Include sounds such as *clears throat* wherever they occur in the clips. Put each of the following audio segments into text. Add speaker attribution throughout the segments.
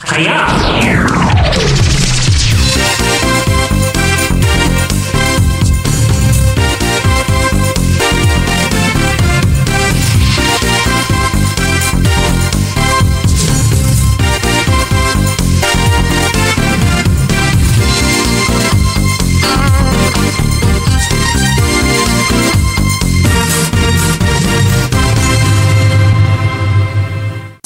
Speaker 1: Hurry up!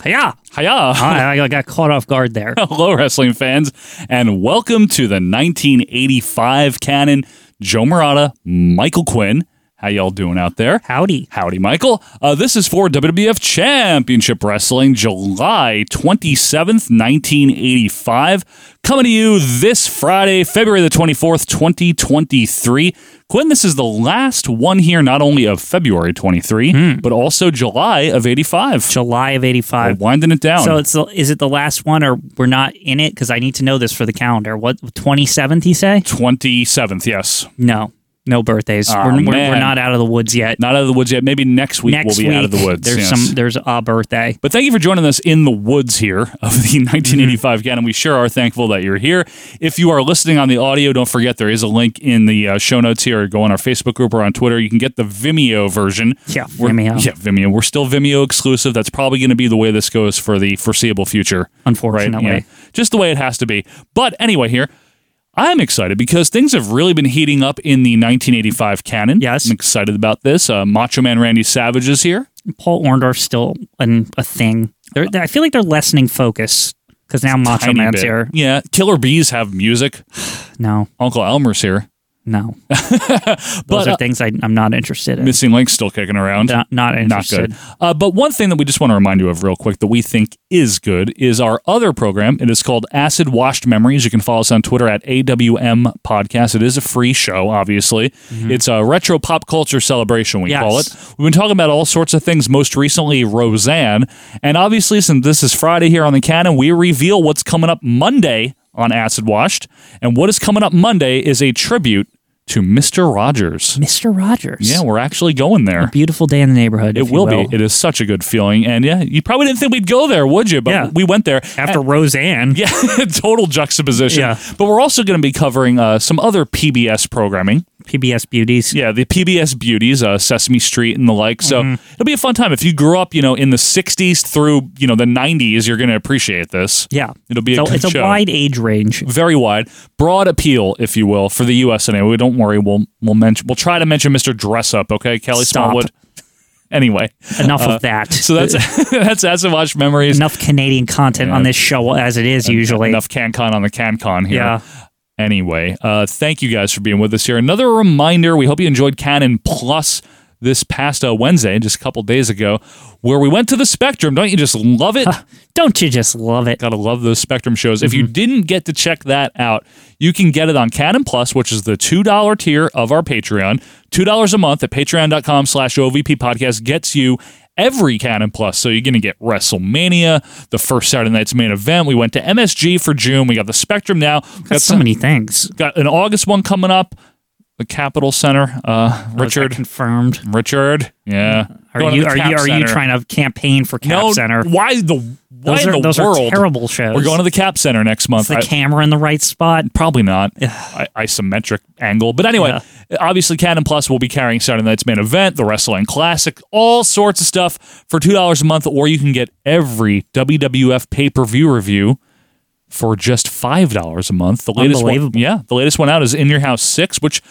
Speaker 2: Hiya!
Speaker 3: Hiya! *laughs*
Speaker 2: I, I got caught off guard there.
Speaker 3: Hello, wrestling fans, and welcome to the 1985 canon. Joe Murata, Michael Quinn. How y'all doing out there?
Speaker 2: Howdy.
Speaker 3: Howdy, Michael. Uh, this is for WWF Championship Wrestling, July 27th, 1985. Coming to you this Friday, February the 24th, 2023. Quinn, this is the last one here, not only of February 23, but also July of 85.
Speaker 2: Hmm. July of
Speaker 3: We're
Speaker 2: 85.
Speaker 3: winding it down.
Speaker 2: So it's the- is it the last one or we're not in it? Because I need to know this for the calendar. What, 27th, you say?
Speaker 3: 27th, yes.
Speaker 2: No. No birthdays.
Speaker 3: Aw,
Speaker 2: we're, we're, we're
Speaker 3: man.
Speaker 2: not out of the woods yet.
Speaker 3: Not out of the woods yet. Maybe next week
Speaker 2: Next
Speaker 3: we'll be
Speaker 2: week,
Speaker 3: out of the woods.
Speaker 2: there's
Speaker 3: yes.
Speaker 2: some. There's a birthday.
Speaker 3: But thank you for joining us in the woods here of the *laughs* 1985 canon. We sure are thankful that you're here. If you are listening on the audio, don't forget there is a link in the uh, show notes here. Go on our Facebook group or on Twitter. You can get the Vimeo version.
Speaker 2: Yeah,
Speaker 3: We're-
Speaker 2: Vimeo.
Speaker 3: Yeah, Vimeo. We're still Vimeo exclusive. That's probably going to be the way this goes for the foreseeable future.
Speaker 2: Unfortunately.
Speaker 3: Yeah. Just the way it has to be. But anyway, here. I'm excited because things have really been heating up in the 1985 canon.
Speaker 2: Yes.
Speaker 3: I'm excited about this. Uh, Macho Man Randy Savage is here.
Speaker 2: Paul Orndorff's still an, a thing. They're, they I feel like they're lessening focus because now Macho
Speaker 3: Tiny
Speaker 2: Man's
Speaker 3: bit.
Speaker 2: here.
Speaker 3: Yeah. Killer Bees have music.
Speaker 2: No,
Speaker 3: Uncle Elmer's here. *laughs*
Speaker 2: no. Those
Speaker 3: But,
Speaker 2: are
Speaker 3: uh,
Speaker 2: things I, I'm not interested in.
Speaker 3: Missing Link's still kicking around.
Speaker 2: not, not
Speaker 3: Not
Speaker 2: interested.
Speaker 3: good. Uh, but one thing that we just want to remind you of real quick that we think is good is our other program. It is called Acid Washed Memories. You can follow us on Twitter at AWM Podcast. It is a free show, obviously. It's a retro pop culture celebration, we
Speaker 2: Yes.
Speaker 3: call it. We've been talking about all sorts of things, most recently Roseanne. And obviously, since this is Friday here on the Canon, we reveal what's coming up Monday on Acid Washed. And what is coming up Monday is a tribute to Mr. Rogers.
Speaker 2: Mr. Rogers.
Speaker 3: Yeah, we're actually going there.
Speaker 2: Beautiful day in the neighborhood. if
Speaker 3: It
Speaker 2: you
Speaker 3: will be. It is such a good feeling. And yeah, you probably didn't think we'd go there, would you? But
Speaker 2: Yeah.
Speaker 3: we went there.
Speaker 2: After Roseanne.
Speaker 3: *laughs* Yeah, total juxtaposition.
Speaker 2: Yeah.
Speaker 3: But we're also going to be covering uh, some other PBS programming.
Speaker 2: PBS Beauties.
Speaker 3: Yeah, the PBS beauties, uh, Sesame Street and the like. So
Speaker 2: Mm-hmm.
Speaker 3: it'll be a fun time. If you grew up, you know, in the 60s through, you know, the 90s, you're going to appreciate this.
Speaker 2: Yeah.
Speaker 3: It'll be a
Speaker 2: so
Speaker 3: good
Speaker 2: it's
Speaker 3: show.
Speaker 2: a wide age range.
Speaker 3: Very wide, broad appeal, if you will, for the U.S. anyway. We don't worry. We'll we'll mention. We'll try to mention Mr. Dress Up. Okay, Kelly
Speaker 2: Stop.
Speaker 3: Smallwood. Anyway,
Speaker 2: Enough of that.
Speaker 3: Uh, so that's *laughs* that's as of watch memories.
Speaker 2: enough Canadian content on this show as it is usually.
Speaker 3: enough CanCon on the CanCon here.
Speaker 2: Yeah.
Speaker 3: Anyway, uh, thank you guys for being with us here. Another reminder: we hope you enjoyed Canon Plus this past uh, Wednesday, just a couple days ago, where we went to the Spectrum. Don't you just love it?
Speaker 2: Don't you just love it?
Speaker 3: Gotta love those Spectrum shows. If
Speaker 2: Mm-hmm.
Speaker 3: you didn't get to check that out, you can get it on Canon Plus, which is the $2 tier of our Patreon. $2 a month at patreon.com slash OVP podcast gets you every Canon Plus. So you're gonna get WrestleMania, the first Saturday night's main event. We went to MSG for June. We got the Spectrum now.
Speaker 2: Got so many things.
Speaker 3: got an August one coming up. The Capitol Center. Uh,
Speaker 2: Was Oh, that
Speaker 3: Richard.
Speaker 2: confirmed.
Speaker 3: Richard. Yeah.
Speaker 2: Are
Speaker 3: Going to
Speaker 2: you
Speaker 3: the
Speaker 2: are
Speaker 3: Cap
Speaker 2: you are you
Speaker 3: Center.
Speaker 2: trying to campaign for Cap
Speaker 3: no,
Speaker 2: Center?
Speaker 3: Why the why
Speaker 2: Those
Speaker 3: in
Speaker 2: are
Speaker 3: the
Speaker 2: those
Speaker 3: world?
Speaker 2: are terrible shows.
Speaker 3: We're going to the Cap Center next month.
Speaker 2: Is the
Speaker 3: I-
Speaker 2: camera in the right spot. *laughs*
Speaker 3: probably not I- isometric angle. But anyway, obviously, Canon Plus will be carrying Saturday Night's main event, the Wrestling Classic, all sorts of stuff for two dollars a month, or you can get every WWF pay per view review for just five dollars a month. The latest one,
Speaker 2: Unbelievable.
Speaker 3: yeah, the latest one out is In Your House Six, which.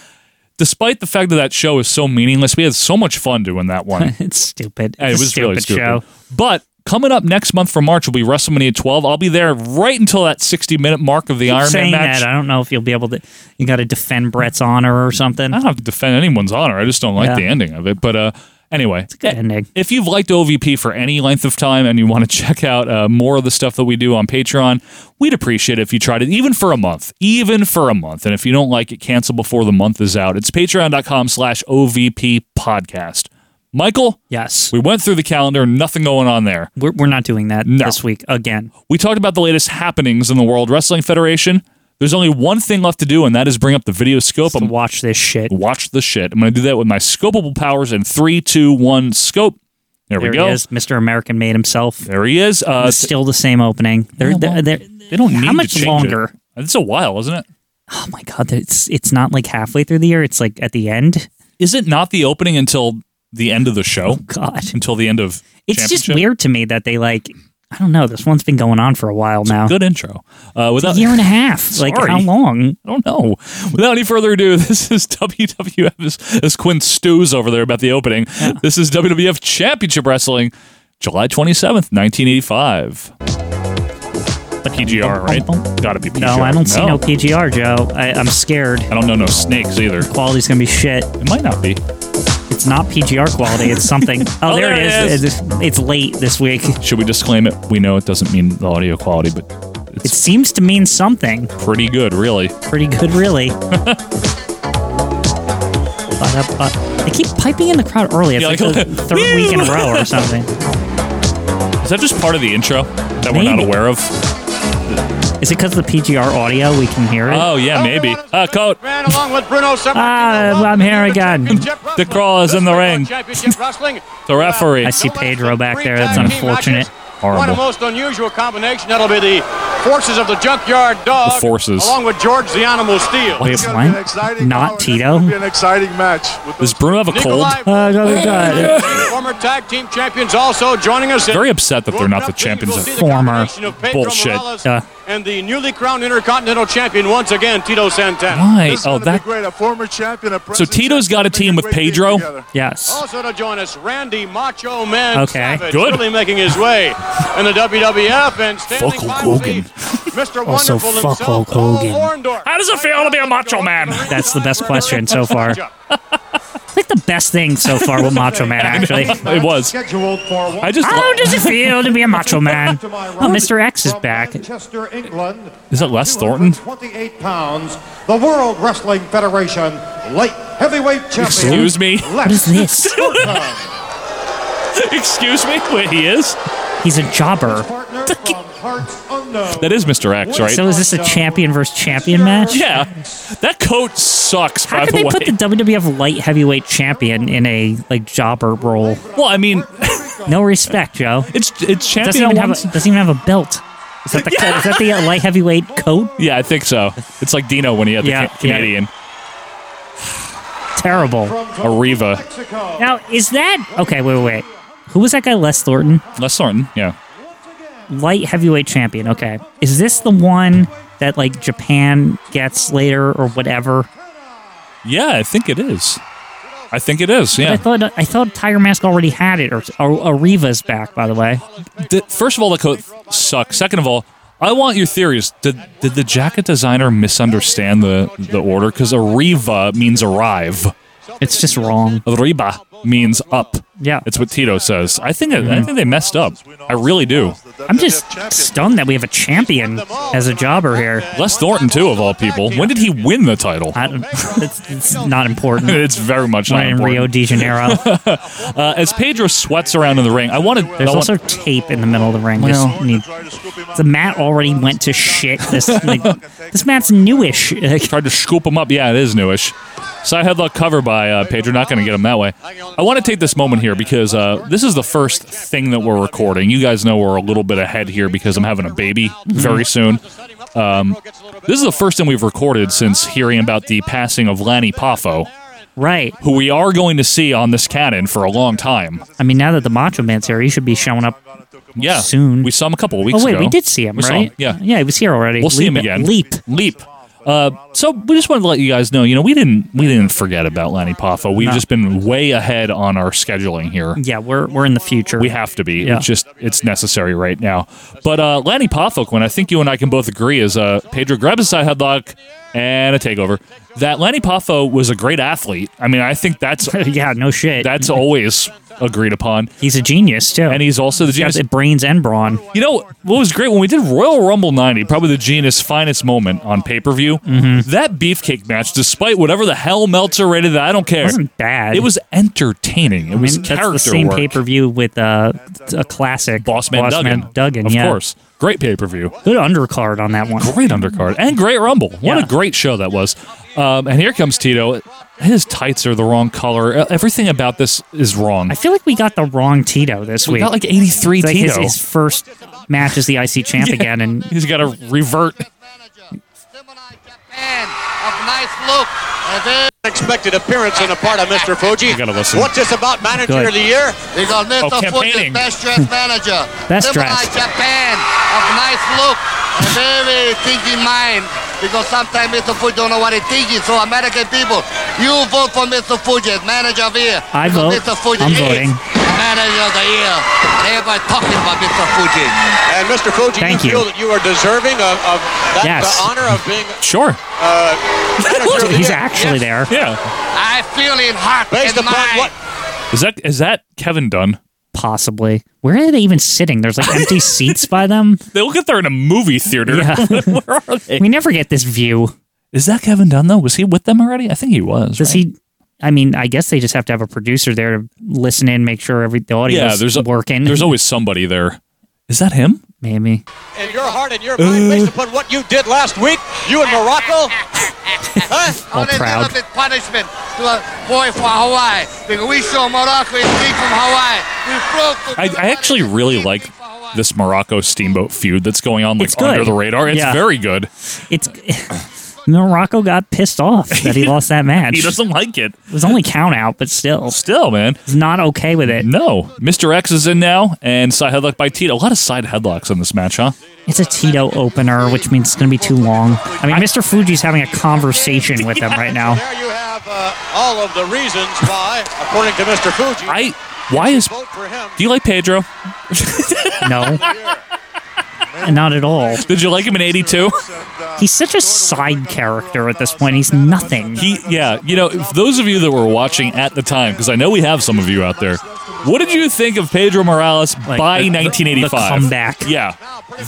Speaker 3: Despite the fact that that show is so meaningless, we had so much fun doing that
Speaker 2: *laughs*
Speaker 3: one.
Speaker 2: It's stupid.
Speaker 3: And it
Speaker 2: It's a
Speaker 3: was really stupid.
Speaker 2: show.
Speaker 3: But coming up next month for March will be WrestleMania 12. I'll be there right until that 60 minute mark of the Iron
Speaker 2: Saying
Speaker 3: Man match.
Speaker 2: that, I don't know if you'll be able to. You got to defend Brett's honor or something.
Speaker 3: I don't have to defend anyone's honor. I just don't like
Speaker 2: Yeah.
Speaker 3: the ending of it. But uh, anyway,
Speaker 2: good ending.
Speaker 3: If you've liked OVP for any length of time and you want to *laughs* check out uh, more of the stuff that we do on Patreon, we'd appreciate it if you tried it, even for a month, even for a month. And if you don't like it, cancel before the month is out. It's patreon.com slash OVP podcast. Michael,
Speaker 2: Yes,
Speaker 3: we went through the calendar, nothing going on there.
Speaker 2: we're, we're not doing that
Speaker 3: No.
Speaker 2: this week again.
Speaker 3: We talked about the latest happenings in the World Wrestling Federation. There's only one thing left to do, and that is bring up the video scope.
Speaker 2: To watch this shit.
Speaker 3: Watch the shit. I'm going to do that with my scopable powers in three, two, one, scope. There,
Speaker 2: There
Speaker 3: we
Speaker 2: it
Speaker 3: go.
Speaker 2: is. Mr. American made himself.
Speaker 3: There he is. Uh,
Speaker 2: It's still the same opening. They're,
Speaker 3: Yeah, well,
Speaker 2: they're, they're,
Speaker 3: they don't need
Speaker 2: how much
Speaker 3: to change
Speaker 2: longer?
Speaker 3: It. It's a while, isn't it?
Speaker 2: Oh my god, it's it's not like halfway through the year. It's like at the end. *laughs*
Speaker 3: Is it not the opening until the end of the show?
Speaker 2: God,
Speaker 3: Until the end of
Speaker 2: it's just
Speaker 3: championship?
Speaker 2: weird to me that they like. I don't know. This one's been going on for a while now.
Speaker 3: Good intro. Uh, without
Speaker 2: A year and a half. like
Speaker 3: Sorry.
Speaker 2: how long?
Speaker 3: I don't know. Without any further ado, *laughs* this is WWF. As, as Quinn stews over there about the opening, this is WWF Championship Wrestling, July 27th, 1985.
Speaker 2: But
Speaker 3: PGR, right? Gotta be PGR.
Speaker 2: No, I don't see no PGR, Joe. I, I'm scared.
Speaker 3: I don't know no snakes either. It
Speaker 2: Quality's gonna be shit.
Speaker 3: might not be.
Speaker 2: It's not PGR quality. It's *laughs* something. Oh, there, it is. It's, it's late this week.
Speaker 3: Should we disclaim it? We know it doesn't mean the audio quality, but
Speaker 2: It seems to mean something.
Speaker 3: pretty good, really.
Speaker 2: Pretty good,
Speaker 3: *laughs*
Speaker 2: really. Ba-da-ba- uh, They keep piping in the crowd early. It's
Speaker 3: Yeah,
Speaker 2: like,
Speaker 3: like- *laughs*
Speaker 2: the third week in a row or something.
Speaker 3: Is that just part of the intro that we're not
Speaker 2: Maybe.
Speaker 3: aware of?
Speaker 2: Is it because of the PGR audio we can hear it?
Speaker 3: Oh, yeah, maybe. Uh, Coat,
Speaker 1: Ran along with Bruno Sammartino.
Speaker 2: Ah, I'm here again.
Speaker 3: The crawl is in the ring. *laughs* the referee.
Speaker 2: I see Pedro back there. That's unfortunate.
Speaker 3: Horrible.
Speaker 1: One of the most unusual combination. That'll be the forces of the junkyard dog.
Speaker 3: The forces.
Speaker 1: Along with George the Animal Steel.
Speaker 2: Wait,
Speaker 4: It's gonna be an
Speaker 2: what?
Speaker 4: exciting
Speaker 2: Not
Speaker 4: hour. It's
Speaker 2: Tito?
Speaker 4: gonna Be an exciting match. With
Speaker 3: Does
Speaker 4: those-
Speaker 3: Bruno have a cold?
Speaker 1: Nikolai
Speaker 2: Uh, no, they got it.
Speaker 1: former tag team champions also joining us. in-
Speaker 3: Very upset that they're not the
Speaker 1: We'll
Speaker 3: champions
Speaker 1: see
Speaker 3: of
Speaker 1: the
Speaker 2: Former.
Speaker 1: combination of Pedro
Speaker 3: Bullshit.
Speaker 1: Morales
Speaker 2: Yeah.
Speaker 1: And the newly crowned Intercontinental Champion once again, Tito Santana.
Speaker 3: Why?
Speaker 4: this is
Speaker 3: Oh,
Speaker 4: gonna be
Speaker 3: that.
Speaker 4: great. A former champion.
Speaker 3: So
Speaker 4: A present
Speaker 3: Tito's
Speaker 4: champion.
Speaker 3: got a
Speaker 4: Make
Speaker 3: team with
Speaker 4: great team
Speaker 3: Pedro?
Speaker 4: together.
Speaker 3: Oh,
Speaker 2: Yes.
Speaker 1: Also to join us, Randy Macho Man
Speaker 2: Okay.
Speaker 1: Savage,
Speaker 3: Good.
Speaker 1: really making his way in the WWF and standing
Speaker 3: Fuck
Speaker 1: by
Speaker 3: Hulk
Speaker 1: the
Speaker 3: Hogan.
Speaker 1: Mr.
Speaker 2: Also,
Speaker 1: Wonderful
Speaker 2: fuck Hulk
Speaker 1: himself,
Speaker 2: Hogan.
Speaker 1: Paul Orndorff.
Speaker 3: How does it feel to be a macho man?
Speaker 2: That's the best question
Speaker 3: *laughs*
Speaker 2: so far. It's like the best thing so far with
Speaker 3: *laughs*
Speaker 2: Macho *laughs* Man, actually.
Speaker 3: It was.
Speaker 5: Scheduled for one
Speaker 3: I just.
Speaker 2: How does it feel to be a Macho Man?
Speaker 5: to my right.
Speaker 2: Oh, Mr. X is
Speaker 5: From
Speaker 2: back.
Speaker 5: Manchester, England.
Speaker 3: Is that Les Thornton?
Speaker 5: 28 pounds. The World Wrestling Federation light heavyweight champion.
Speaker 3: Excuse me? *laughs*
Speaker 2: What is this?
Speaker 3: Excuse me? Wait, he is?
Speaker 2: He's a jobber.
Speaker 5: Partner from Hearts Unknown.
Speaker 3: That is Mr. X, right?
Speaker 2: So is this a champion versus champion match?
Speaker 3: yeah. That coat sucks,
Speaker 2: How
Speaker 3: by
Speaker 2: could
Speaker 3: the
Speaker 2: they
Speaker 3: way.
Speaker 2: put the WWF light heavyweight champion in a like jobber role?
Speaker 3: well, I mean,
Speaker 2: No respect, Joe.
Speaker 3: it's it's
Speaker 2: Doesn't
Speaker 3: champion
Speaker 2: even have a,
Speaker 3: ones.
Speaker 2: doesn't even have a belt.
Speaker 3: *laughs*
Speaker 2: Is that the co- is that the uh, light heavyweight coat?
Speaker 3: yeah, I think so. It's like Dino when he had the
Speaker 2: Yeah,
Speaker 3: Ca-
Speaker 2: yeah.
Speaker 3: Canadian.
Speaker 2: Terrible.
Speaker 3: Arriva.
Speaker 5: Mexico.
Speaker 2: Now is that okay? Wait, wait, wait. Who was that guy? Les Thornton,
Speaker 3: Les Thornton, yeah.
Speaker 2: light heavyweight champion. Okay, is this the one that like Japan gets later or whatever?
Speaker 3: Yeah, I think it is. I think it is,
Speaker 2: I
Speaker 3: yeah.
Speaker 2: thought I thought Tiger Mask already had it. Or, or Ariva's back, by the way.
Speaker 3: The- first of all, the coat sucks. Second of all, I want your theories. Did, did the jacket designer misunderstand the, the order? Because Arriva means arrive.
Speaker 2: It's just wrong.
Speaker 3: Arriba means up.
Speaker 2: Yeah.
Speaker 3: It's what Tito says. I think
Speaker 2: Mm-hmm.
Speaker 3: I think they messed up. I really do.
Speaker 2: I'm just stunned that we have a champion as a jobber here.
Speaker 3: Les Thornton too, of all people. When did he win the title?
Speaker 2: I don't- it's, it's not *laughs*
Speaker 3: *laughs*
Speaker 2: important.
Speaker 3: It's very much
Speaker 2: Not
Speaker 3: not
Speaker 2: in Rio
Speaker 3: important. *laughs*
Speaker 2: de Janeiro.
Speaker 3: Uh, as Pedro sweats around in the ring, I wanted.
Speaker 2: There's
Speaker 3: I want-
Speaker 2: also tape in the middle of the ring. Just need, the mat already went to shit. This
Speaker 3: *laughs*
Speaker 2: like, this mat's newish. *laughs* Like,
Speaker 3: tried to scoop him up. Yeah, it is newish. Side headlock cover by uh, Pedro. Not going to get him that way. I want to take this moment here because uh, this is the first thing that we're recording. You guys know we're a little bit ahead here because I'm having a baby very soon. Um, this is the first thing we've recorded since hearing about the passing of Lanny Poffo,
Speaker 2: right.
Speaker 3: who we are going to see on this canon for a long time.
Speaker 2: I mean, now that the Macho Man's here, he should be showing up.
Speaker 3: Yeah,
Speaker 2: Soon.
Speaker 3: We saw him a couple of weeks
Speaker 2: Oh wait,
Speaker 3: ago.
Speaker 2: we did see him,
Speaker 3: We saw
Speaker 2: right?
Speaker 3: Yeah,
Speaker 2: yeah, he was here already.
Speaker 3: We'll see
Speaker 2: Leap
Speaker 3: him
Speaker 2: it-
Speaker 3: again.
Speaker 2: Leap.
Speaker 3: Leap. Uh, so we just wanted to let you guys know, you know, we didn't we didn't forget about Lanny Poffo. We've
Speaker 2: No.
Speaker 3: just been way ahead on our scheduling here.
Speaker 2: Yeah, we're we're in the future.
Speaker 3: We have to be.
Speaker 2: Yeah.
Speaker 3: It's just it's necessary right now. But uh, Lanny Poffo, Quinn, I think you and I can both agree, is uh, Pedro grabs a side headlock and a takeover. That Lanny Poffo was a great athlete. I mean, I think
Speaker 2: *laughs*
Speaker 3: that's
Speaker 2: *laughs* yeah, no shit.
Speaker 3: that's always agreed upon.
Speaker 2: he's a genius too.
Speaker 3: And he's also the
Speaker 2: He's got
Speaker 3: genius.
Speaker 2: the brains and brawn.
Speaker 3: You know what was great when we did Royal Rumble '90, probably the Genius finest moment on pay per view.
Speaker 2: Mm-hmm.
Speaker 3: That beefcake match, despite whatever the hell Meltzer rated that, I don't care.
Speaker 2: It wasn't bad.
Speaker 3: It was entertaining. It
Speaker 2: I
Speaker 3: was
Speaker 2: mean, that's
Speaker 3: character
Speaker 2: the same
Speaker 3: work.
Speaker 2: pay per view with uh, a classic
Speaker 3: Boss Man Duggan,
Speaker 2: Duggan,
Speaker 3: of
Speaker 2: yeah.
Speaker 3: course. Great pay per view.
Speaker 2: Good undercard on that one.
Speaker 3: Great undercard and great rumble. What
Speaker 2: Yeah.
Speaker 3: a great show that was. Um, and here comes Tito. His tights are the wrong color. E- Everything about this is wrong.
Speaker 2: I feel like we got the wrong Tito this
Speaker 3: we
Speaker 2: week.
Speaker 3: got like 83
Speaker 2: It's like his,
Speaker 3: Tito.
Speaker 2: his first match as the
Speaker 3: *laughs*
Speaker 2: IC champ again, and
Speaker 3: He's got to revert.
Speaker 1: Unexpected appearance on the part of Mr. Fuji.
Speaker 3: gotta listen.
Speaker 1: What's this about manager
Speaker 2: Good.
Speaker 1: of the year?
Speaker 3: Oh, campaigning.
Speaker 6: Best
Speaker 2: *laughs*
Speaker 6: dressed manager.
Speaker 2: Best
Speaker 6: Symbolize
Speaker 2: dressed.
Speaker 6: Japan of nice look and very thinking mind. Because sometimes Mr. Fuji don't know what he's thinking. So American people, you vote for Mr. Fuji as manager of the year.
Speaker 2: I
Speaker 6: Because
Speaker 2: vote. I'm voting.
Speaker 6: Manager of the year. Everybody talking about Mr. Fuji.
Speaker 1: And Mr. Fuji,
Speaker 2: Thank
Speaker 1: you,
Speaker 2: you.
Speaker 1: feel that you are deserving of, of that
Speaker 2: Yes.
Speaker 1: the honor of being
Speaker 3: Sure.
Speaker 1: manager
Speaker 2: *laughs*
Speaker 1: of the
Speaker 2: he's
Speaker 1: year.
Speaker 2: actually
Speaker 1: Yes.
Speaker 2: there.
Speaker 3: Yeah.
Speaker 6: I feel in heart
Speaker 1: Based
Speaker 6: and
Speaker 1: upon
Speaker 6: mind.
Speaker 1: what?
Speaker 3: Is that is that Kevin Dunn?
Speaker 2: Possibly. Where are they even sitting? There's like
Speaker 3: *laughs*
Speaker 2: empty seats by them.
Speaker 3: They look like they're in a movie theater.
Speaker 2: Yeah.
Speaker 3: *laughs* Where are they?
Speaker 2: We never get this view.
Speaker 3: Is that Kevin Dunn though? Was he with them already? I think he was.
Speaker 2: Does
Speaker 3: right?
Speaker 2: he? I mean, I guess they just have to have a producer there to listen in, make sure every the audio
Speaker 3: Yeah,
Speaker 2: is
Speaker 3: there's a-
Speaker 2: working.
Speaker 3: There's always somebody there. Is that him?
Speaker 2: Maybe.
Speaker 1: And your heart and your mind,
Speaker 2: Uh.
Speaker 1: based upon what you did last week, you in Morocco. huh?
Speaker 2: All
Speaker 6: Only
Speaker 2: proud.
Speaker 6: little bit punishment to a boy from Hawaii. Because we show Morocco is big from Hawaii. We broke the-
Speaker 3: I, I actually really like this Morocco steamboat feud that's going on like
Speaker 2: It's good.
Speaker 3: under the radar. It's
Speaker 2: Yeah.
Speaker 3: very good.
Speaker 2: It's *sighs* Morocco got pissed off
Speaker 3: *laughs*
Speaker 2: that he lost that match.
Speaker 3: He doesn't like it.
Speaker 2: It was only count out, but still,
Speaker 3: Still, man.
Speaker 2: he's not okay with it.
Speaker 3: No. Mr. X is in now and side headlock by Tito. A lot of side headlocks in this match, huh?
Speaker 2: It's a Tito opener, which means it's going to be too long. I mean, Mr. Fuji's having a conversation with him right now.
Speaker 1: There you have uh, all of the reasons why, according to Mr. Fuji,
Speaker 3: I why is
Speaker 1: vote for him.
Speaker 3: do you like Pedro? *laughs*
Speaker 2: No, not at all.
Speaker 3: Did you like him in eighty two? *laughs*
Speaker 2: He's such a side character at this point. He's nothing.
Speaker 3: He yeah, you know, if those of you that were watching at the time, because I know we have some of you out there, what did you think of Pedro Morales
Speaker 2: Like,
Speaker 3: by
Speaker 2: the- the-
Speaker 3: nineteen eighty
Speaker 2: the
Speaker 3: five?
Speaker 2: comeback.
Speaker 3: Yeah.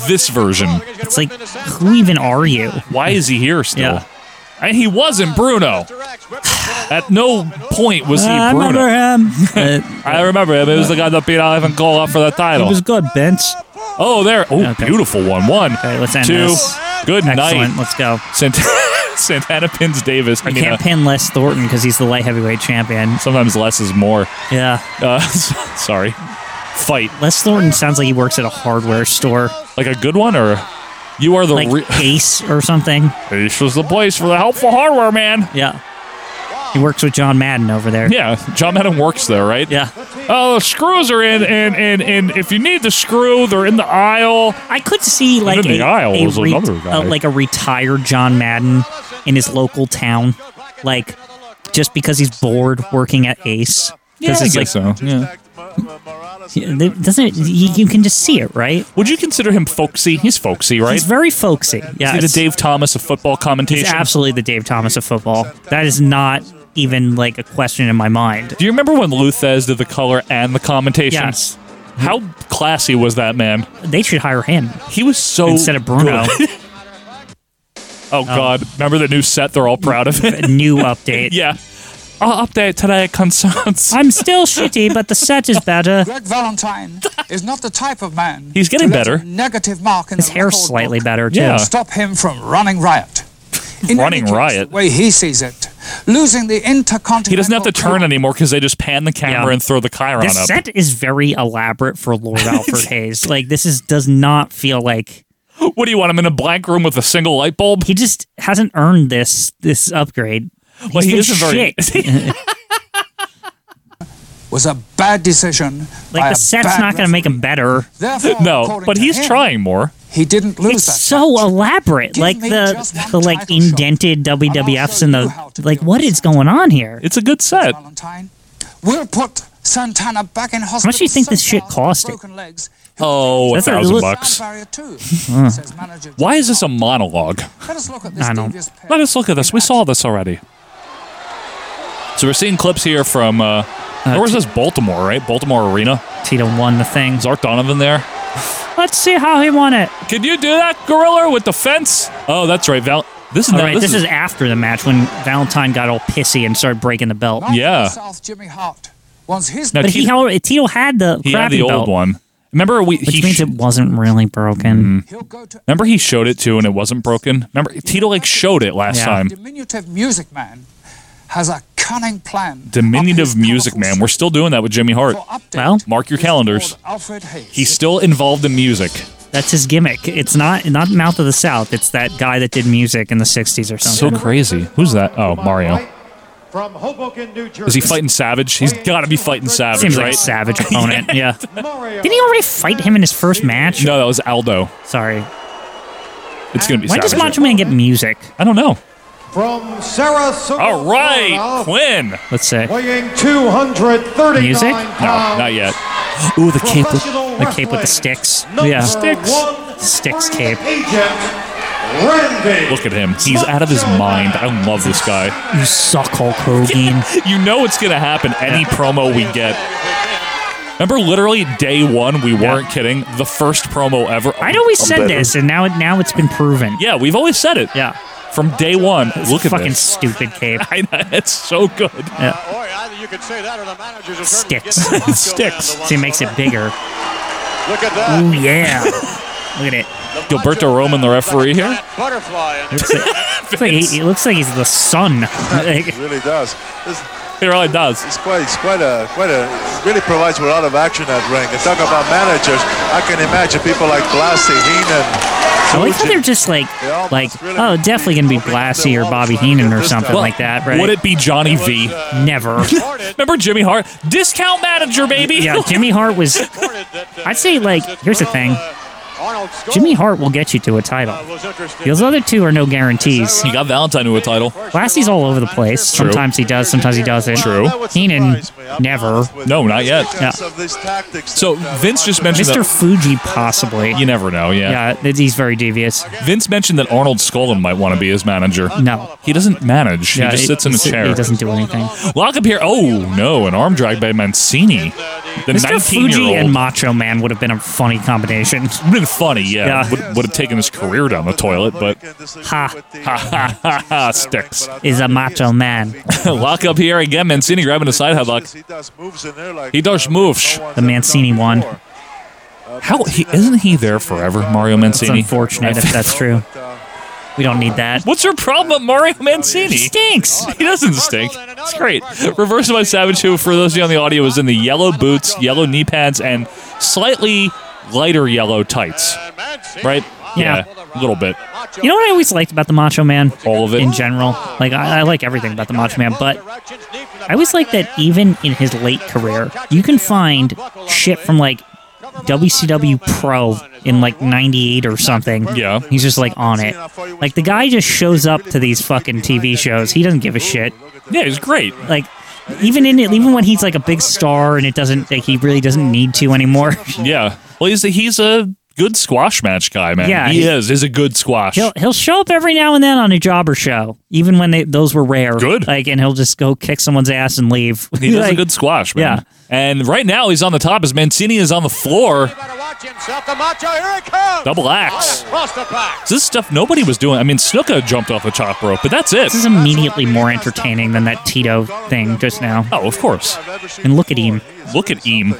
Speaker 3: This version.
Speaker 2: It's like, who even are you?
Speaker 3: Why is he here still?
Speaker 2: Yeah.
Speaker 3: And he wasn't Bruno.
Speaker 2: *sighs*
Speaker 3: At no point was he
Speaker 2: I
Speaker 3: Bruno.
Speaker 2: remember him.
Speaker 3: *laughs*
Speaker 2: Uh,
Speaker 3: I remember him. It was the guy that beat Ivan Koloff for the title.
Speaker 2: it was good, Bench.
Speaker 3: oh, there. Oh,
Speaker 2: Okay.
Speaker 3: beautiful one. One,
Speaker 2: Okay, let's end
Speaker 3: two.
Speaker 2: this.
Speaker 3: Good
Speaker 2: Excellent.
Speaker 3: night.
Speaker 2: Let's go.
Speaker 3: Sant- *laughs* Santana pins Davis. I
Speaker 2: You
Speaker 3: mean,
Speaker 2: can't
Speaker 3: uh,
Speaker 2: pin Les Thornton because he's the light heavyweight champion.
Speaker 3: sometimes less is more.
Speaker 2: Yeah.
Speaker 3: Uh, *laughs* sorry. Fight.
Speaker 2: Les Thornton sounds like he works at a hardware store,
Speaker 3: Like a good one or you are the
Speaker 2: like
Speaker 3: re-
Speaker 2: Ace or something.
Speaker 3: This was the place for the helpful hardware man.
Speaker 2: Yeah. He works with John Madden over there.
Speaker 3: Yeah, John Madden works there, right?
Speaker 2: Yeah.
Speaker 3: Oh, the screws are in, and, and, and if you need the screw, they're in the aisle.
Speaker 2: I could see like
Speaker 3: Even the
Speaker 2: a,
Speaker 3: aisle
Speaker 2: a
Speaker 3: was another guy.
Speaker 2: uh, like a retired John Madden in his local town, like just because he's bored working at Ace. 'Cause
Speaker 3: I
Speaker 2: it's
Speaker 3: guess
Speaker 2: like,
Speaker 3: so. Yeah.
Speaker 4: uh,
Speaker 2: Yeah,
Speaker 4: *laughs*
Speaker 2: they- doesn't it, you, you can just see it, right?
Speaker 3: Would you consider him folksy? He's folksy, right?
Speaker 2: He's very folksy. Yeah,
Speaker 3: Is he the Dave Thomas of football
Speaker 2: he's
Speaker 3: commentation?
Speaker 2: absolutely the Dave Thomas of football. That is not even like a question in my mind.
Speaker 3: Do you remember when Luthez did the color and the commentation?
Speaker 2: Yes,
Speaker 3: How classy was that man?
Speaker 2: they should hire him
Speaker 3: He was so
Speaker 2: instead of Bruno.
Speaker 3: good. *laughs*
Speaker 2: Um,
Speaker 3: oh God! Remember the new set? They're all proud of *laughs* it.
Speaker 2: *laughs* New update.
Speaker 3: *laughs* yeah. I'll update today at concerns.
Speaker 2: I'm still shitty, but the set is better.
Speaker 7: Greg Valentine is not the type of man.
Speaker 3: He's getting
Speaker 7: to let a
Speaker 3: better.
Speaker 7: Negative mark in
Speaker 2: His
Speaker 7: the
Speaker 2: hair's
Speaker 7: record
Speaker 2: slightly
Speaker 7: book
Speaker 2: better too.
Speaker 3: Yeah.
Speaker 7: Stop him from running
Speaker 2: *laughs*
Speaker 7: riot. In
Speaker 3: Running
Speaker 7: any case,
Speaker 3: riot?
Speaker 7: The way he sees it, losing the intercontinental.
Speaker 3: He doesn't have to turn
Speaker 7: title-
Speaker 3: anymore because they just pan the camera
Speaker 2: Yeah.
Speaker 3: and throw the Chiron
Speaker 2: This
Speaker 3: up.
Speaker 2: set is very elaborate for Lord Alfred Hayes. Like this is does not feel like
Speaker 3: What do you want? I'm in a black room with a single light bulb.
Speaker 2: he just hasn't earned this this upgrade.
Speaker 3: Well,
Speaker 2: He's
Speaker 3: he
Speaker 2: been
Speaker 3: is a very-
Speaker 2: shit.
Speaker 7: Was a bad decision. by
Speaker 2: like
Speaker 7: a
Speaker 2: the set's
Speaker 7: bad
Speaker 2: not going to make
Speaker 7: referee.
Speaker 2: him better.
Speaker 7: Therefore,
Speaker 3: *laughs*
Speaker 2: *laughs*
Speaker 3: No,
Speaker 7: according
Speaker 3: but
Speaker 7: to
Speaker 3: he's
Speaker 7: him,
Speaker 3: trying more.
Speaker 7: He didn't lose
Speaker 2: It's
Speaker 7: that.
Speaker 2: so elaborate.
Speaker 7: Give
Speaker 2: Like
Speaker 7: me
Speaker 2: the
Speaker 7: just one
Speaker 2: the like
Speaker 7: title shot.
Speaker 2: indented WWFs and
Speaker 7: you how
Speaker 2: the
Speaker 7: to
Speaker 2: like.
Speaker 7: do
Speaker 2: What
Speaker 7: this.
Speaker 2: is going on here?
Speaker 3: It's a good set.
Speaker 7: Valentine. We'll put Santana back in hospital.
Speaker 2: much do you think this
Speaker 7: so far
Speaker 2: shit cost him?
Speaker 7: Broken legs.
Speaker 3: Oh, a
Speaker 2: That's a
Speaker 3: thousand
Speaker 2: li-
Speaker 3: bucks.
Speaker 7: Sound barrier too, says manager Jim
Speaker 3: Why is this a monologue?
Speaker 7: Let us look at this
Speaker 2: Hmm. I don't-
Speaker 7: devious pair.
Speaker 3: Let us look at this. We saw this already. So we're seeing clips here from uh, where was this Baltimore, right? Baltimore Arena.
Speaker 2: Tito won the thing.
Speaker 3: Is Art Donovan there?
Speaker 2: Let's see how he won it.
Speaker 3: Can you do that, Gorilla, with the fence? Oh, that's right, Val. This is
Speaker 2: All
Speaker 3: not.
Speaker 2: right,
Speaker 3: this, is,
Speaker 2: after the match when Valentine got all pissy and started breaking the belt.
Speaker 7: North and
Speaker 3: yeah.
Speaker 7: South Jimmy Hart wants his
Speaker 3: Now,
Speaker 2: But he,
Speaker 3: Tito-
Speaker 2: held- Tito had the
Speaker 3: he had
Speaker 2: crappy
Speaker 3: the old
Speaker 2: belt.
Speaker 3: one, Remember we
Speaker 2: Which
Speaker 3: he
Speaker 2: means
Speaker 3: sh-
Speaker 2: it wasn't really broken.
Speaker 7: He'll go to
Speaker 3: remember he showed it too and it wasn't broken. Remember Tito like showed it last
Speaker 2: Yeah.
Speaker 3: time.
Speaker 7: diminutive music man has a cunning plan. of his
Speaker 3: Diminutive music
Speaker 7: colourful
Speaker 3: man. We're still doing that with Jimmy Hart.
Speaker 7: for update
Speaker 2: Well,
Speaker 3: Mark your calendars.
Speaker 7: Lord Alfred Hayes.
Speaker 3: He's still involved in music.
Speaker 2: That's his gimmick. It's not not Mouth of the South. It's that guy that did music in the '60s or
Speaker 3: So
Speaker 2: something.
Speaker 3: crazy. Who's that? Oh, Mario.
Speaker 5: From Hoboken, New Jersey.
Speaker 3: Is he fighting Savage? He's got to be fighting Savage,
Speaker 2: Seems like
Speaker 3: right? *laughs*
Speaker 2: a savage opponent. Yeah.
Speaker 5: Mario.
Speaker 2: Didn't he already fight him in his first match?
Speaker 3: No, that was Aldo.
Speaker 2: Sorry.
Speaker 3: It's going to be
Speaker 2: Why does
Speaker 3: Savage.
Speaker 2: Macho Man get music?
Speaker 3: I don't know.
Speaker 5: From Sarasota.
Speaker 3: All right,
Speaker 5: Florida,
Speaker 3: Quinn.
Speaker 2: Let's see.
Speaker 5: Weighing 239
Speaker 2: Music? No,
Speaker 5: pounds.
Speaker 3: No, not yet. Ooh, the
Speaker 5: cape with- Professional
Speaker 2: The cape with the
Speaker 5: wrestling.
Speaker 2: sticks.
Speaker 5: Number
Speaker 2: yeah.
Speaker 5: One,
Speaker 2: Sticks
Speaker 5: free
Speaker 2: cape.
Speaker 5: Agent, Randy.
Speaker 3: Look at him. He's out of his mind. I love this guy.
Speaker 2: You suck, Hulk Hogan.
Speaker 3: You know it's going to happen any promo we get. Remember, literally day one, we weren't kidding. The first promo ever.
Speaker 2: *laughs* I know we said this, and now it now it's been proven.
Speaker 3: Yeah, we've always said it.
Speaker 2: Yeah.
Speaker 3: From day one, look at
Speaker 2: Fucking
Speaker 3: this.
Speaker 2: stupid cape.
Speaker 3: *laughs* I know, it's so good.
Speaker 2: Sticks.
Speaker 3: *laughs*
Speaker 2: *laughs*
Speaker 3: Sticks.
Speaker 2: See, it makes it bigger.
Speaker 1: Look at
Speaker 2: Ooh
Speaker 1: that.
Speaker 3: *laughs*
Speaker 2: yeah. Look at it.
Speaker 1: The
Speaker 3: Gilberto
Speaker 1: macho
Speaker 3: Roman, the
Speaker 1: man's like a
Speaker 3: referee here?
Speaker 1: giant Butterfly. and-
Speaker 2: Looks like, *laughs* looks like he, he looks like he's the sun. Like,
Speaker 4: It really does. It's,
Speaker 3: It really does.
Speaker 4: it's quite, it's quite a, quite a. It really provides a lot of action that ring. And talk about managers. I can imagine people like Blassie, Heenan.
Speaker 2: I like how they're just like, like, oh, definitely gonna be Blassie or Bobby Heenan or something like that, right?
Speaker 3: Would it be Johnny V?
Speaker 1: uh,
Speaker 2: Never.
Speaker 3: Remember Jimmy Hart? Discount manager, baby. *laughs*
Speaker 2: yeah, Jimmy Hart was.
Speaker 1: uh,
Speaker 2: *laughs* I'd say like, here's the thing. Jimmy Hart will get you to a title. Those other two are no guarantees.
Speaker 3: He got Valentine to a title.
Speaker 2: Lassie's all over the place.
Speaker 3: True.
Speaker 2: Sometimes he does, sometimes he doesn't.
Speaker 3: True.
Speaker 4: That would
Speaker 2: Heenan,
Speaker 4: surprise me, I'll be
Speaker 2: never.
Speaker 4: honest with
Speaker 3: No,
Speaker 4: you.
Speaker 3: not
Speaker 4: Just
Speaker 3: yet.
Speaker 4: because
Speaker 2: Uh, Yeah.
Speaker 4: of these tactics
Speaker 3: So
Speaker 4: that, uh,
Speaker 3: Vince just mentioned
Speaker 2: Mr.
Speaker 3: that.
Speaker 2: Fuji, possibly.
Speaker 3: You never know, yeah.
Speaker 2: Yeah, th- he's very devious.
Speaker 3: Vince mentioned that Arnold Skolin might want to be his manager.
Speaker 2: No.
Speaker 3: He doesn't manage. he
Speaker 2: Yeah,
Speaker 3: just sits in a
Speaker 2: he-
Speaker 3: chair.
Speaker 2: He doesn't do anything.
Speaker 3: Lock up here. Oh no, an arm drag by Mancini. The
Speaker 2: Mr.
Speaker 3: 19
Speaker 2: Fuji
Speaker 3: year
Speaker 2: and
Speaker 3: old
Speaker 2: Macho Man would have been a funny combination.
Speaker 3: been funny, yeah.
Speaker 2: Yeah.
Speaker 3: Would, would have taken his career down the toilet, but
Speaker 4: *laughs*
Speaker 2: Ha.
Speaker 3: ha, ha, ha, sticks.
Speaker 2: Is a
Speaker 3: *laughs*
Speaker 2: macho man.
Speaker 3: lock up here again. Mancini grabbing a side headlock.
Speaker 4: He does moves in there like,
Speaker 3: He does
Speaker 4: uh,
Speaker 3: moves.
Speaker 4: no one's
Speaker 2: The
Speaker 4: ever
Speaker 2: Mancini
Speaker 4: done
Speaker 2: one.
Speaker 4: before. Uh,
Speaker 3: How he
Speaker 4: Mancini-
Speaker 3: isn't he there forever, Mario
Speaker 2: It's
Speaker 3: Mancini?
Speaker 2: unfortunate if that's true.
Speaker 4: uh,
Speaker 2: We don't need
Speaker 3: *laughs*
Speaker 2: that.
Speaker 3: What's your problem, with Mario Mancini?
Speaker 2: He stinks.
Speaker 3: He doesn't stink. It's great. Reverse by Savage, who, for those of you on the audio, was in the yellow boots, yellow knee pads, and slightly lighter yellow tights. Right?
Speaker 2: Yeah.
Speaker 3: A little bit.
Speaker 2: You know what I always liked about the Macho Man?
Speaker 3: All of it.
Speaker 2: In general. Like, I, I like everything about the Macho Man, but I always like that even in his late career, you can find shit from like WCW Pro in like 98 or something.
Speaker 3: Yeah.
Speaker 2: He's just like on it. Like the guy just shows up to these fucking TV shows. He doesn't give a shit.
Speaker 3: Yeah, he's great.
Speaker 2: Like even in it, even when he's like a big star and it doesn't like he really doesn't need to anymore. *laughs*
Speaker 3: Yeah. Well, he's a, he's a good squash match guy, man.
Speaker 2: Yeah,
Speaker 3: he,
Speaker 2: he-
Speaker 3: is. He's a good squash.
Speaker 2: He'll he'll show up every now and then on a jobber show, even when they those were rare.
Speaker 3: Good.
Speaker 2: Like and he'll just go kick someone's ass and leave.
Speaker 3: He does a
Speaker 2: Like,
Speaker 3: good squash, man.
Speaker 2: Yeah.
Speaker 3: And right now he's on the top as Mancini is on the floor.
Speaker 1: Better watch himself. The macho, here he comes.
Speaker 3: Double axe.
Speaker 1: Across the back.
Speaker 3: This is stuff nobody was doing. I mean, Snuka jumped off the top rope, but that's it.
Speaker 2: This is immediately more entertaining than that Tito thing just now.
Speaker 3: Oh, of course.
Speaker 2: And look at him.
Speaker 3: Look at him.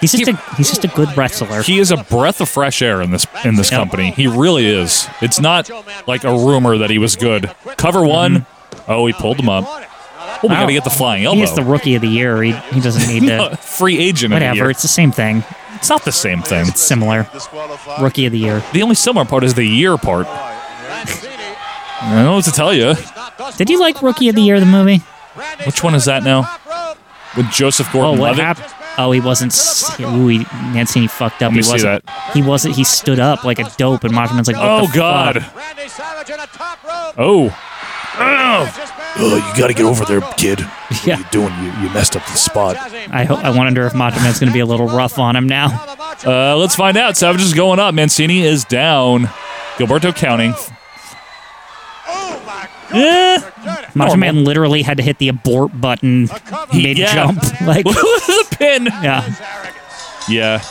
Speaker 2: He's just a he's just a good wrestler.
Speaker 3: He is a breath of fresh air in this in this
Speaker 2: Yep.
Speaker 3: company. He really is. It's not like a rumor that he was good. Cover one. Oh, he pulled him up. Oh, we
Speaker 2: Mm-hmm. Wow.
Speaker 3: gotta get the flying
Speaker 2: He is the
Speaker 3: elbow. Uh,
Speaker 2: rookie of the year. He, he doesn't
Speaker 3: *laughs*
Speaker 2: need to.
Speaker 3: Free agent. Of the
Speaker 2: Whatever.
Speaker 3: year.
Speaker 2: It's the same thing.
Speaker 3: It's not the same thing.
Speaker 2: It's similar.
Speaker 4: Disqualified.
Speaker 2: Rookie of the year.
Speaker 3: The only similar part is the year part. I don't know what to tell you.
Speaker 2: Did you like Rookie of the Year the movie?
Speaker 3: Which one is that now? With Joseph
Speaker 2: Oh,
Speaker 3: Gordon-Levitt.
Speaker 2: what happened? Oh, he wasn't. s- Ooh, he, Mancini fucked
Speaker 3: Let
Speaker 2: up.
Speaker 3: me
Speaker 2: he
Speaker 3: see
Speaker 2: wasn't. He wasn't. He stood up like a dope, and Macho Man's like, what
Speaker 3: Oh
Speaker 2: the
Speaker 3: God.
Speaker 2: fuck?
Speaker 1: Randy Savage in a top rope.
Speaker 3: Oh.
Speaker 1: Oh, you gotta get over there, kid.
Speaker 2: Yeah.
Speaker 8: doing? You, you messed up the spot.
Speaker 2: I ho- I wonder if Macho Man's gonna be a little rough on him now.
Speaker 3: Uh, let's
Speaker 2: *laughs*
Speaker 3: find out. Savage is going up. Mancini is down. Gilberto counting. Eh.
Speaker 1: Oh my
Speaker 3: Yeah.
Speaker 1: goodness.
Speaker 2: Macho
Speaker 3: Normal.
Speaker 2: Man literally had to hit the abort button mid jump. *laughs* Like,
Speaker 3: the pin.
Speaker 2: yeah,
Speaker 3: Yeah.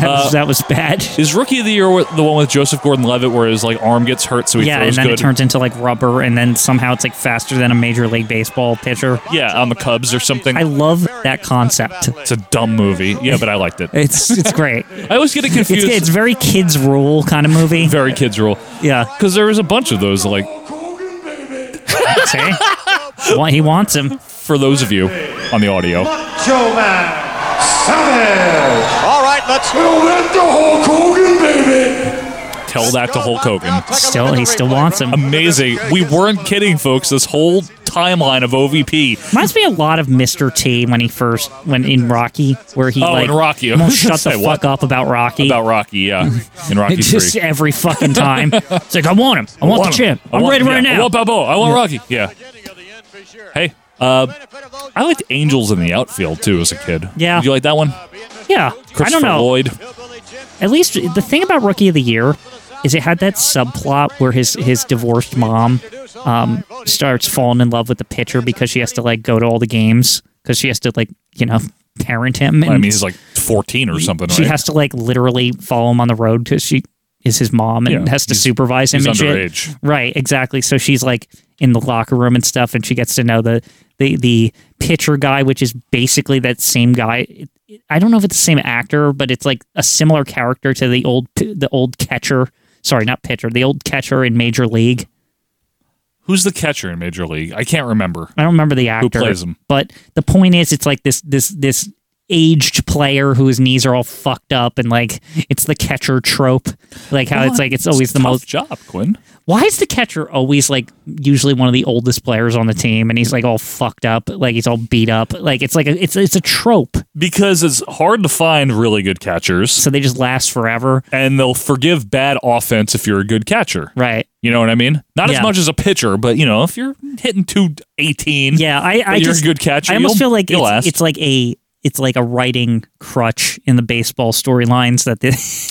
Speaker 2: That was, that was
Speaker 3: *laughs*
Speaker 2: bad.
Speaker 3: Is Rookie of the Year with- the one with Joseph Gordon-Levitt where his like arm gets hurt so he
Speaker 2: Yeah, and
Speaker 3: throws
Speaker 2: then
Speaker 3: good?
Speaker 2: it turns into like rubber, and then somehow it's like faster than a major league baseball pitcher.
Speaker 3: yeah, on the Cubs or something.
Speaker 2: I love that concept.
Speaker 3: it's a dumb movie. Yeah, but I liked it.
Speaker 2: It's
Speaker 3: *laughs*
Speaker 2: it's great.
Speaker 3: I always get it
Speaker 2: It's,
Speaker 3: confused.
Speaker 2: it's very kids rule kind of movie.
Speaker 3: very kids rule.
Speaker 2: Yeah.
Speaker 3: Because there was a bunch of those, like,
Speaker 2: See? Well, he wants him.
Speaker 3: for those of you on the audio.
Speaker 5: Macho Man Savage.
Speaker 1: All right, let's
Speaker 3: Tell that to Hulk Hogan.
Speaker 2: Still- he still wants him.
Speaker 3: Amazing. We weren't kidding, folks. This whole timeline of OVP.
Speaker 2: Reminds me a lot of Mr. T when he first when in Rocky, where he
Speaker 3: Oh,
Speaker 2: like
Speaker 3: in Rocky. I *laughs*
Speaker 2: almost
Speaker 3: was gonna
Speaker 2: shut the
Speaker 3: say,
Speaker 2: fuck
Speaker 3: what?
Speaker 2: up about Rocky.
Speaker 3: About Rocky,
Speaker 2: *laughs*
Speaker 3: yeah. In Rocky 3.
Speaker 2: just every fucking
Speaker 3: *laughs*
Speaker 2: time. It's like I want him. I want, the
Speaker 3: him.
Speaker 2: champ.
Speaker 3: I
Speaker 2: I'm
Speaker 3: want-
Speaker 2: ready right
Speaker 3: yeah, I
Speaker 2: now.
Speaker 3: want Balboa. I want Rocky. Yeah. Hey, uh, I liked Angels in the Outfield, too, as a kid.
Speaker 2: Yeah.
Speaker 3: Did you like that one?
Speaker 2: yeah, I
Speaker 3: Christopher
Speaker 2: don't know.
Speaker 3: Lloyd.
Speaker 2: At least the thing about Rookie of the Year is it had that subplot where his his divorced mom um, starts falling in love with the pitcher because she has to like go to all the games because she has to like you know parent him. And
Speaker 3: I mean, he's like 14 or something,
Speaker 2: she
Speaker 3: right?
Speaker 2: has to like literally follow him on the road because she is his mom and
Speaker 3: Yeah,
Speaker 2: has to
Speaker 3: he's-
Speaker 2: supervise him
Speaker 3: he's
Speaker 2: and shit.
Speaker 3: underage.
Speaker 2: Right, exactly. So she's like in the locker room and stuff, and she gets to know the the the pitcher guy, which is basically that same guy. I don't know if it's the same actor, but it's like a similar character to the old the old catcher. Sorry, not pitcher. The old catcher in Major League.
Speaker 3: Who's the catcher in Major League? I can't remember.
Speaker 2: I don't remember the actor
Speaker 3: plays him?
Speaker 2: But the point is, it's like this this this aged player whose knees are all fucked up, and like it's the catcher trope, like how it's like it's always the
Speaker 3: Tough
Speaker 2: most.
Speaker 3: job, Quinn.
Speaker 2: Why is the catcher always like usually one of the oldest players on the team, and he's like all fucked up, like he's all beat up, like it's like a, it's it's a trope,
Speaker 3: Because it's hard to find really good catchers,
Speaker 2: so they just last forever,
Speaker 3: and they'll forgive bad offense if you're a good catcher.
Speaker 2: right?
Speaker 3: You know what I mean? Not as
Speaker 2: Yeah.
Speaker 3: much as a pitcher, but you know, if you're hitting 218,
Speaker 2: Yeah, I I
Speaker 3: But you're
Speaker 2: just,
Speaker 3: a good catcher,
Speaker 2: I almost
Speaker 3: you'll-
Speaker 2: feel like
Speaker 3: you'll
Speaker 2: it's,
Speaker 3: last.
Speaker 2: it's like a it's like a writing crutch in the baseball storylines that the *laughs*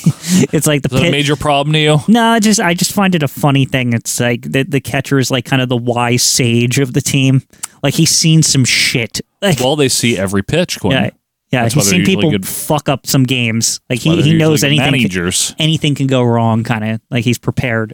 Speaker 2: it's like the
Speaker 3: is that a
Speaker 2: pit-
Speaker 3: major problem to you?
Speaker 2: No, I just I just find it a funny thing. It's like the, the catcher is like kind of the wise sage of the team. Like he's seen some shit. Like,
Speaker 3: Well, they see every pitch, Quinn.
Speaker 2: yeah, yeah,
Speaker 3: that's why
Speaker 2: he's
Speaker 3: they're
Speaker 2: seen
Speaker 3: usually
Speaker 2: people
Speaker 3: good-
Speaker 2: fuck up some games. Like
Speaker 3: Why
Speaker 2: he,
Speaker 3: they're
Speaker 2: he knows
Speaker 3: usually
Speaker 2: anything
Speaker 3: Managers.
Speaker 2: anything can go wrong. Kind of like he's prepared.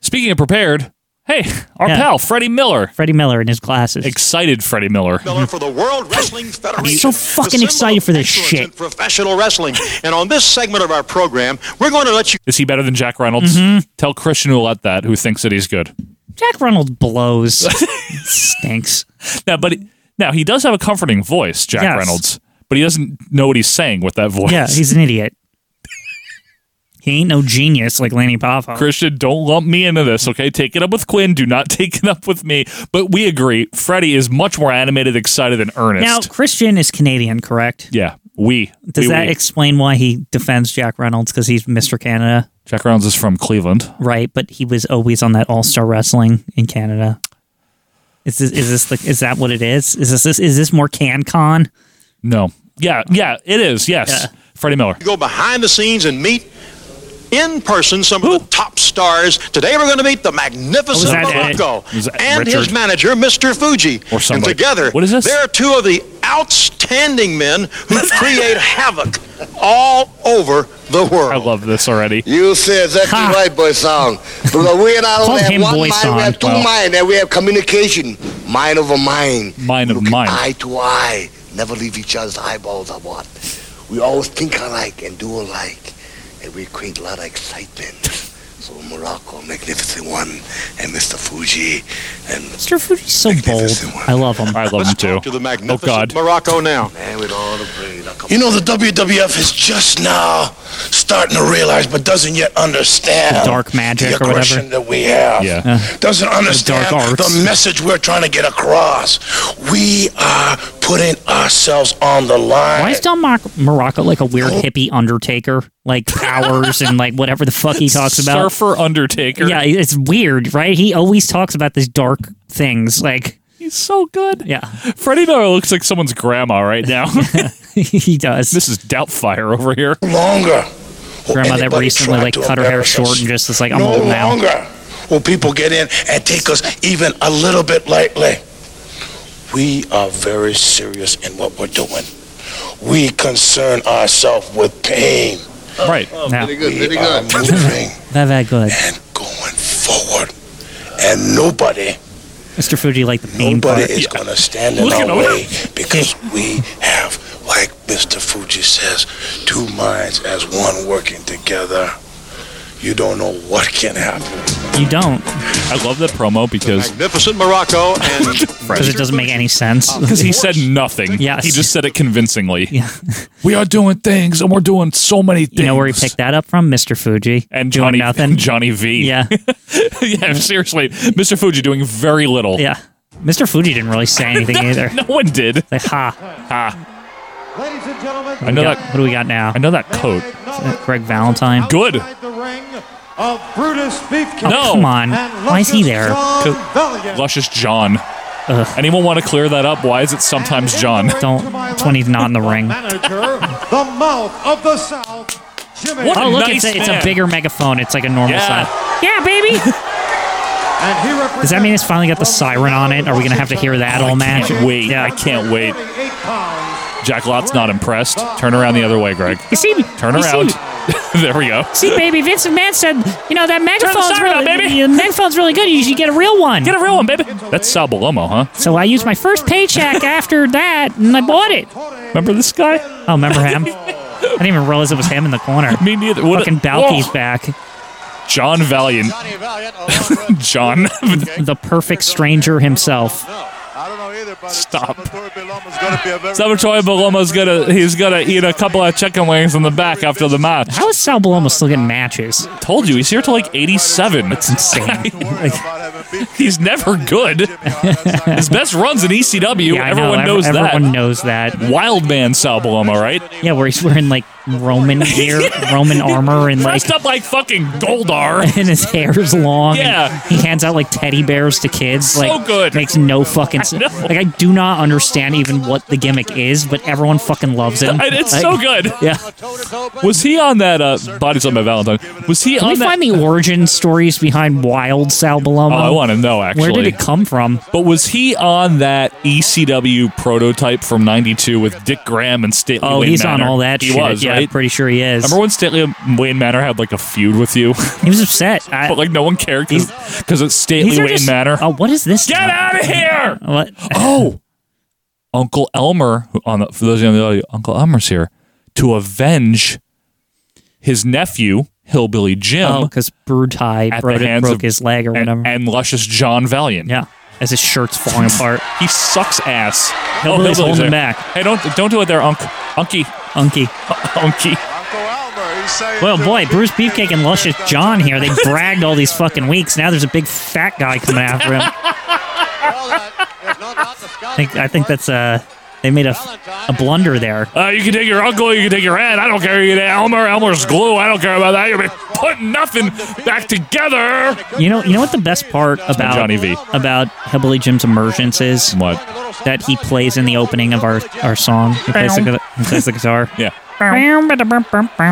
Speaker 3: Speaking of prepared, hey, our
Speaker 2: Yeah.
Speaker 3: pal Freddie Miller,
Speaker 2: Freddie Miller in his glasses.
Speaker 3: excited Freddie Miller.
Speaker 9: Miller for the World Wrestling Federation.
Speaker 2: so fucking
Speaker 9: the symbol
Speaker 2: excited
Speaker 9: of
Speaker 2: for this
Speaker 9: excellence
Speaker 2: shit.
Speaker 9: in Professional wrestling. and on this segment of our program, we're going to let you
Speaker 3: Is he better than Jack Reynolds?
Speaker 2: Mm-hmm.
Speaker 3: Tell Christian Ouellette that, who thinks that he's good.
Speaker 2: Jack Reynolds blows.
Speaker 3: *laughs*
Speaker 2: It stinks.
Speaker 3: Now, but he, now he does have a comforting voice, Jack
Speaker 2: Yes.
Speaker 3: Reynolds, but he doesn't know what he's saying with that voice.
Speaker 2: Yeah, he's an idiot. He ain't no genius like Lanny Poffo.
Speaker 3: *laughs* Christian, don't lump me into this, okay? Take it up with Quinn. Do not *laughs* take it up with me. But we agree, Freddie is much more animated, excited, and
Speaker 2: Now
Speaker 3: earnest.
Speaker 2: Christian is Canadian, correct?
Speaker 3: yeah, we.
Speaker 2: Does
Speaker 3: we,
Speaker 2: that
Speaker 3: we.
Speaker 2: explain why he defends Jack Reynolds because he's Mr. Canada?
Speaker 3: Jack Reynolds is from Cleveland.
Speaker 2: right? But he was always on that All Star Wrestling in Canada. Is this is this the, is that what it is? Is this, this is this more CanCon?
Speaker 3: No. Yeah, yeah, it is. Yes.
Speaker 2: Yeah.
Speaker 3: Freddie Miller.
Speaker 9: go behind the scenes and meet in person some of the top stars. Today, we're going to meet the magnificent
Speaker 2: Oh, is that it?
Speaker 9: Morocco
Speaker 3: Is that
Speaker 9: and
Speaker 3: Richard?
Speaker 9: his manager, Mr. Fuji.
Speaker 3: Or somebody.
Speaker 9: And together,
Speaker 3: What is this?
Speaker 9: they're two of the outstanding men who create havoc all over the world.
Speaker 3: I love this already.
Speaker 6: You say exactly
Speaker 2: Ha.
Speaker 6: right, boy song. Because we and I
Speaker 2: Call
Speaker 6: only have
Speaker 2: him
Speaker 6: one
Speaker 2: boy
Speaker 6: mind, we have
Speaker 2: song.
Speaker 6: two
Speaker 3: Wow.
Speaker 6: mind, and we have communication. Mind over mind.
Speaker 3: Mind of
Speaker 6: Look
Speaker 3: mind.
Speaker 6: Eye to eye. Never leave each other's eyeballs or what. We always think alike and do alike. And we create a lot of excitement. So Morocco, Magnificent One, and Mr. Fuji, and
Speaker 2: Mr. Fuji's so bold.
Speaker 6: Magnificent one.
Speaker 2: I love him.
Speaker 3: I love him
Speaker 9: Let's
Speaker 3: too.
Speaker 9: talk to the
Speaker 3: oh,
Speaker 9: magnificent
Speaker 3: God.
Speaker 9: Morocco now.
Speaker 6: man with all the brain. like a-
Speaker 10: You know, the WWF is just now
Speaker 6: oh,
Speaker 10: starting to realize, but doesn't yet understand
Speaker 2: The dark magic
Speaker 10: the
Speaker 2: or whatever.
Speaker 10: aggression that we have.
Speaker 3: Yeah.
Speaker 10: Doesn't understand
Speaker 2: dark arts.
Speaker 10: the message we're trying to get across. We are putting ourselves on the line.
Speaker 2: Why is Don Mar- Morocco like a weird hippie Undertaker, like powers and like whatever the fuck he talks about?
Speaker 3: Surfer Undertaker.
Speaker 2: Yeah, it's weird, right? He always talks about these dark things, like
Speaker 3: He's so good.
Speaker 2: yeah, *laughs*
Speaker 3: Freddie Miller looks like someone's grandma right now. *laughs*
Speaker 2: he does.
Speaker 3: this is Doubtfire over here.
Speaker 10: longer.
Speaker 6: Oh,
Speaker 10: will
Speaker 2: Grandma that
Speaker 10: anybody
Speaker 2: recently
Speaker 10: try
Speaker 2: like
Speaker 10: to
Speaker 2: cut her hair
Speaker 10: embarrass
Speaker 2: short
Speaker 10: us.
Speaker 2: and just is like I'm
Speaker 10: no
Speaker 2: old now.
Speaker 10: longer will people get in and take us even a little bit lightly. We are very serious in what we're doing. we concern ourselves with
Speaker 2: *clears throat*
Speaker 10: pain.
Speaker 3: Right.
Speaker 2: Yeah.
Speaker 10: good, very good. Moving
Speaker 2: Very, very good.
Speaker 10: forward, and nobody,
Speaker 2: Mr. Fuji liked the pain
Speaker 10: nobody
Speaker 2: part.
Speaker 10: is going to stand in
Speaker 3: Look at
Speaker 10: our
Speaker 3: him.
Speaker 10: way because we have, like Mr. Fuji says, two minds as one working together. You don't know what can happen.
Speaker 2: You don't,
Speaker 3: I love that promo because
Speaker 9: Magnificent
Speaker 3: *laughs*
Speaker 9: Morocco and
Speaker 2: because it doesn't make any sense.
Speaker 10: Ah.
Speaker 3: because he said nothing.
Speaker 2: Yes.
Speaker 3: He just said it convincingly.
Speaker 2: Yeah.
Speaker 3: We are doing things and we're doing so many things.
Speaker 2: You know where he picked that up from? Mr. Fuji.
Speaker 3: and
Speaker 2: doing
Speaker 3: Johnny *laughs*
Speaker 2: nothing.
Speaker 3: Johnny V.
Speaker 2: Yeah.
Speaker 3: yeah, seriously. Mr. Fuji doing very little.
Speaker 2: Yeah. Mr. Fuji didn't really
Speaker 3: *laughs*
Speaker 2: say anything either.
Speaker 3: No one did.
Speaker 2: Like, ha.
Speaker 5: Ladies and gentlemen,
Speaker 3: I know
Speaker 2: Got-
Speaker 3: that-
Speaker 2: what do we got now?
Speaker 3: I know that coat.
Speaker 2: uh, Greg Valentine.
Speaker 3: Good.
Speaker 5: outside the ring of Brutus Beefcake
Speaker 2: Oh,
Speaker 3: No.
Speaker 2: Come on.
Speaker 5: and
Speaker 2: Why is he
Speaker 5: Luscious
Speaker 2: there? Oh,
Speaker 5: John
Speaker 3: Co-
Speaker 5: Valiant.
Speaker 3: Luscious John. Anyone want to clear that up? Why is it sometimes John?
Speaker 2: Don't- it's when he's not in the ring.
Speaker 5: Manager, the mouth of the South, Jimmy.
Speaker 3: What
Speaker 2: Oh, look,
Speaker 3: Nice
Speaker 2: it's, a, it's
Speaker 3: man.
Speaker 2: a bigger megaphone. It's like a normal
Speaker 3: Yeah.
Speaker 2: size.
Speaker 3: *laughs*
Speaker 2: Yeah, baby.
Speaker 5: And he
Speaker 2: Does that mean it's finally got the siren on it? Are we going to have to hear that all match?
Speaker 3: Wait,
Speaker 2: Yeah.
Speaker 3: I can't wait.
Speaker 5: pounds.
Speaker 3: Jack Lot's not impressed. Turn around the other way,
Speaker 2: *laughs*
Speaker 3: Greg.
Speaker 2: You see me?
Speaker 3: Turn
Speaker 2: You see
Speaker 3: around.
Speaker 2: me?
Speaker 3: *laughs* there we go.
Speaker 2: See, baby, Vincent Mann said, you know, that megaphone's
Speaker 3: siren
Speaker 2: really,
Speaker 3: on, baby.
Speaker 2: the megaphone's really good. You should get a real one.
Speaker 3: Get a real one, baby. That's Sal Balomo, huh?
Speaker 2: so I used my
Speaker 3: *laughs*
Speaker 2: first paycheck after that, and I bought it.
Speaker 3: Remember this guy?
Speaker 2: Oh, remember him? *laughs* I didn't even realize it was him in the corner.
Speaker 3: Me neither. What a-
Speaker 2: Fucking Balky's
Speaker 3: Oh,
Speaker 2: back.
Speaker 3: John Valiant.
Speaker 1: Johnny Valiant along
Speaker 2: *laughs*
Speaker 1: with-
Speaker 3: John. *laughs*
Speaker 2: The perfect stranger himself.
Speaker 4: I don't know either, but
Speaker 3: Stop.
Speaker 4: Salvatore Bellomo's going to be a very
Speaker 3: Salvatore Balomo's gonna he's gonna eat a couple of chicken wings in the back after the match.
Speaker 2: How is Sal Baloma still getting matches?
Speaker 3: Told you, he's here till like 87.
Speaker 2: It's
Speaker 3: *laughs*
Speaker 2: insane.
Speaker 4: worried about having beef.
Speaker 3: He's never
Speaker 2: *laughs*
Speaker 3: good.
Speaker 4: Jimmy Hart, that's not-
Speaker 3: His best runs in ECW.
Speaker 2: I know.
Speaker 3: Everyone
Speaker 2: Ev-
Speaker 3: knows that.
Speaker 2: Everyone knows that.
Speaker 3: Wild man Sal Balomo, right?
Speaker 2: Yeah, where he's wearing like
Speaker 3: *laughs*
Speaker 2: Roman gear, Roman armor, and like
Speaker 3: Dressed up like fucking
Speaker 2: *laughs*
Speaker 3: Goldar.
Speaker 2: and his hair is long. and
Speaker 3: Yeah.
Speaker 2: he hands out like teddy bears to kids.
Speaker 3: So
Speaker 2: Like,
Speaker 3: good.
Speaker 2: Makes no fucking
Speaker 3: *laughs*
Speaker 2: sense.
Speaker 3: know.
Speaker 2: Like, I do not understand even what the gimmick is, but everyone fucking loves him.
Speaker 3: And it's
Speaker 2: Like,
Speaker 3: so good.
Speaker 2: Yeah.
Speaker 3: Was he on that uh, Bodies on My Valentine? Was he
Speaker 2: Can
Speaker 3: on
Speaker 2: we
Speaker 3: that?
Speaker 2: find the origin stories behind Wild Sal Balomo?
Speaker 3: oh, I want to know actually.
Speaker 2: Where did it come from?
Speaker 3: But was he on that ECW prototype from '92 with Dick Graham and Stately?
Speaker 2: Oh,
Speaker 3: Wayne
Speaker 2: he's
Speaker 3: Manor?
Speaker 2: on all that
Speaker 3: he
Speaker 2: shit.
Speaker 3: was
Speaker 2: yeah,
Speaker 3: right.
Speaker 2: pretty sure he is.
Speaker 3: Remember when Stately and Wayne Manor had like a feud with you,
Speaker 2: he was upset. I,
Speaker 3: *laughs* but like no one cared because it's Stately
Speaker 2: these are
Speaker 3: Wayne
Speaker 2: just-
Speaker 3: Manor.
Speaker 2: Oh, what is this?
Speaker 3: Get
Speaker 2: now?
Speaker 3: out of here! *laughs*
Speaker 2: What?
Speaker 3: Oh, Uncle Elmer. who- On the, for those of you on the audio, Uncle Elmer's here to avenge his nephew, Hillbilly Jim,
Speaker 2: Oh, because Brutai
Speaker 3: at
Speaker 2: broke,
Speaker 3: the hands
Speaker 2: broke
Speaker 3: of
Speaker 2: his leg or
Speaker 3: and,
Speaker 2: whatever.
Speaker 3: and luscious John Valiant.
Speaker 2: yeah, as his shirt's falling
Speaker 3: *laughs*
Speaker 2: apart.
Speaker 3: He sucks ass. Oh,
Speaker 2: Hillbilly's holding him back.
Speaker 3: Hey, don't don't do it there, Unc. Unky.
Speaker 2: Unky.
Speaker 3: Unky.
Speaker 4: Uncle Elmer, he's saying
Speaker 2: Well,
Speaker 4: to
Speaker 2: boy,
Speaker 4: me,
Speaker 2: Bruce Beefcake and Luscious John here.
Speaker 3: *laughs*
Speaker 2: They bragged all these fucking weeks. Now there's a big fat guy coming after him. I
Speaker 1: Well, that- there's no doubt the Scots-
Speaker 2: think, I think that's uh They made a, a blunder there.
Speaker 3: Uh, you can take your uncle, you can take your aunt. I don't care. You can take Elmer, Elmer's glue. I don't care about that. You'll be putting nothing back together.
Speaker 2: You know, you know what the best part about
Speaker 3: Johnny V.
Speaker 2: about Hillbilly Jim's emergence is?
Speaker 3: What?
Speaker 2: That he plays in the opening of our our song. He plays the, gu- he plays the guitar.
Speaker 3: Yeah.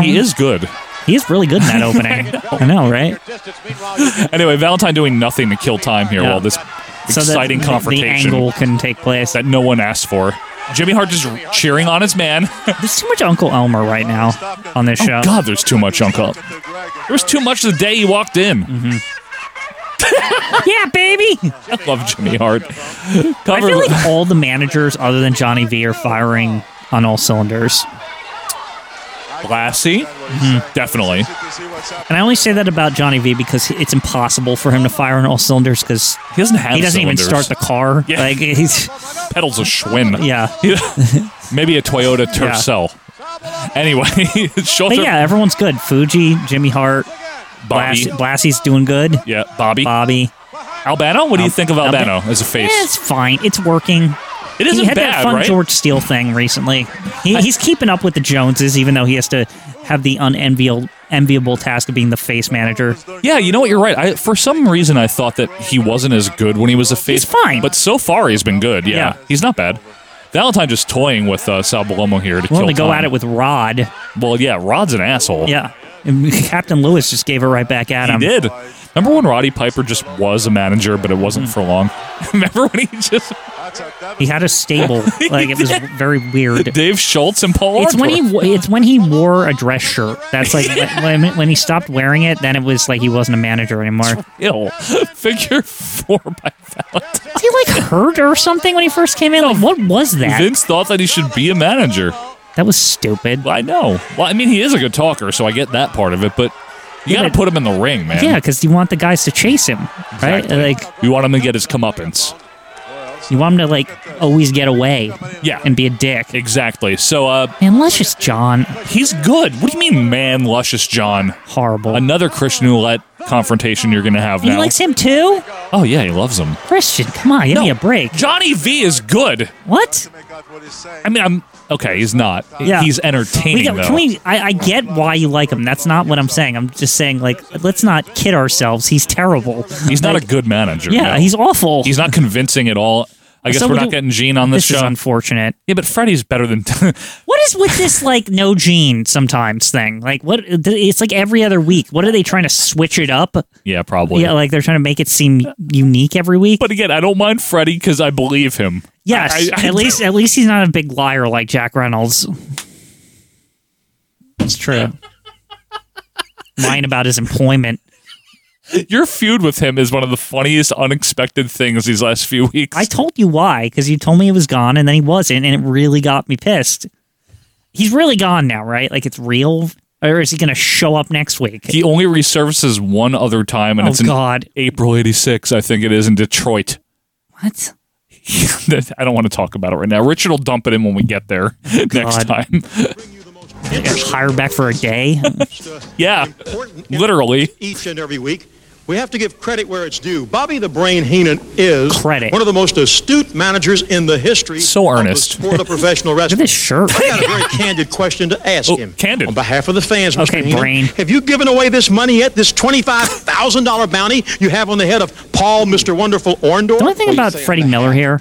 Speaker 3: He
Speaker 2: He
Speaker 3: is good.
Speaker 2: He is really good in that
Speaker 3: *laughs*
Speaker 2: opening. I know, right?
Speaker 1: Distance, meanwhile, you can-
Speaker 3: Anyway, Valentine doing nothing to kill time here
Speaker 2: Yeah.
Speaker 3: while this
Speaker 2: So that
Speaker 3: exciting
Speaker 2: the-
Speaker 3: confrontation
Speaker 2: The angle can take place.
Speaker 3: that no one asked for. Jimmy Hart just cheering on his man. *laughs*
Speaker 2: There's too much Uncle Elmer right now on this show.
Speaker 3: Oh, God, there's too much uncle.
Speaker 4: "Look at Greg and
Speaker 3: There was too much the day he walked in.
Speaker 2: Yeah, baby. *laughs*
Speaker 3: I love Jimmy Hart.
Speaker 2: I
Speaker 3: *laughs* Cover-
Speaker 2: feel like all the managers other than Johnny V are firing on all cylinders.
Speaker 3: Lassie, Hmm, definitely.
Speaker 4: to see what's happening."
Speaker 2: And I only say that about Johnny V because it's impossible for him to fire on all cylinders because
Speaker 3: He doesn't have.
Speaker 2: he doesn't even
Speaker 3: cylinders.
Speaker 2: start the car.
Speaker 3: Yeah. *laughs*
Speaker 2: Like he's
Speaker 3: pedals a Schwinn.
Speaker 2: yeah.
Speaker 3: *laughs* Maybe a Toyota
Speaker 2: Yeah.
Speaker 3: Tercel. Anyway, Schulter.
Speaker 2: But yeah, everyone's good. Fuji, Jimmy Hart,
Speaker 3: Bobby.
Speaker 2: Blas- Blassie's doing good.
Speaker 3: Yeah, Bobby.
Speaker 2: Bobby.
Speaker 3: Albano. What do you think of
Speaker 2: Alba-
Speaker 3: Albano as a face?
Speaker 2: Yeah, it's fine. It's working.
Speaker 3: it isn't
Speaker 2: he had
Speaker 3: bad,
Speaker 2: that fun
Speaker 3: right?
Speaker 2: George Steele thing recently. He, he's keeping up with the Joneses, even though he has to have the unenviable enviable task of being the face manager.
Speaker 3: Yeah, you know what? You're right. I, for some reason, I thought that he wasn't as good when he was a face.
Speaker 2: He's fine.
Speaker 3: but so far he's been good. Yeah,
Speaker 2: Yeah.
Speaker 3: he's not bad. Valentine just toying with uh, Sal Balomo here to kill
Speaker 2: Willing to go
Speaker 3: time.
Speaker 2: at it with Rod.
Speaker 3: Well, yeah, Rod's an asshole.
Speaker 2: Yeah. And *laughs* Captain Lewis just gave it right back at
Speaker 3: He
Speaker 2: him.
Speaker 3: did. *laughs* Remember when Roddy Piper just was a manager, but it wasn't for long? Remember when he just.
Speaker 4: I
Speaker 2: He had a stable.
Speaker 3: *laughs*
Speaker 2: like it was very weird.
Speaker 3: Dave Schultz and Paul.
Speaker 2: It's when he
Speaker 3: Orndorff.
Speaker 2: wo- it's when he wore a dress shirt.
Speaker 3: *laughs*
Speaker 2: That's like when, when- when he stopped wearing it. Then it was like he wasn't a manager anymore.
Speaker 3: *laughs* Ew. Figure four by Valentine.
Speaker 2: Was he like hurt or something when he first came in? Like what was that?
Speaker 3: Vince thought that he should be a manager.
Speaker 2: That was stupid.
Speaker 3: I know. Well, I mean, he is a good talker, so I get that part of it, but you got
Speaker 2: Yeah,
Speaker 3: to
Speaker 2: but-
Speaker 3: put him in the ring, man.
Speaker 2: Yeah, because you want the guys to chase him, right? Like
Speaker 3: You want him to get his comeuppance.
Speaker 2: you want him to like always get away
Speaker 3: Yeah.
Speaker 2: and be a dick.
Speaker 3: Exactly. So, uh,
Speaker 2: And Luscious John,
Speaker 3: he's good. What do you mean, man, Luscious John?
Speaker 2: horrible.
Speaker 3: Another Christian Ouellette confrontation you're going to have
Speaker 2: he
Speaker 3: now.
Speaker 2: likes him too.
Speaker 3: oh, yeah, he loves him.
Speaker 2: Christian, come on, give me a break.
Speaker 3: Johnny V is good.
Speaker 2: What?
Speaker 3: I mean, I'm okay. He's not.
Speaker 2: Yeah.
Speaker 3: He's
Speaker 2: We
Speaker 3: entertaining
Speaker 2: got,
Speaker 3: though.
Speaker 2: can we? I, I get why you like him. That's not what I'm saying. I'm just saying, like, let's not kid ourselves. He's terrible.
Speaker 3: he's not
Speaker 2: Like,
Speaker 3: a good manager.
Speaker 2: Yeah,
Speaker 3: no.
Speaker 2: he's awful.
Speaker 3: He's not convincing at all. I guess
Speaker 2: So
Speaker 3: we're
Speaker 2: we
Speaker 3: not
Speaker 2: do-
Speaker 3: getting Gene on this,
Speaker 2: This
Speaker 3: show.
Speaker 2: is unfortunate.
Speaker 3: yeah, but Freddie's better than. *laughs*
Speaker 2: What is with this like no gene sometimes thing? Like what? It's like every other week. What are they trying to switch it up?
Speaker 3: yeah, probably.
Speaker 2: Yeah, like they're trying to make it seem unique every week.
Speaker 3: but again, I don't mind Freddie because I believe him.
Speaker 2: yes,
Speaker 3: I- I- *laughs*
Speaker 2: at least at least he's not a big liar like Jack Reynolds. It's true. Lying about his employment.
Speaker 3: Your feud with him is one of the funniest, unexpected things these last few weeks.
Speaker 2: I told you why, because you told me he was gone, and then he wasn't, and it really got me pissed. He's really gone now, right? Like it's real, or is he going to show up next week?
Speaker 3: he only resurfaces one other time, and
Speaker 2: oh
Speaker 3: it's in
Speaker 2: God!
Speaker 3: April '86, I think it is, in Detroit. *laughs*
Speaker 2: What?
Speaker 3: I don't want to talk about it right now. Richard will dump it in when we get there *laughs* next
Speaker 2: God.
Speaker 3: time. *laughs*
Speaker 2: Hire back for a day?
Speaker 3: Yeah,
Speaker 9: Important
Speaker 3: literally.
Speaker 9: each and every week. We have to give credit where it's due. Bobby the Brain Heenan is
Speaker 2: Credit.
Speaker 9: one of the most astute managers in the history
Speaker 3: So earnest.
Speaker 9: of the sport
Speaker 2: *laughs*
Speaker 9: of professional
Speaker 2: Look at
Speaker 9: wrestling.
Speaker 2: this shirt.
Speaker 9: I got a very candid question to ask
Speaker 3: Oh,
Speaker 9: him.
Speaker 3: candid.
Speaker 9: On behalf of the fans, Mr.
Speaker 2: Okay,
Speaker 9: Heenan,
Speaker 2: brain.
Speaker 9: Have you given away this money yet? This $25,000 bounty you have on the head of Paul Mr. Wonderful Orndorff?
Speaker 2: The only thing about Freddie Miller here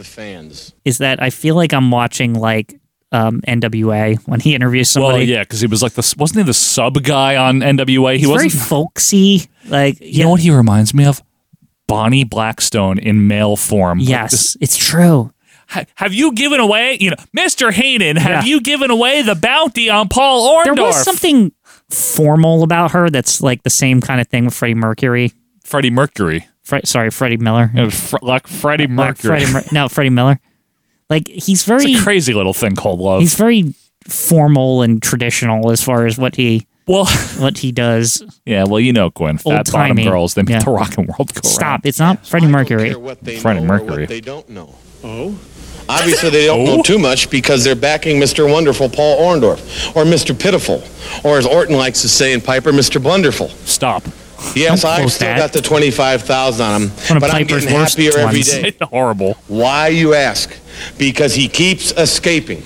Speaker 2: is that I feel like I'm watching like um, NWA when he interviews somebody.
Speaker 3: Well, yeah, because he was like the wasn't he the sub guy on NWA? He
Speaker 2: He's very
Speaker 3: wasn't.
Speaker 2: folksy. Like
Speaker 3: you know what he reminds me of? Bonnie Blackstone in male form. Like this-
Speaker 2: Yes, it's true.
Speaker 3: ha- have you given away? You know, Mister Heenan, have
Speaker 2: Yeah.
Speaker 3: you given away the bounty on Paul Orndorff?
Speaker 2: There was something formal about her that's like the same kind of thing with Freddie Mercury.
Speaker 3: Freddie Mercury.
Speaker 2: Fre- sorry, Freddie Miller.
Speaker 3: It was fr- like Freddie
Speaker 2: Like
Speaker 3: Mercury.
Speaker 2: Freddie Mer- no, Freddie Miller. Like he's very
Speaker 3: it's a crazy little thing called love.
Speaker 2: he's very formal and traditional as far as what he
Speaker 3: well, *laughs*
Speaker 2: what he does.
Speaker 3: yeah, well, you know, Gwen, fat bottom
Speaker 2: Old-timey.
Speaker 3: girls, they make
Speaker 2: Yeah.
Speaker 3: the rock and world go round.
Speaker 2: Stop! It's not Freddie Mercury.
Speaker 3: Freddie Mercury.
Speaker 8: They don't know. Oh. Obviously, they don't
Speaker 3: Oh.
Speaker 8: know too much because they're backing Mr. Wonderful Paul Orndorff or Mr. Pitiful, or as Orton likes to say in Piper, Mr. Blunderful.
Speaker 3: Stop.
Speaker 8: Yes,
Speaker 2: Don't
Speaker 8: I've
Speaker 2: quote
Speaker 8: still
Speaker 2: that.
Speaker 8: got the 25,000 on him,
Speaker 2: One of
Speaker 8: but I'm
Speaker 2: Piper's
Speaker 8: getting
Speaker 2: worst
Speaker 8: happier every
Speaker 2: ones.
Speaker 8: day.
Speaker 3: It's *laughs* horrible.
Speaker 8: Why, you ask? Because he keeps escaping.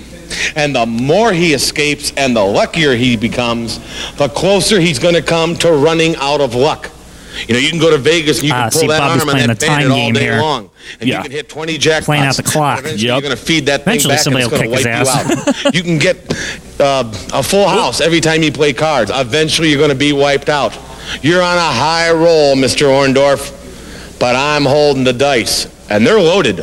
Speaker 8: And the more he escapes and the luckier he becomes, the closer he's going to come to running out of luck. You know, you can go to Vegas and you can
Speaker 2: Ah,
Speaker 8: pull
Speaker 2: see,
Speaker 8: that
Speaker 2: Bobby's
Speaker 8: arm
Speaker 2: playing
Speaker 8: and that
Speaker 2: the
Speaker 8: bandit
Speaker 2: time
Speaker 8: all
Speaker 2: game
Speaker 8: day
Speaker 2: here.
Speaker 8: long. And
Speaker 3: Yeah.
Speaker 8: you can hit 20 jackpots.
Speaker 2: Playing out the clock.
Speaker 8: and Eventually
Speaker 3: Yep.
Speaker 8: You're going to feed that thing
Speaker 2: Eventually
Speaker 8: back
Speaker 2: somebody
Speaker 8: and
Speaker 2: will
Speaker 8: it's going to
Speaker 2: kick
Speaker 8: wipe
Speaker 2: his
Speaker 8: you out. you can get uh, a full house every time you play cards. Eventually you're going to be wiped out. You're on a high roll, Mr. Orndorff, but I'm holding the dice. And they're loaded.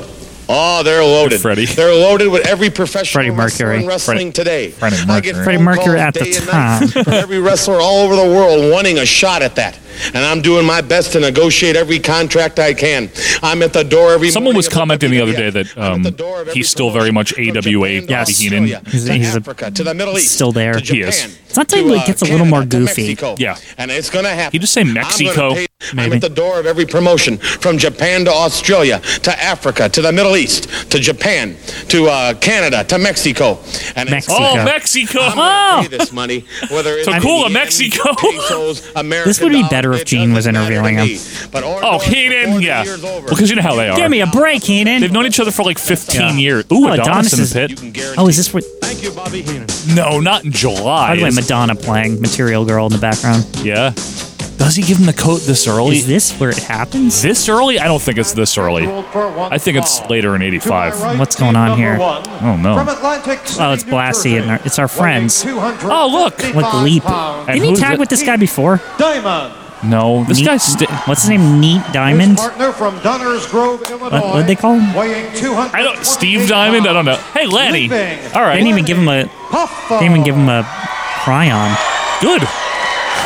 Speaker 8: Oh, they're loaded.
Speaker 3: Freddie.
Speaker 8: They're loaded with every professional
Speaker 2: Freddie
Speaker 8: wrestler in
Speaker 2: Mercury.
Speaker 8: wrestling today.
Speaker 3: Freddie
Speaker 8: I get
Speaker 3: Mercury.
Speaker 2: Freddie
Speaker 8: phone
Speaker 2: Mercury
Speaker 8: calls
Speaker 2: at the
Speaker 8: day and night
Speaker 2: time.
Speaker 8: from every wrestler all over the world wanting a shot at that. And I'm doing my best to negotiate every contract I can. I'm at the door every
Speaker 3: Someone
Speaker 8: morning
Speaker 3: was
Speaker 8: of every
Speaker 3: commenting the other
Speaker 8: WWF.
Speaker 3: day that,
Speaker 8: I'm at
Speaker 3: um,
Speaker 8: the door of every
Speaker 3: he's still very much
Speaker 8: promotion, from
Speaker 3: AWA
Speaker 8: Japan to
Speaker 3: Bobby
Speaker 8: Australia,
Speaker 3: Heenan.
Speaker 8: to
Speaker 2: He's- he's a-
Speaker 8: Africa, to the Middle East,
Speaker 2: still there.
Speaker 8: to
Speaker 3: He is.
Speaker 8: Japan,
Speaker 2: It's not till
Speaker 8: to,
Speaker 2: he
Speaker 8: uh,
Speaker 2: gets a little more
Speaker 8: Canada, to
Speaker 2: goofy.
Speaker 8: Mexico.
Speaker 3: Yeah.
Speaker 8: and it's gonna happen.
Speaker 3: He just say
Speaker 8: I'm gonna
Speaker 3: Mexico,
Speaker 8: pay- I'm
Speaker 2: maybe.
Speaker 8: at the door of every promotion, from Japan to Australia, to Africa, to the Middle East, to Japan, to uh, Canada, to Mexico, and it's
Speaker 2: Mexico. Uh-huh.
Speaker 3: Oh, Mexico.
Speaker 8: I'm gonna
Speaker 2: Oh!
Speaker 8: pay this money, whether it's
Speaker 3: Tacula,
Speaker 8: yen,
Speaker 3: Mexico.
Speaker 8: pesos,
Speaker 2: *laughs*
Speaker 8: American
Speaker 2: This would be better if
Speaker 8: dollars, it
Speaker 2: Gene was
Speaker 8: doesn't matter
Speaker 2: interviewing
Speaker 8: to
Speaker 2: him.
Speaker 8: me. But
Speaker 3: Oh,
Speaker 8: Orndorff,
Speaker 3: Heenan,
Speaker 8: before the
Speaker 3: yeah.
Speaker 8: year's over,
Speaker 3: Because you know how they are.
Speaker 2: Give me a
Speaker 3: *laughs*
Speaker 2: break,
Speaker 3: They've
Speaker 2: Heenan.
Speaker 3: known each other for like 15
Speaker 2: Yeah.
Speaker 3: years. Ooh,
Speaker 2: Oh,
Speaker 3: Adonis,
Speaker 2: Adonis is-
Speaker 3: in
Speaker 8: you
Speaker 3: the
Speaker 8: can
Speaker 3: pit.
Speaker 8: guarantee
Speaker 2: Oh, is this what?
Speaker 9: Thank you, Bobby Heenan.
Speaker 3: No, not in July.
Speaker 2: By the way,
Speaker 3: Is-
Speaker 2: Madonna playing "Material Girl" in the background.
Speaker 3: yeah. Does he give him the coat this early?
Speaker 2: Is this where it happens?
Speaker 3: this early? I don't think it's this early. I think it's later in 85.
Speaker 2: What's going on here?
Speaker 3: don't know.
Speaker 2: Oh, it's Blassie and our- it's our friends.
Speaker 3: Oh, look.
Speaker 2: What the leap?
Speaker 5: And
Speaker 2: Didn't he
Speaker 3: who's
Speaker 2: tag
Speaker 3: it-
Speaker 2: with this guy before?
Speaker 5: Diamond.
Speaker 3: No, this
Speaker 2: Neat-
Speaker 3: guy's. Sti-
Speaker 2: What's his name? Neat Diamond?
Speaker 5: Partner from Dunners Grove, Illinois.
Speaker 2: What, would they call him?
Speaker 5: Weighing 200.
Speaker 3: I don't. Steve Diamond. I don't know. Hey, Lanny.
Speaker 5: Leaping.
Speaker 3: All
Speaker 2: They
Speaker 3: right.
Speaker 2: didn't even give him a. They didn't even give him a cryon.
Speaker 3: Good.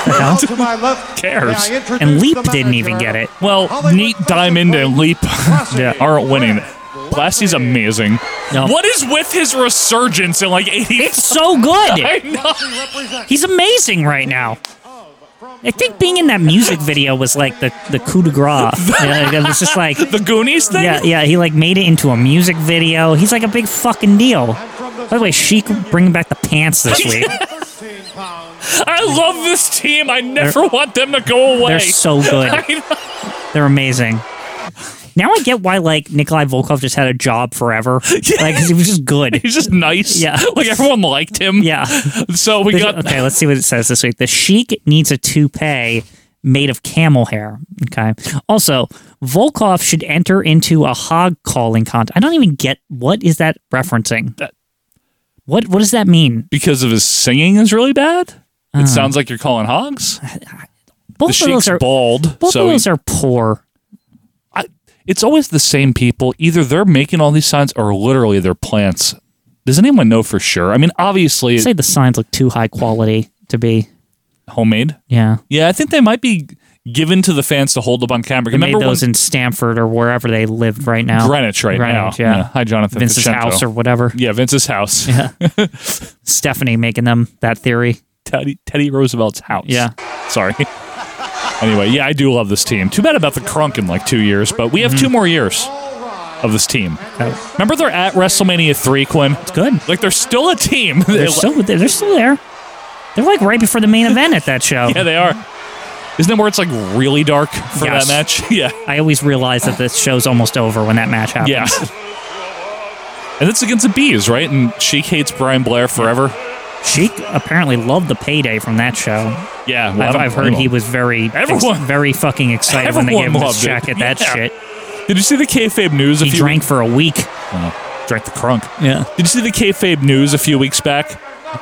Speaker 5: Now to my left,
Speaker 3: Cares.
Speaker 5: may I introduce
Speaker 2: And Leap
Speaker 5: the
Speaker 2: didn't even
Speaker 5: manager
Speaker 2: get it.
Speaker 3: Well, Neat Diamond and Leap *laughs*
Speaker 5: Yeah.
Speaker 3: aren't winning. Blasty's amazing.
Speaker 2: No.
Speaker 3: What is with his resurgence in like 80?
Speaker 2: It's so
Speaker 3: *laughs* I
Speaker 2: good.
Speaker 3: know.
Speaker 2: He's amazing right now. I think being in that music video was like the, the coup de grace. Yeah, it was just like,
Speaker 3: The Goonies thing?
Speaker 2: yeah, yeah. He like made it into a music video. He's like a big fucking deal. By the way, Sheik bringing back the pants this week.
Speaker 5: 13 pounds.
Speaker 3: I love this team. I never want them to go away.
Speaker 2: They're so good.
Speaker 3: I know.
Speaker 2: They're amazing. Now I get why like Nikolai Volkov just had a job forever. Like 'cause he was just good.
Speaker 3: *laughs* He's just nice.
Speaker 2: Yeah.
Speaker 3: Like everyone liked him.
Speaker 2: Yeah.
Speaker 3: So we
Speaker 2: The-
Speaker 3: got *laughs*
Speaker 2: okay, let's see what it says this week. The Sheik needs a toupee made of camel hair. Okay. Also, Volkov should enter into a hog calling contest. I don't even get what is that referencing.
Speaker 3: That-
Speaker 2: what what does that mean?
Speaker 3: because of his singing is really bad. It sounds like you're calling hogs. The
Speaker 2: Both of
Speaker 3: sheik's
Speaker 2: Uh-huh. those are
Speaker 3: bald,
Speaker 2: both
Speaker 3: so
Speaker 2: of
Speaker 3: he-
Speaker 2: those are poor.
Speaker 3: I, it's always the same people. Either they're making all these signs, or literally they're plants. Does anyone know for sure? I mean, obviously,
Speaker 2: I'd say the signs look too high quality to be.
Speaker 3: homemade.
Speaker 2: Yeah.
Speaker 3: Yeah, I think they might be given to the fans to hold up on camera.
Speaker 2: They made
Speaker 3: Remember
Speaker 2: those
Speaker 3: when
Speaker 2: in Stanford or wherever they lived right now.
Speaker 3: Greenwich right
Speaker 2: Greenwich,
Speaker 3: now?
Speaker 2: yeah.
Speaker 3: Hi, Jonathan.
Speaker 2: Vince's
Speaker 3: Ficento.
Speaker 2: house or whatever.
Speaker 3: yeah, Vince's
Speaker 2: *laughs*
Speaker 3: house.
Speaker 2: Stephanie making them that theory.
Speaker 3: Teddy, Teddy Roosevelt's house.
Speaker 2: Yeah.
Speaker 3: Sorry. *laughs* anyway, yeah, I do love this team. Too bad about the crunk in like two years, but we have
Speaker 2: Mhm.
Speaker 3: two more years of this team. Remember they're at WrestleMania 3, Quinn? It's
Speaker 2: good.
Speaker 3: Like they're still a team.
Speaker 2: They're still they're still there. They're like right before the main event at that show.
Speaker 3: *laughs* *laughs* yeah, they are. Isn't that where it's like really dark for
Speaker 2: Yes.
Speaker 3: that match? *laughs* Yeah.
Speaker 2: I always realize that this show's almost over when that match happens.
Speaker 3: Yeah. and it's against the Bees, right? And Sheik hates Brian Blair forever.
Speaker 2: Sheik apparently loved the payday from that show.
Speaker 3: Yeah. well, I
Speaker 2: I've,
Speaker 3: don't
Speaker 2: I've heard
Speaker 3: blame
Speaker 2: he
Speaker 3: him.
Speaker 2: was very ex-
Speaker 3: Everyone-
Speaker 2: very fucking excited when they gave him
Speaker 3: everyone
Speaker 2: his
Speaker 3: loved it.
Speaker 2: check at that
Speaker 3: Yeah.
Speaker 2: shit.
Speaker 3: Did you see the kayfabe news? a
Speaker 2: He
Speaker 3: few-
Speaker 2: drank for a week.
Speaker 3: drank the crunk.
Speaker 2: Yeah.
Speaker 3: Did you see the kayfabe news a few weeks back?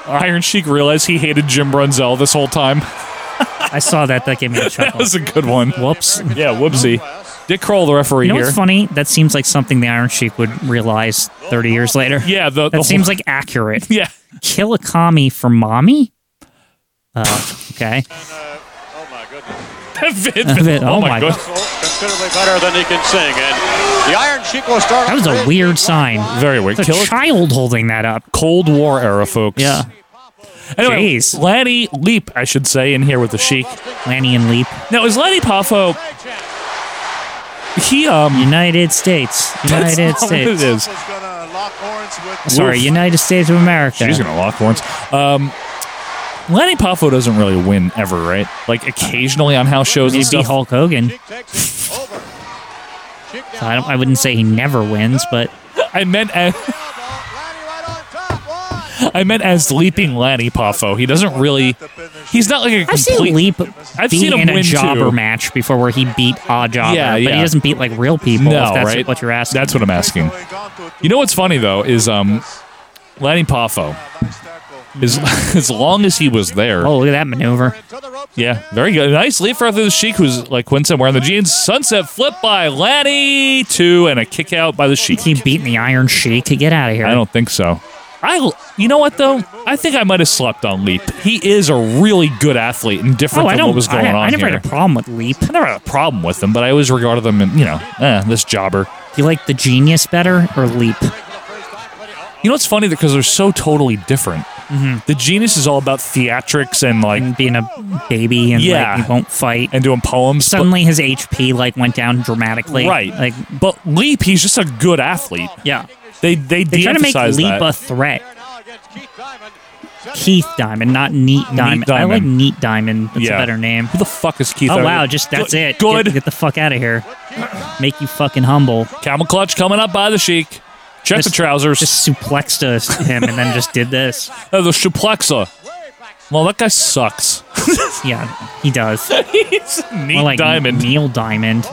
Speaker 3: Iron Sheik realized he hated Jim Brunzel this whole time. *laughs*
Speaker 2: I saw that. That gave me a
Speaker 3: That
Speaker 2: chuckle.
Speaker 3: was a good one.
Speaker 2: Uh-huh. Whoops.
Speaker 3: Yeah, whoopsie. Dick Kroll, the referee
Speaker 2: You know
Speaker 3: here.
Speaker 2: what's funny? That seems like something the Iron Sheik would realize 30 years later.
Speaker 3: *laughs* Yeah, the, the
Speaker 2: That seems like
Speaker 3: *laughs*
Speaker 2: accurate.
Speaker 3: yeah.
Speaker 2: Kill a commie for mommy? Uh,
Speaker 3: *laughs*
Speaker 2: okay. *laughs*
Speaker 3: Vince-
Speaker 2: Oh my
Speaker 3: God.
Speaker 1: Considerably better than he can sing. And the Iron Sheik will start.
Speaker 2: That was a weird sign.
Speaker 3: Very weird.
Speaker 2: It's a
Speaker 3: Kill a
Speaker 2: child holding that up.
Speaker 3: Cold War era, folks.
Speaker 2: Yeah.
Speaker 3: Anyway,
Speaker 2: Jeez.
Speaker 3: Lanny Leap, I should say, in here with the Sheik.
Speaker 2: Lanny and Leap.
Speaker 3: Now, is Lanny Poffo? He um.
Speaker 2: United States.
Speaker 3: that's
Speaker 2: United
Speaker 3: not what it
Speaker 2: States.
Speaker 3: is.
Speaker 4: He's gonna lock horns with
Speaker 2: Sorry,
Speaker 3: Oof.
Speaker 2: United States of America.
Speaker 3: She's gonna lock horns. Um, Lanny Poffo doesn't really win ever, right? Like occasionally on house shows
Speaker 2: Maybe
Speaker 3: and stuff.
Speaker 2: Hulk Hogan.
Speaker 1: takes it over. Sheik
Speaker 2: I,
Speaker 1: down.
Speaker 2: don't, I wouldn't say he never wins, but
Speaker 3: I meant as,
Speaker 1: Lanny right on top. One.
Speaker 3: I meant as leaping Lanny Poffo. He doesn't really. He's not like a complete.
Speaker 2: I've seen Leap
Speaker 3: I've
Speaker 2: be
Speaker 3: seen him
Speaker 2: in a
Speaker 3: win,
Speaker 2: jobber
Speaker 3: too.
Speaker 2: match before where he beat a jobber,
Speaker 3: Yeah,
Speaker 2: but
Speaker 3: yeah.
Speaker 2: he doesn't beat like real people.
Speaker 3: No,
Speaker 2: if that's
Speaker 3: right?
Speaker 2: what you're asking.
Speaker 3: That's what I'm asking. You know what's funny though is um, Lanny Poffo. As, *laughs* as long as he was there,
Speaker 2: oh, look at that maneuver.
Speaker 3: Yeah, very good. Nice leap for the Sheik, who's like Quinn said, wearing the jeans. Sunset flip by Lanny, two, and a kick out by the Sheik.
Speaker 2: He beating the Iron Sheik. Get out of here. Oh,
Speaker 3: I don't think so. I, you know what though? I think I might have slept on Leap. He is a really good athlete and different
Speaker 2: oh, I
Speaker 3: than
Speaker 2: don't.
Speaker 3: what was going
Speaker 2: I,
Speaker 3: on
Speaker 2: I never
Speaker 3: here.
Speaker 2: had a problem with Leap.
Speaker 3: I never had a problem with him, but I always regarded him, in, you know, eh, this jobber.
Speaker 2: You like the genius better or Leap?
Speaker 3: You know what's funny? Because they're so totally different.
Speaker 2: Mm-hmm.
Speaker 3: The genius is all about theatrics and like
Speaker 2: And being a baby and
Speaker 3: Mm-hmm. Yeah.
Speaker 2: like, he won't fight.
Speaker 3: and doing poems. but-
Speaker 2: suddenly his HP like went down dramatically.
Speaker 3: right?
Speaker 2: Like
Speaker 3: but Leap, he's just a good athlete.
Speaker 2: yeah.
Speaker 3: They they,
Speaker 2: They try to make
Speaker 3: de-emphasize
Speaker 2: Leap
Speaker 3: that.
Speaker 2: a threat. Keith Diamond, not Neat Diamond.
Speaker 3: Diamond.
Speaker 2: I like Neat Diamond. That's
Speaker 3: Yeah.
Speaker 2: a better name.
Speaker 3: Who the fuck is Keith?
Speaker 2: Oh
Speaker 3: Urban?
Speaker 2: wow, just that's
Speaker 3: Good-
Speaker 2: it.
Speaker 3: Good.
Speaker 2: Get, get the fuck out of here. Make you fucking humble.
Speaker 3: Camel clutch coming up by the Sheik. Check the
Speaker 2: Just-
Speaker 3: trousers.
Speaker 2: Just suplexed us him and then just did this.
Speaker 3: Oh, the suplexa. Well, that guy sucks.
Speaker 2: Yeah, he does.
Speaker 3: He's a neat
Speaker 2: More like
Speaker 3: diamond.
Speaker 2: Neil Diamond.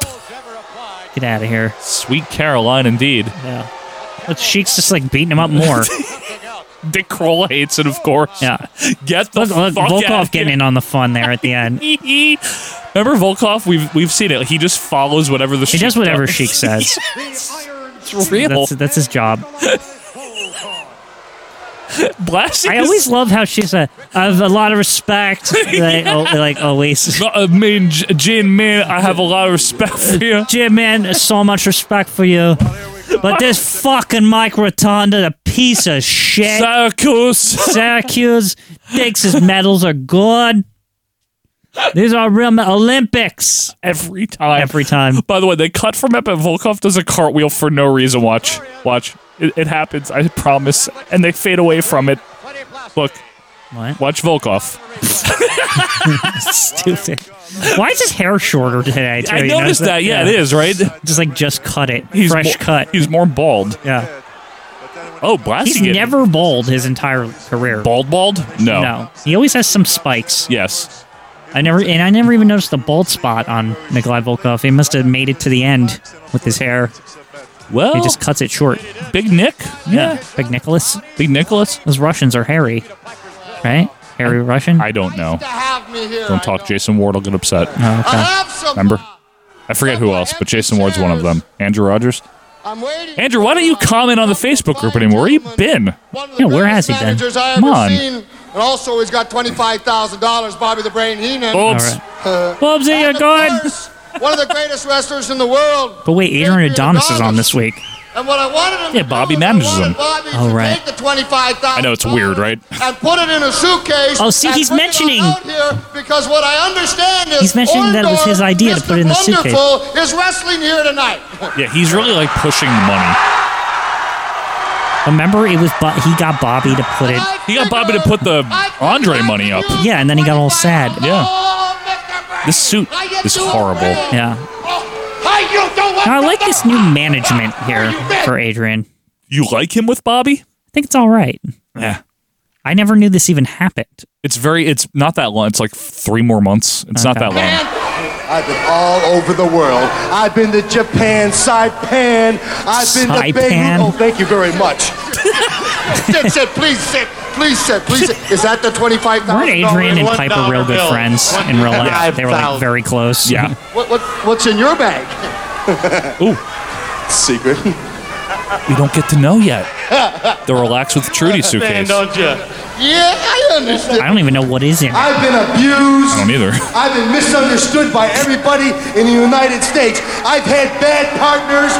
Speaker 2: Get out of here.
Speaker 3: Sweet Caroline, indeed. *laughs*
Speaker 2: Yeah. But Sheik's just like beating him up more.
Speaker 3: Dick Kroll hates it, of course.
Speaker 2: Yeah.
Speaker 3: *laughs* Get the
Speaker 2: Look, look,
Speaker 3: fuck out of
Speaker 2: Volkov
Speaker 3: here.
Speaker 2: getting in on the fun there at the end. he
Speaker 3: *laughs* Remember Volkov? We've we've seen it. He just follows whatever the Sheik
Speaker 2: does whatever
Speaker 3: does. *laughs*
Speaker 2: Sheik says.
Speaker 3: It's real.
Speaker 2: That's, that's his job.
Speaker 3: Blasting
Speaker 2: I
Speaker 3: is
Speaker 2: always love how she's a. I have a lot of respect. Like, oh, like always.
Speaker 3: not a mean J- Jane man. I have a lot of respect for you.
Speaker 2: Jim, man, so much respect for you. But this fucking Mike Rotonda, a piece of shit.
Speaker 3: Syracuse. *laughs*
Speaker 2: Syracuse thinks his medals are good. These are real me- Olympics
Speaker 3: Every time.
Speaker 2: every time.
Speaker 3: By the way, they cut from it, but Volkov does a cartwheel for no reason. Watch. Watch. It, it happens, I promise. And they fade away from it. Look,
Speaker 2: What?
Speaker 3: watch Volkov.
Speaker 2: Stupid. Why is his hair shorter today? too?
Speaker 3: I
Speaker 2: You
Speaker 3: noticed that. Yeah, it is, right?
Speaker 2: Just like just cut it,
Speaker 3: He's
Speaker 2: fresh
Speaker 3: more-
Speaker 2: cut.
Speaker 3: He's more bald.
Speaker 2: Yeah,
Speaker 3: Oh, blasting
Speaker 2: he's
Speaker 3: it.
Speaker 2: never bald his entire career.
Speaker 3: bald bald? No.
Speaker 2: No, he always has some spikes.
Speaker 3: Yes.
Speaker 2: I never and I never even noticed the bald spot on Nikolai Volkov. He must have made it to the end with his hair.
Speaker 3: Well,
Speaker 2: He just cuts it short.
Speaker 3: Big Nick. Oh. Yeah.
Speaker 2: Big Nicholas.
Speaker 3: Big Nicholas.
Speaker 2: Those Russians are hairy, right? Hairy Russian.
Speaker 3: I don't know. Don't talk. Jason Ward will get upset.
Speaker 2: Uh-huh. Oh,
Speaker 3: Ah! Remember? I forget who else, but Jason Ward's one of them. Andrew Rogers.
Speaker 6: I'm waiting.
Speaker 3: Andrew, why don't you comment on the Facebook group anymore? Where you been?
Speaker 6: One of
Speaker 2: Yeah,
Speaker 6: the
Speaker 2: where has
Speaker 6: greatest
Speaker 2: he been?
Speaker 6: managers I
Speaker 3: Come
Speaker 6: ever
Speaker 3: on.
Speaker 6: seen. And also, he's got twenty-five thousand dollars. Bobby the Brain Heenan.
Speaker 2: All
Speaker 3: Oops.
Speaker 2: right.
Speaker 3: Uh,
Speaker 2: Bubsy, you're
Speaker 6: And of
Speaker 2: good.
Speaker 6: course, One of the greatest wrestlers in the world.
Speaker 2: But wait, Adrian Adonis is on this week.
Speaker 6: And what I wanted him
Speaker 3: Yeah,
Speaker 6: to
Speaker 3: Bobby
Speaker 6: do is I
Speaker 3: manages
Speaker 6: wanted
Speaker 3: him.
Speaker 6: Bobby
Speaker 2: Oh,
Speaker 6: to
Speaker 2: right.
Speaker 6: take the twenty-five thousand.
Speaker 3: I know it's weird, right?
Speaker 6: And put it in a suitcase.
Speaker 2: Oh, see,
Speaker 6: and
Speaker 2: he's
Speaker 6: bring it on
Speaker 2: mentioning-
Speaker 6: out here because what I understand is
Speaker 2: He's mentioning that it was his
Speaker 6: Orndorff,
Speaker 2: idea to put it in the
Speaker 6: Mr.
Speaker 2: suitcase.
Speaker 6: Wonderful is wrestling here tonight.
Speaker 3: Yeah, he's really like pushing the money.
Speaker 2: Remember, it was Bo- he got Bobby to put it.
Speaker 3: He got Bobby to put the Andre money up.
Speaker 2: Yeah, and then he got all sad.
Speaker 3: Yeah.
Speaker 6: Oh,
Speaker 3: This suit is horrible.
Speaker 2: Yeah,
Speaker 6: Hey, Oh, you don't
Speaker 2: Now, I like this new management here for Adrian. I
Speaker 3: You like him with Bobby?
Speaker 2: think it's all right.
Speaker 3: Yeah.
Speaker 2: I never knew this even happened.
Speaker 3: Eh. It's very. It's not that long. It's like three more months. It's not that
Speaker 2: Okay.
Speaker 3: long.
Speaker 1: I've been all over the world. I've been to Japan, Saipan. I've been to
Speaker 2: Saipan?
Speaker 1: Beirut. Oh, thank you very much.
Speaker 6: sit, sit, please sit, please sit, please sit. Is that the twenty-five thousand?
Speaker 2: Weren't Adrian and Piper real good friends in real life? They were like very close.
Speaker 3: Yeah.
Speaker 6: What, what, what's in your bag?
Speaker 1: Secret.
Speaker 3: We don't get to know yet. The relax with Trudy suitcase. I
Speaker 6: Yeah, I understand.
Speaker 2: I don't even know what is in it.
Speaker 1: I've been abused.
Speaker 3: don't either. *laughs*
Speaker 1: I've been misunderstood by everybody in the United States. I've had bad partners.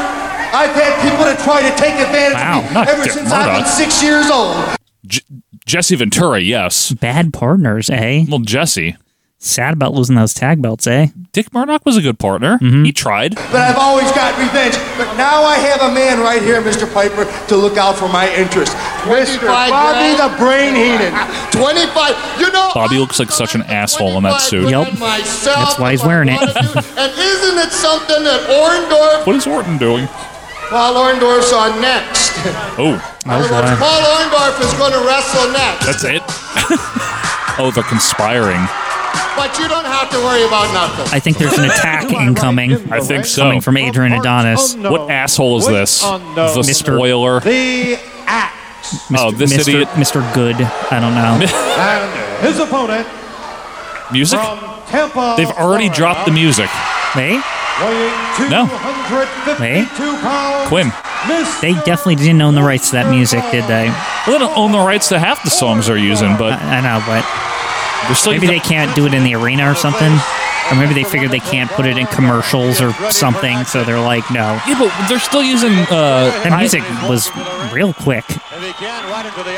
Speaker 1: I've had people that try to take advantage
Speaker 2: Wow,
Speaker 1: of me
Speaker 3: not
Speaker 1: ever
Speaker 3: Dick
Speaker 1: since
Speaker 3: Murdoch.
Speaker 1: I've been six years old.
Speaker 3: J- Jesse Ventura. Yes.
Speaker 2: Bad partners, eh?
Speaker 3: Well, Jesse.
Speaker 2: Sad about losing those tag belts, eh?
Speaker 3: Dick Murdoch was a good partner. He tried.
Speaker 1: But I've always got revenge. But now I have a man right here, Mr. Piper, to look out for my interest. Mr.
Speaker 6: 25
Speaker 1: Bobby
Speaker 6: grand.
Speaker 1: the Brain Heenan.
Speaker 6: Twenty-five. You know,
Speaker 3: Bobby
Speaker 6: I
Speaker 3: looks like such an
Speaker 6: collected
Speaker 3: asshole in that suit.
Speaker 6: 25
Speaker 2: Yep.
Speaker 6: myself
Speaker 2: That's why he's
Speaker 6: if I
Speaker 2: wearing it.
Speaker 6: wanted to.
Speaker 11: *laughs*
Speaker 6: and isn't it something that Orndorff,
Speaker 3: What is Orton doing?
Speaker 6: Paul Orndorff's on next?
Speaker 3: Oh,
Speaker 6: In other words, Paul Orndorff is going to wrestle next,
Speaker 3: that's it. *laughs* oh, they're conspiring.
Speaker 6: but you don't have to worry about nothing.
Speaker 2: I think there's an
Speaker 6: *laughs*
Speaker 2: attack incoming
Speaker 3: I think so.
Speaker 2: coming from Adrian
Speaker 6: Oh,
Speaker 2: Adonis.
Speaker 3: What asshole is this? The
Speaker 2: Mr.
Speaker 3: spoiler.
Speaker 1: The act.
Speaker 3: Oh, this
Speaker 2: Mr.
Speaker 3: idiot.
Speaker 2: Mr. Good. I don't
Speaker 3: *laughs*
Speaker 2: know.
Speaker 1: And his opponent
Speaker 3: Music.
Speaker 1: from Tampa.
Speaker 5: Oh,
Speaker 3: They've already
Speaker 1: Florida,
Speaker 3: dropped the music.
Speaker 2: They
Speaker 1: Weighing
Speaker 3: No.
Speaker 1: 252 pounds.
Speaker 3: Quinn.
Speaker 1: Mr.
Speaker 2: they definitely didn't own the rights to that music, did they?
Speaker 3: Well, they don't own the rights to half the songs they're using, but
Speaker 2: I, I know, but
Speaker 3: they're still.
Speaker 2: Maybe they can't do it in the arena or something. Or maybe they figured they can't put it in commercials or something, so they're like, no.
Speaker 3: Yeah, but they're still using. Uh,
Speaker 2: That music was real quick.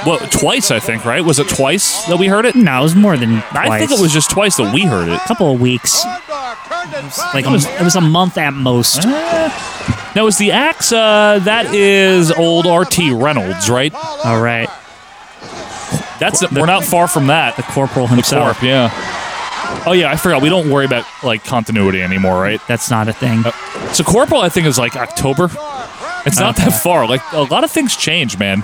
Speaker 3: well, twice I think, right? Was it twice that we heard it?
Speaker 2: No, it was more than twice.
Speaker 3: I think it was just twice that we heard it.
Speaker 2: a couple of weeks. Like a, it was a month at most.
Speaker 3: Now is the axe? Uh, that is old RT Reynolds, right?
Speaker 2: All right,
Speaker 3: That's we're not far from that.
Speaker 2: the corporal himself.
Speaker 3: Corp, yeah. Oh yeah, I forgot. We don't worry about like continuity anymore, right? Uh,
Speaker 2: That's not a thing.
Speaker 3: So corporal, I think is like October. It's not that far. Like a lot of things change, man.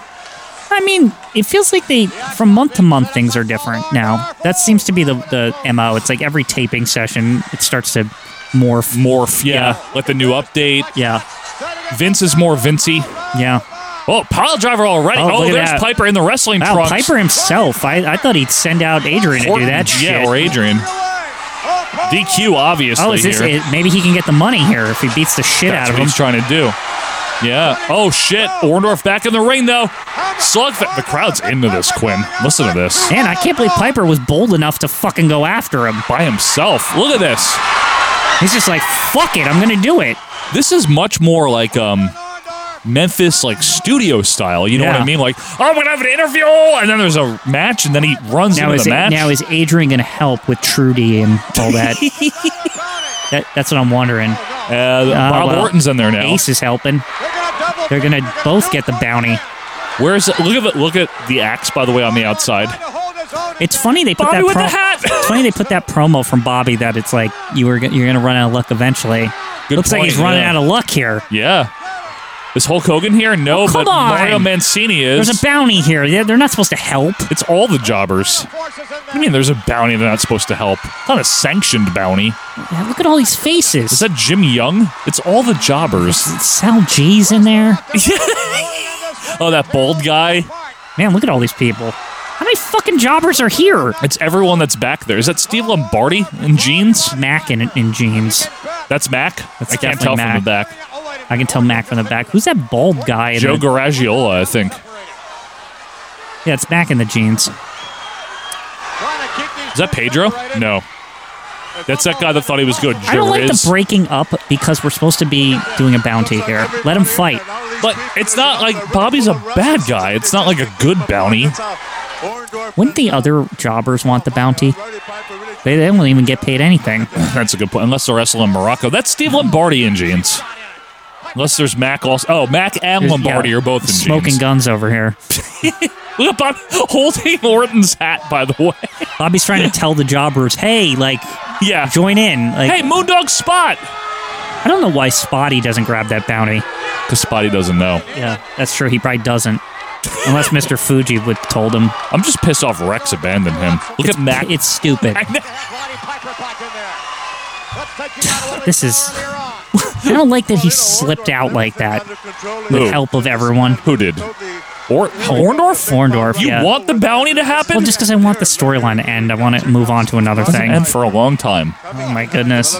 Speaker 2: I mean, it feels like they from month to month things are different now. That seems to be the the mo. It's like every taping session, it starts to morph.
Speaker 3: Morph, yeah. Like the new update.
Speaker 2: Yeah,
Speaker 3: Vince is more Vincey.
Speaker 2: yeah.
Speaker 3: Oh, pile driver already.
Speaker 2: Oh,
Speaker 3: Oh,
Speaker 2: look at
Speaker 3: there's
Speaker 2: that.
Speaker 3: Piper in the wrestling
Speaker 2: Wow,
Speaker 3: trunks.
Speaker 2: Piper himself. I, I thought he'd send out Adrian to do that
Speaker 3: yeah,
Speaker 2: shit.
Speaker 3: or Adrian. DQ, obviously.
Speaker 2: Oh, is this
Speaker 3: here.
Speaker 2: it? Maybe he can get the money here if he beats the shit
Speaker 3: That's
Speaker 2: out of
Speaker 3: what
Speaker 2: him.
Speaker 3: he's trying to do. Yeah. Oh shit. Orndorff back in the ring though. Slugfest. The crowd's into this. Quinn, listen to this.
Speaker 2: Man, I can't believe Piper was bold enough to fucking go after him
Speaker 3: by himself. Look at this.
Speaker 2: He's just like, fuck it, I'm gonna do it.
Speaker 3: This is much more like um, Memphis like studio style. You know what
Speaker 2: Yeah.
Speaker 3: I mean? Like, oh, we're gonna have an interview, and then there's a match, and then he runs
Speaker 2: Now
Speaker 3: into
Speaker 2: is
Speaker 3: the match.
Speaker 2: now is Adrian gonna help with Trudy and
Speaker 3: *laughs*
Speaker 2: all that? that that's what I'm wondering.
Speaker 3: Uh, Bob Orton's in there now.
Speaker 2: Oh, Ace is helping. They're gonna both get the bounty.
Speaker 3: Where's look at the, look at the axe by the way on the outside.
Speaker 2: It's funny they put
Speaker 3: Bobby
Speaker 2: that
Speaker 3: with the
Speaker 2: pro-
Speaker 3: hat!
Speaker 2: it's funny they put that promo from Bobby that it's like you were go- you're gonna run out of luck eventually.
Speaker 3: Good
Speaker 2: Looks like
Speaker 3: point,
Speaker 2: he's running
Speaker 3: yeah.
Speaker 2: out of luck here.
Speaker 3: Yeah. Is Hulk Hogan here? No,
Speaker 2: Oh,
Speaker 3: but
Speaker 2: come
Speaker 3: Mario
Speaker 2: on.
Speaker 3: Mancini is.
Speaker 2: There's a bounty here. They're they're not supposed to help.
Speaker 3: It's all the jobbers. I mean, there's a bounty they're not supposed to help. It's not a sanctioned bounty.
Speaker 2: Yeah, Look at all these faces.
Speaker 3: Is that Jim Young? It's all the jobbers.
Speaker 2: Sal G's in there. *laughs*
Speaker 3: Oh, that bald guy.
Speaker 2: Man, look at all these people. How many fucking jobbers are here?
Speaker 3: It's everyone that's back there. Is that Steve Lombardi in jeans?
Speaker 2: Mac in, in jeans.
Speaker 3: That's Mac.
Speaker 2: That's
Speaker 3: I can't
Speaker 2: definitely
Speaker 3: tell
Speaker 2: Mac.
Speaker 3: from the back.
Speaker 2: I can tell Mac from the back. Who's that bald guy? In
Speaker 3: Joe
Speaker 2: the,
Speaker 3: Garagiola, I think.
Speaker 2: yeah, it's Mac in the jeans.
Speaker 3: Is that Pedro? No. *clears throat* That's that guy that thought he was good. Sure
Speaker 2: I don't like
Speaker 3: is.
Speaker 2: the breaking up because we're supposed to be doing a bounty here. Let him fight.
Speaker 3: But it's not like Bobby's a bad guy. It's not like a good bounty.
Speaker 2: Wouldn't the other jobbers want the bounty? They, they don't even get paid anything.
Speaker 3: That's a good point. Unless they're wrestling Morocco. That's Steve Lombardi in jeans. Unless there's Mac also. Oh, Mac and
Speaker 2: There's-
Speaker 3: Lombardi
Speaker 2: yeah,
Speaker 3: are both in
Speaker 2: smoking
Speaker 3: jeans.
Speaker 2: guns
Speaker 3: *laughs*
Speaker 2: over here.
Speaker 3: Look at Bob *laughs* holding Orton's hat, by the way.
Speaker 2: Bobby's trying to tell the jobbers, "Hey, like,
Speaker 3: yeah,
Speaker 2: join in." Like,
Speaker 3: hey, Moondog Spot!
Speaker 2: I don't know why Spotty doesn't grab that bounty.
Speaker 3: Because Spotty doesn't know.
Speaker 2: Yeah, that's true. He probably doesn't. Unless Mr. Fuji would told him.
Speaker 3: I'm just pissed off Rex abandoned him. Look at
Speaker 2: *laughs*
Speaker 3: Mac.
Speaker 2: It's stupid. This is. I don't like that he slipped out like that with
Speaker 3: Who?
Speaker 2: help of everyone.
Speaker 3: Who did? Or
Speaker 2: Horndorf? Horndorf,
Speaker 3: You
Speaker 2: yeah.
Speaker 3: want the bounty to happen?
Speaker 2: well, just because I want the storyline to end, I want to move on to another
Speaker 3: Doesn't
Speaker 2: thing.
Speaker 3: end for a long time.
Speaker 2: Oh my goodness.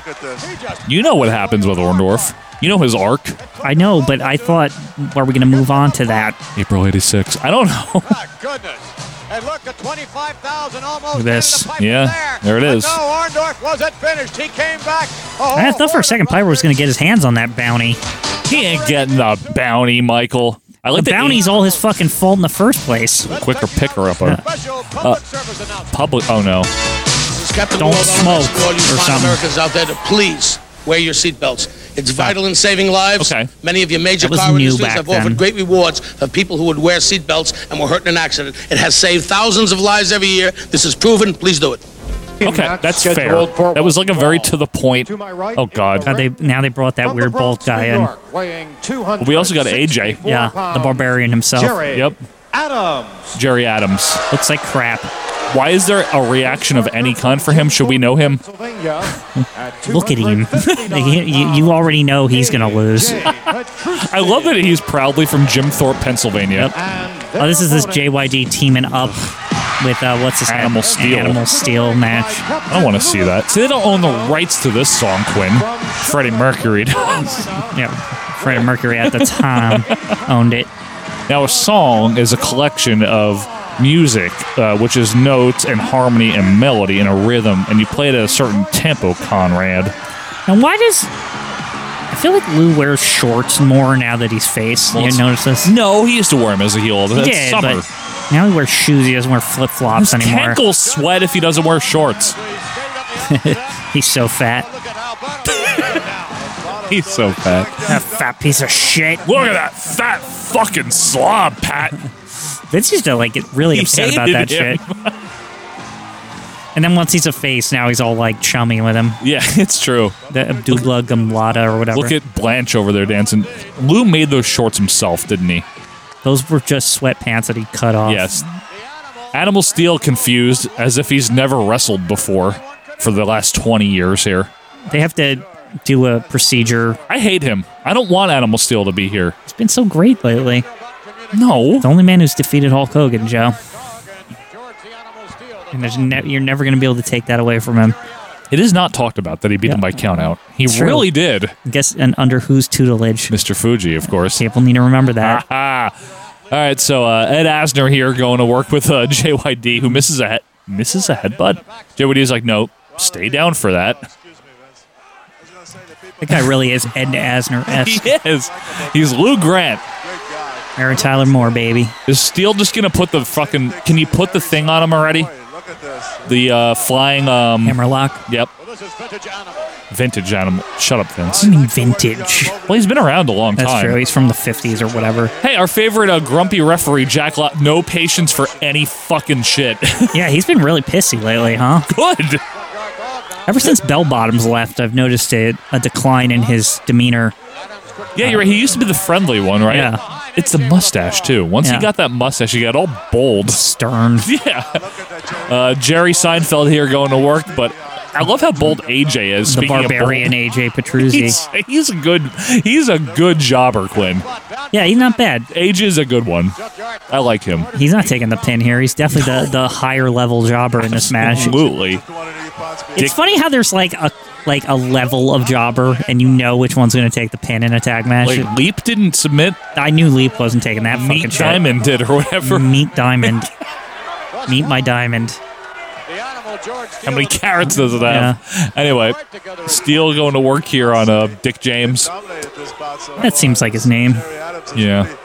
Speaker 3: You know what happens with Orndorff. You know his arc.
Speaker 2: I know, but I thought, are we going to move on to that?
Speaker 3: April 86. I don't know. *laughs*
Speaker 2: Look at this.
Speaker 3: Yeah, there it is.
Speaker 1: Orndorff wasn't finished. He came back. Oh,
Speaker 2: I thought for a second Piper was going to get his hands on that bounty.
Speaker 3: He ain't getting the bounty, Michael. I like
Speaker 2: the
Speaker 3: that
Speaker 2: bounty's all his fucking fault in the first place.
Speaker 3: quicker picker up a uh, *laughs* public. Oh no!
Speaker 11: Captain
Speaker 2: Don't
Speaker 11: World,
Speaker 2: smoke
Speaker 11: all the rest of all you
Speaker 2: or
Speaker 11: fine
Speaker 2: something.
Speaker 11: Americans out there, to please wear your seatbelts. It's vital in saving lives.
Speaker 3: Okay.
Speaker 11: Many of your major
Speaker 2: That was
Speaker 11: car
Speaker 2: new
Speaker 11: industries
Speaker 2: back
Speaker 11: have
Speaker 2: then.
Speaker 11: offered great rewards for people who would wear seatbelts and were hurt in an accident. It has saved thousands of lives every year. This is proven. Please do it.
Speaker 3: Okay, that's fair. That was like a very to the point. Oh god!
Speaker 2: Now they, now they brought that weird bald guy in.
Speaker 12: weighing 200.
Speaker 3: We also got AJ.
Speaker 2: Yeah, the barbarian himself.
Speaker 12: Jerry.
Speaker 3: Yep.
Speaker 12: Adams.
Speaker 3: Jerry Adams
Speaker 2: looks like crap.
Speaker 3: Why is there a reaction of any kind for him? Should we know him?
Speaker 2: *laughs* Look at him. *laughs* You- you, you already know he's going to lose.
Speaker 3: I love that he's proudly from Jim Thorpe, Pennsylvania.
Speaker 2: Oh, this is this JYD teaming up with uh, what's his name?
Speaker 3: Animal Steel.
Speaker 2: Animal Steel match.
Speaker 3: I don't want to see that. See, they don't own the rights to this song, Quinn. Freddie Mercury does.
Speaker 2: Yeah, Freddie Mercury at
Speaker 3: *laughs*
Speaker 2: the time owned it.
Speaker 3: Now, a song is a collection of music, uh, which is notes and harmony and melody and a rhythm, and you play it at a certain tempo, Conrad.
Speaker 2: Now, why does I feel like Lou wears shorts more now that he's face?
Speaker 3: Well,
Speaker 2: you
Speaker 3: it's-
Speaker 2: notice this?
Speaker 3: No, he used to wear them as a heel.
Speaker 2: He
Speaker 3: That's
Speaker 2: did,
Speaker 3: summer.
Speaker 2: but now he wears shoes. He doesn't wear flip flops
Speaker 3: His
Speaker 2: anymore.
Speaker 3: ankles sweat if he doesn't wear shorts.
Speaker 2: he's so fat.
Speaker 3: *laughs* *laughs* He's so fat.
Speaker 2: That fat piece of shit.
Speaker 3: Look at that fat fucking slob, Pat.
Speaker 2: Vince used to like get really
Speaker 3: He
Speaker 2: upset about
Speaker 3: hated
Speaker 2: that
Speaker 3: him.
Speaker 2: shit.
Speaker 3: *laughs*
Speaker 2: And then once he's a face, now he's all like chummy with him.
Speaker 3: *laughs* Yeah, it's true.
Speaker 2: The Abdullah Gamlada or whatever.
Speaker 3: Look at Blanche over there dancing. Lou made those shorts himself, didn't he?
Speaker 2: Those were just sweatpants that he cut off.
Speaker 3: Yes. Animal Steel confused as if he's never wrestled before for the last 20 years here.
Speaker 2: They have to do a procedure.
Speaker 3: I hate him. I don't want Animal Steel to be here.
Speaker 2: It's been so great lately.
Speaker 3: No.
Speaker 2: The only man who's defeated Hulk Hogan, Joe. And there's ne- you're never going to be able to take that away from him.
Speaker 3: It is not talked about that he beat him by count out. He
Speaker 2: It's true.
Speaker 3: really did.
Speaker 2: Guess and under whose tutelage?
Speaker 3: Mr. Fuji, of course.
Speaker 2: People need to remember that.
Speaker 3: Ah. *laughs* All right, so uh, Ed Asner here going to work with uh, *laughs* JYD, who misses a head misses a headbutt. JYD is like, no, stay down for that. *laughs*
Speaker 2: That guy really is Ed Asner
Speaker 3: he *laughs*
Speaker 2: esque.
Speaker 3: is. He's Lou Grant.
Speaker 2: Aaron Tyler Moore, baby.
Speaker 3: Is Steele just gonna put the fucking? Can you put the thing on him already? The uh, flying um,
Speaker 2: hammerlock.
Speaker 3: Yep. Vintage animal. Shut up, Vince.
Speaker 2: I mean, vintage.
Speaker 3: Well, he's been around a long
Speaker 2: That's
Speaker 3: time.
Speaker 2: true. He's from the 50s or whatever.
Speaker 3: Hey, our favorite uh, grumpy referee, Jack Lott, no patience for any fucking shit. *laughs*
Speaker 2: yeah, he's been really pissy lately, huh?
Speaker 3: Good.
Speaker 2: Ever since Bell Bottoms left, I've noticed a, a decline in his demeanor.
Speaker 3: yeah, you're right. He used to be the friendly one, right?
Speaker 2: Yeah.
Speaker 3: It's the mustache, too. Once
Speaker 2: Yeah.
Speaker 3: he got that mustache, he got all bold.
Speaker 2: Stern.
Speaker 3: *laughs* Yeah. Uh, Jerry Seinfeld here going to work, but I love how bold AJ is.
Speaker 2: The
Speaker 3: Speaking of *laughs*
Speaker 2: barbarian
Speaker 3: bold.
Speaker 2: AJ Petruzzi.
Speaker 3: He's, he's a good he's a good jobber, Quinn.
Speaker 2: Yeah, he's not bad.
Speaker 3: AJ is a good one. I like him.
Speaker 2: He's not taking the pin here. He's definitely the, the higher level jobber in this match.
Speaker 3: Absolutely. Dick-
Speaker 2: It's funny how there's like a like a level of jobber, and you know which one's going to take the pin in a tag match.
Speaker 3: Like Leap didn't submit.
Speaker 2: I knew Leap wasn't taking that fucking
Speaker 3: Meat
Speaker 2: shit.
Speaker 3: Diamond did or *laughs* whatever.
Speaker 2: Meet Diamond. *laughs* Meet my Diamond.
Speaker 3: How many carrots does it have? Anyway, Steele going to work here on uh, Dick James. *laughs*
Speaker 2: That seems like his name.
Speaker 3: Yeah.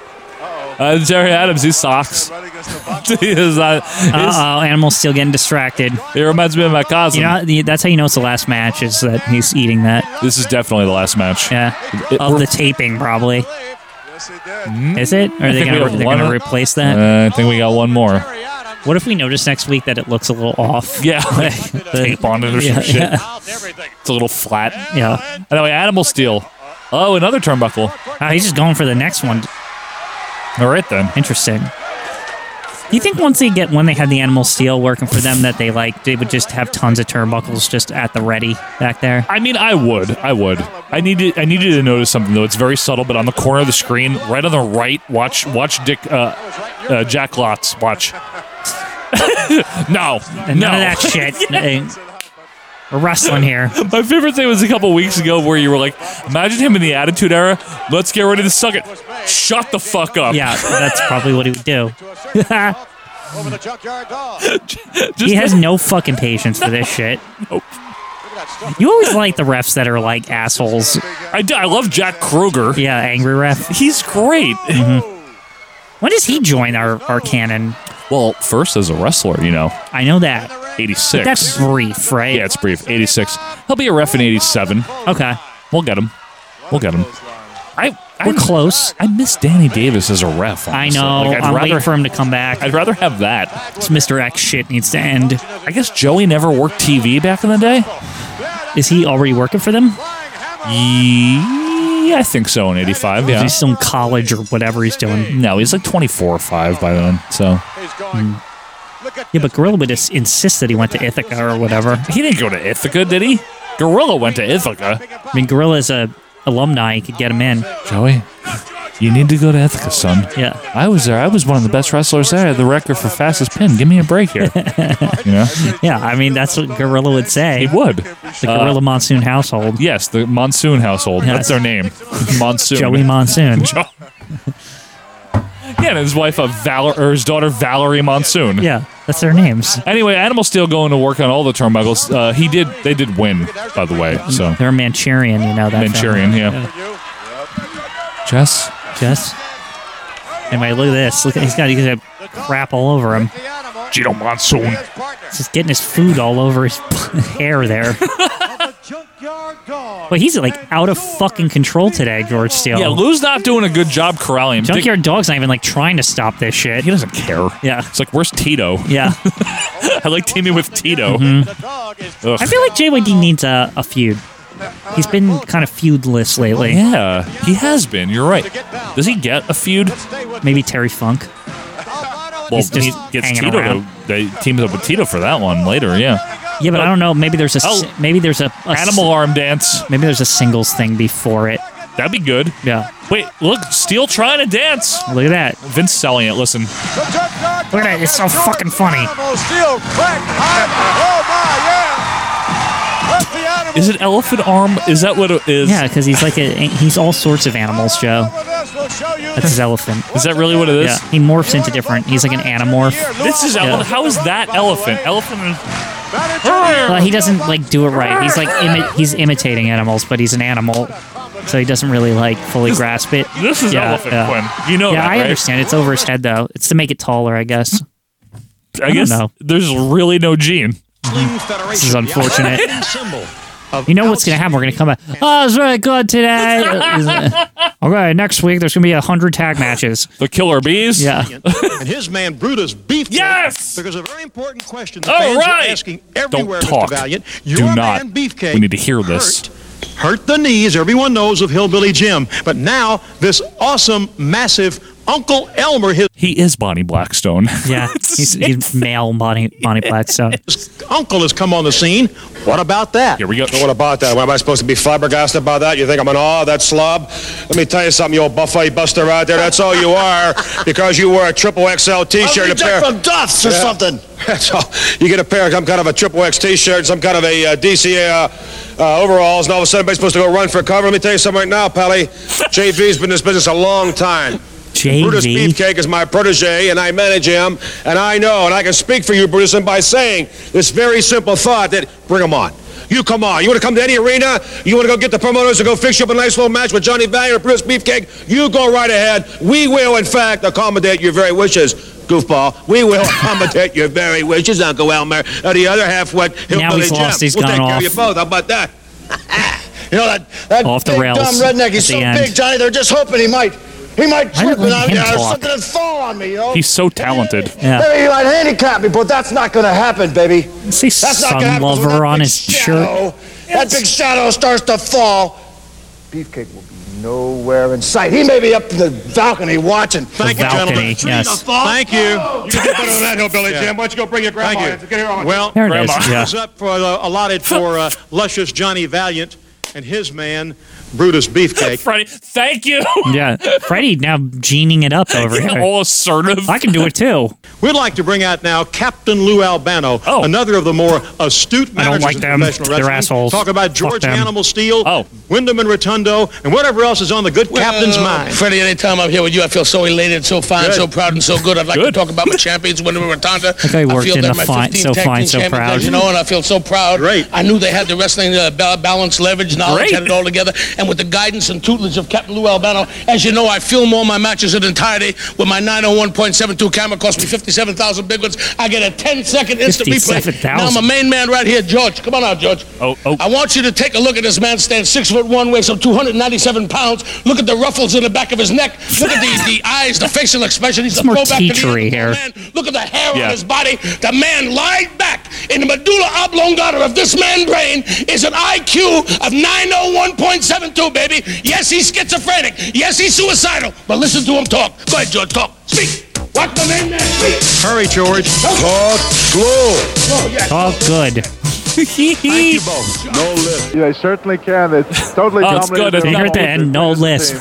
Speaker 3: Uh, Jerry Adams, he socks. *laughs* he is, uh, his-
Speaker 2: Uh oh, Animal's still getting distracted.
Speaker 3: it reminds me of my cousin.
Speaker 2: You know, the- that's how you know it's the last match is that he's eating that.
Speaker 3: this is definitely the last match.
Speaker 2: Yeah.
Speaker 3: It- Hmm?
Speaker 2: Of the taping, probably. Is it? Or
Speaker 3: I
Speaker 2: are they
Speaker 3: think we
Speaker 2: going
Speaker 3: have
Speaker 2: to
Speaker 3: one-
Speaker 2: replace that?
Speaker 3: Uh, I think
Speaker 13: oh,
Speaker 3: we got one more.
Speaker 13: *laughs*
Speaker 2: What if we notice next week that it looks a little
Speaker 3: *laughs*
Speaker 2: off? *laughs*
Speaker 3: Yeah, like
Speaker 2: The-
Speaker 3: tape on it or
Speaker 2: yeah,
Speaker 3: some shit.
Speaker 2: yeah.
Speaker 3: It's a little flat.
Speaker 2: Yeah.
Speaker 3: Anyway, Animal Steel. Oh, another turnbuckle.
Speaker 2: Oh, he's just going for the next one.
Speaker 3: All right then.
Speaker 2: Interesting. Do you think once they get when they had the animal steel working for them that they like they would just have tons of turnbuckles just at the ready back there?
Speaker 3: I mean, I would, I would. I needed, I needed to notice something though. It's very subtle, but on the corner of the screen, right on the right, watch, watch Dick, uh, uh, Jack Lots, watch. *laughs* no,
Speaker 2: And
Speaker 3: no.
Speaker 2: none of that
Speaker 3: *laughs*
Speaker 2: shit. Eh, We're wrestling here.
Speaker 3: My favorite thing was a couple weeks ago where you were like, imagine him in the Attitude Era. Let's get ready to suck it. Shut the fuck up.
Speaker 2: Yeah, that's probably what he
Speaker 3: *laughs*
Speaker 2: would do.
Speaker 3: Just
Speaker 2: he has no fucking patience for this shit. You always like the refs that are like assholes.
Speaker 3: I, do- I love Jack Kruger.
Speaker 2: Yeah, Mm-hmm. angry ref.
Speaker 3: He's great.
Speaker 2: When does he join our, our canon?
Speaker 3: Well, first as a wrestler, you know,
Speaker 2: I know that. But
Speaker 3: 86.
Speaker 2: that's brief, right?
Speaker 3: yeah, it's brief. 86. He'll be a ref in 87.
Speaker 2: Okay.
Speaker 3: We'll get him. We'll get him. I, I
Speaker 2: We're close.
Speaker 3: I miss Danny Davis as a ref.
Speaker 2: I
Speaker 3: honestly.
Speaker 2: know.
Speaker 3: Like, I'd
Speaker 2: I'm
Speaker 3: rather
Speaker 2: waiting for him to come back.
Speaker 3: I'd rather have that.
Speaker 2: This Mr. X shit needs to end.
Speaker 3: I guess Joey never worked TV back in the day.
Speaker 2: Is he already working for them?
Speaker 3: Yeah, I think so in 85. Yeah.
Speaker 2: He's still in college or whatever he's doing.
Speaker 3: No, he's like 24 or 5 by then. So
Speaker 2: Yeah, but Gorilla would just insist that he went to Ithaca or whatever.
Speaker 3: he didn't go to Ithaca, did he? Gorilla went to Ithaca.
Speaker 2: I mean, Gorilla's a alumni. He could get him in.
Speaker 3: Joey, you need to go to Ithaca, son.
Speaker 2: Yeah.
Speaker 3: I was there. I was one of the best wrestlers there. I had the record for fastest pin. Give me a break
Speaker 2: *laughs*
Speaker 3: here. you know,
Speaker 2: Yeah, I mean, that's what Gorilla would say.
Speaker 3: he would.
Speaker 2: The Gorilla Monsoon household.
Speaker 3: Yes, the Monsoon household.
Speaker 2: Yes.
Speaker 3: That's their name. Monsoon. *laughs*
Speaker 2: Joey Monsoon.
Speaker 3: Jo- yeah, and his wife, of Valor, or his daughter, Valerie Monsoon.
Speaker 2: Yeah, that's their names.
Speaker 3: Anyway, Animal Steel going to work on all the turnbuckles. Uh, he did. They did win, by the way. So
Speaker 2: They're Manchurian, you know that. family.
Speaker 3: Manchurian, yeah. Jess,
Speaker 2: Yes. Anyway, look at this. Look at he's got he's got crap all over him.
Speaker 3: Gino Monsoon.
Speaker 2: He's just getting his food all over his *laughs* hair there. but he's like out of fucking control today, George Steele.
Speaker 3: Yeah, Lou's not doing a good job corralling him. Dick-
Speaker 2: Junkyard Dog's not even like trying to stop this shit.
Speaker 3: he doesn't care.
Speaker 2: Yeah.
Speaker 3: It's like, where's Tito? *laughs*
Speaker 2: Yeah.
Speaker 3: I like teaming with Tito.
Speaker 2: Mm-hmm.
Speaker 3: Ugh.
Speaker 2: I feel like JYD needs a, a feud. He's been kind of feudless lately.
Speaker 3: Yeah, he has been. You're right. Does he get a feud?
Speaker 2: Maybe Terry Funk.
Speaker 3: Well,
Speaker 2: He's just
Speaker 3: he gets
Speaker 2: hanging
Speaker 3: Tito. To,
Speaker 2: around.
Speaker 3: they teams up with Tito for that one later. Yeah,
Speaker 2: Yeah, but I don't know. Maybe there's a s-
Speaker 3: Oh.
Speaker 2: maybe there's a, a s-
Speaker 3: animal arm dance.
Speaker 2: maybe there's a singles thing before it.
Speaker 3: That'd be good.
Speaker 2: Yeah.
Speaker 3: Wait, look, Steel trying to dance.
Speaker 2: Look at that.
Speaker 3: Vince selling it. Listen. *laughs*
Speaker 2: Look at that. It's so fucking funny.
Speaker 13: Steel, crack, hot. Oh my, yeah. Let the animal
Speaker 3: Is it elephant arm? Is that what it is?
Speaker 2: Yeah, because he's like a he's all sorts of animals, Joe. That's his elephant.
Speaker 3: Is that really what it is?
Speaker 2: Yeah, he morphs into different. He's like an animorph.
Speaker 3: This is ele- how is that elephant? Elephant.
Speaker 2: Well, he doesn't like do it right. He's like imi- he's imitating animals, but he's an animal, so he doesn't really like fully grasp it.
Speaker 3: this is elephant, Quinn. You know
Speaker 2: Yeah,
Speaker 3: that,
Speaker 2: I
Speaker 3: right?
Speaker 2: understand. It's over his head though. It's to make it taller, I guess.
Speaker 3: I guess there's really no gene.
Speaker 2: This is
Speaker 9: *laughs*
Speaker 2: unfortunate. You know what's gonna happen? We're gonna come back. Oh, it's really good today. *laughs* okay, next week there's gonna be a hundred tag
Speaker 9: *laughs*
Speaker 2: matches.
Speaker 3: The killer bees.
Speaker 2: Yeah.
Speaker 9: and his man Brutus beefed
Speaker 3: Yes!
Speaker 9: Because a very important question the
Speaker 3: All
Speaker 9: fans
Speaker 3: right!
Speaker 9: are asking
Speaker 3: Don't
Speaker 9: everywhere,
Speaker 3: talk.
Speaker 9: Mr. Valiant. Your
Speaker 3: Do not.
Speaker 9: man Beefcake
Speaker 3: We need to hear this.
Speaker 9: hurt the knees, everyone knows of Hillbilly Jim. But now this awesome, massive Uncle Elmer, his
Speaker 3: He is Bonnie Blackstone. *laughs*
Speaker 2: Yeah, he's,
Speaker 9: *laughs*
Speaker 2: he's male Bonnie Bonnie Blackstone.
Speaker 9: uncle has come on the scene. What about that?
Speaker 3: Here we go.
Speaker 5: So what about that? What am I supposed to be flabbergasted about that? You think I'm an awe of that slob? Let me tell you something, you old buffet buster out there. That's all you are because you wear a triple XL T-shirt. and a pair-
Speaker 6: from Duff's or
Speaker 5: Yeah.
Speaker 6: something.
Speaker 5: *laughs* That's all. You get a pair of some kind of a triple X T-shirt, some kind of a uh, DCA uh, uh, overalls, and all of a sudden everybody's supposed to go run for cover. Let me tell you something right now, Pally. JV's been in this business a long time. Brutus
Speaker 2: JV.
Speaker 5: Beefcake is my protege, and I manage him, and I know, and I can speak for you, Brutus, and by saying this very simple thought that bring him on. You come on. You want to come to any arena? You want to go get the promoters to go fix you up a nice little match with Johnny Valiant or Brutus Beefcake? You go right ahead. We will, in fact, accommodate your very wishes, goofball. We will *laughs* accommodate your very wishes, Uncle Elmer. Now, the other half, what?
Speaker 2: Now he's
Speaker 5: Jim.
Speaker 2: lost. He's
Speaker 5: we'll take
Speaker 2: gone off.
Speaker 5: care of you both. How about that? *laughs*
Speaker 6: You know that that
Speaker 2: Off the
Speaker 6: big
Speaker 2: rails
Speaker 6: dumb redneck.
Speaker 2: at
Speaker 6: He's so
Speaker 2: the end.
Speaker 6: big, Johnny. They're just hoping he might he might
Speaker 2: Why
Speaker 6: trip
Speaker 2: don't
Speaker 6: and
Speaker 2: let
Speaker 6: I,
Speaker 2: him
Speaker 6: uh,
Speaker 2: talk?
Speaker 6: something and fall on me. You know.
Speaker 3: He's so talented.
Speaker 2: Yeah.
Speaker 6: Maybe he might handicap me, but that's not going to happen, baby.
Speaker 2: Say
Speaker 6: That's not
Speaker 2: sun
Speaker 6: gonna happen with
Speaker 2: lover
Speaker 6: that
Speaker 2: on
Speaker 6: big
Speaker 2: his shirt.
Speaker 6: shadow. That big shadow starts to fall. Beefcake will be nowhere in sight. He may be up in the balcony watching.
Speaker 9: Thank
Speaker 2: The
Speaker 9: you, gentlemen.
Speaker 2: balcony, yes.
Speaker 9: Thank
Speaker 6: Oh,
Speaker 9: you.
Speaker 5: You can do better than that, Hillbilly
Speaker 9: Yeah.
Speaker 5: Jim. Why don't you go bring your grandma
Speaker 9: Thank
Speaker 5: in? Get her on.
Speaker 9: Well,
Speaker 2: There it
Speaker 9: Grandma
Speaker 2: is, yeah.
Speaker 9: is up for uh, allotted for uh, luscious Johnny Valiant and his man Brutus Beefcake.
Speaker 3: Freddie, thank you.
Speaker 2: *laughs*
Speaker 3: *laughs*
Speaker 2: Yeah, Freddie now gening it up over here.
Speaker 3: All assertive.
Speaker 2: I can do it too.
Speaker 9: We'd like to bring out now Captain Lou Albano,
Speaker 3: Oh.
Speaker 9: another of the more astute
Speaker 2: I don't
Speaker 9: managers
Speaker 2: like
Speaker 9: of
Speaker 2: them.
Speaker 9: professional
Speaker 2: They're
Speaker 9: wrestling.
Speaker 2: assholes.
Speaker 9: Talk about
Speaker 2: Fuck
Speaker 9: George
Speaker 2: them.
Speaker 9: Animal Steel,
Speaker 3: Oh.
Speaker 9: Wyndham and Rotundo, and whatever else is on the good captain's mind.
Speaker 11: Freddie, anytime I'm here with you, I feel so elated, so fine,
Speaker 9: Good.
Speaker 11: so proud, and so good. I'd like
Speaker 3: Good.
Speaker 11: to talk
Speaker 9: *laughs*
Speaker 11: about my champions, Wyndham and Rotunda.
Speaker 2: guy worked in the
Speaker 11: my
Speaker 2: fine-
Speaker 11: 15
Speaker 2: so
Speaker 11: tag
Speaker 2: fine,
Speaker 11: team
Speaker 2: so
Speaker 11: champions,
Speaker 2: proud.
Speaker 11: You know, and I feel so proud.
Speaker 9: Great.
Speaker 11: I knew they had the wrestling uh, ba- balance, leverage, knowledge,
Speaker 3: Great.
Speaker 11: had it all together. And with the guidance and tutelage of Captain Lou Albano, as you know, I film all my matches in entirety with my 901.72 camera. Cost me 57,000 big ones. I get a 10-second instant replay.
Speaker 2: 57,000.
Speaker 11: Now my main man right here, George. Come on out, George.
Speaker 3: Oh, oh.
Speaker 11: I want you to take a look at this man. Stands six foot one, weighs some 297 pounds. Look at the ruffles in the back of his neck. Look at the, the eyes, the facial expression. He's
Speaker 2: It's
Speaker 11: a
Speaker 2: more
Speaker 11: throwback to the
Speaker 2: teachery
Speaker 11: Indian
Speaker 2: here.
Speaker 11: Man. Look at the hair
Speaker 3: Yeah.
Speaker 11: on his body. The man lied back in the medulla oblongata of this man's brain is an IQ of 901.72, baby. Yes, he's schizophrenic. Yes, he's suicidal. But listen to him talk. Go ahead, George. Talk. Speak. What the main man speak.
Speaker 9: Hurry, George.
Speaker 6: Talk slow.
Speaker 11: Oh, yes.
Speaker 2: Oh,
Speaker 9: *laughs*
Speaker 2: good.
Speaker 6: No lift.
Speaker 4: Yeah, I certainly can. It's totally
Speaker 3: Oh, it's
Speaker 4: dominated
Speaker 3: good. It's
Speaker 4: their
Speaker 3: not-
Speaker 2: Heard that and no list.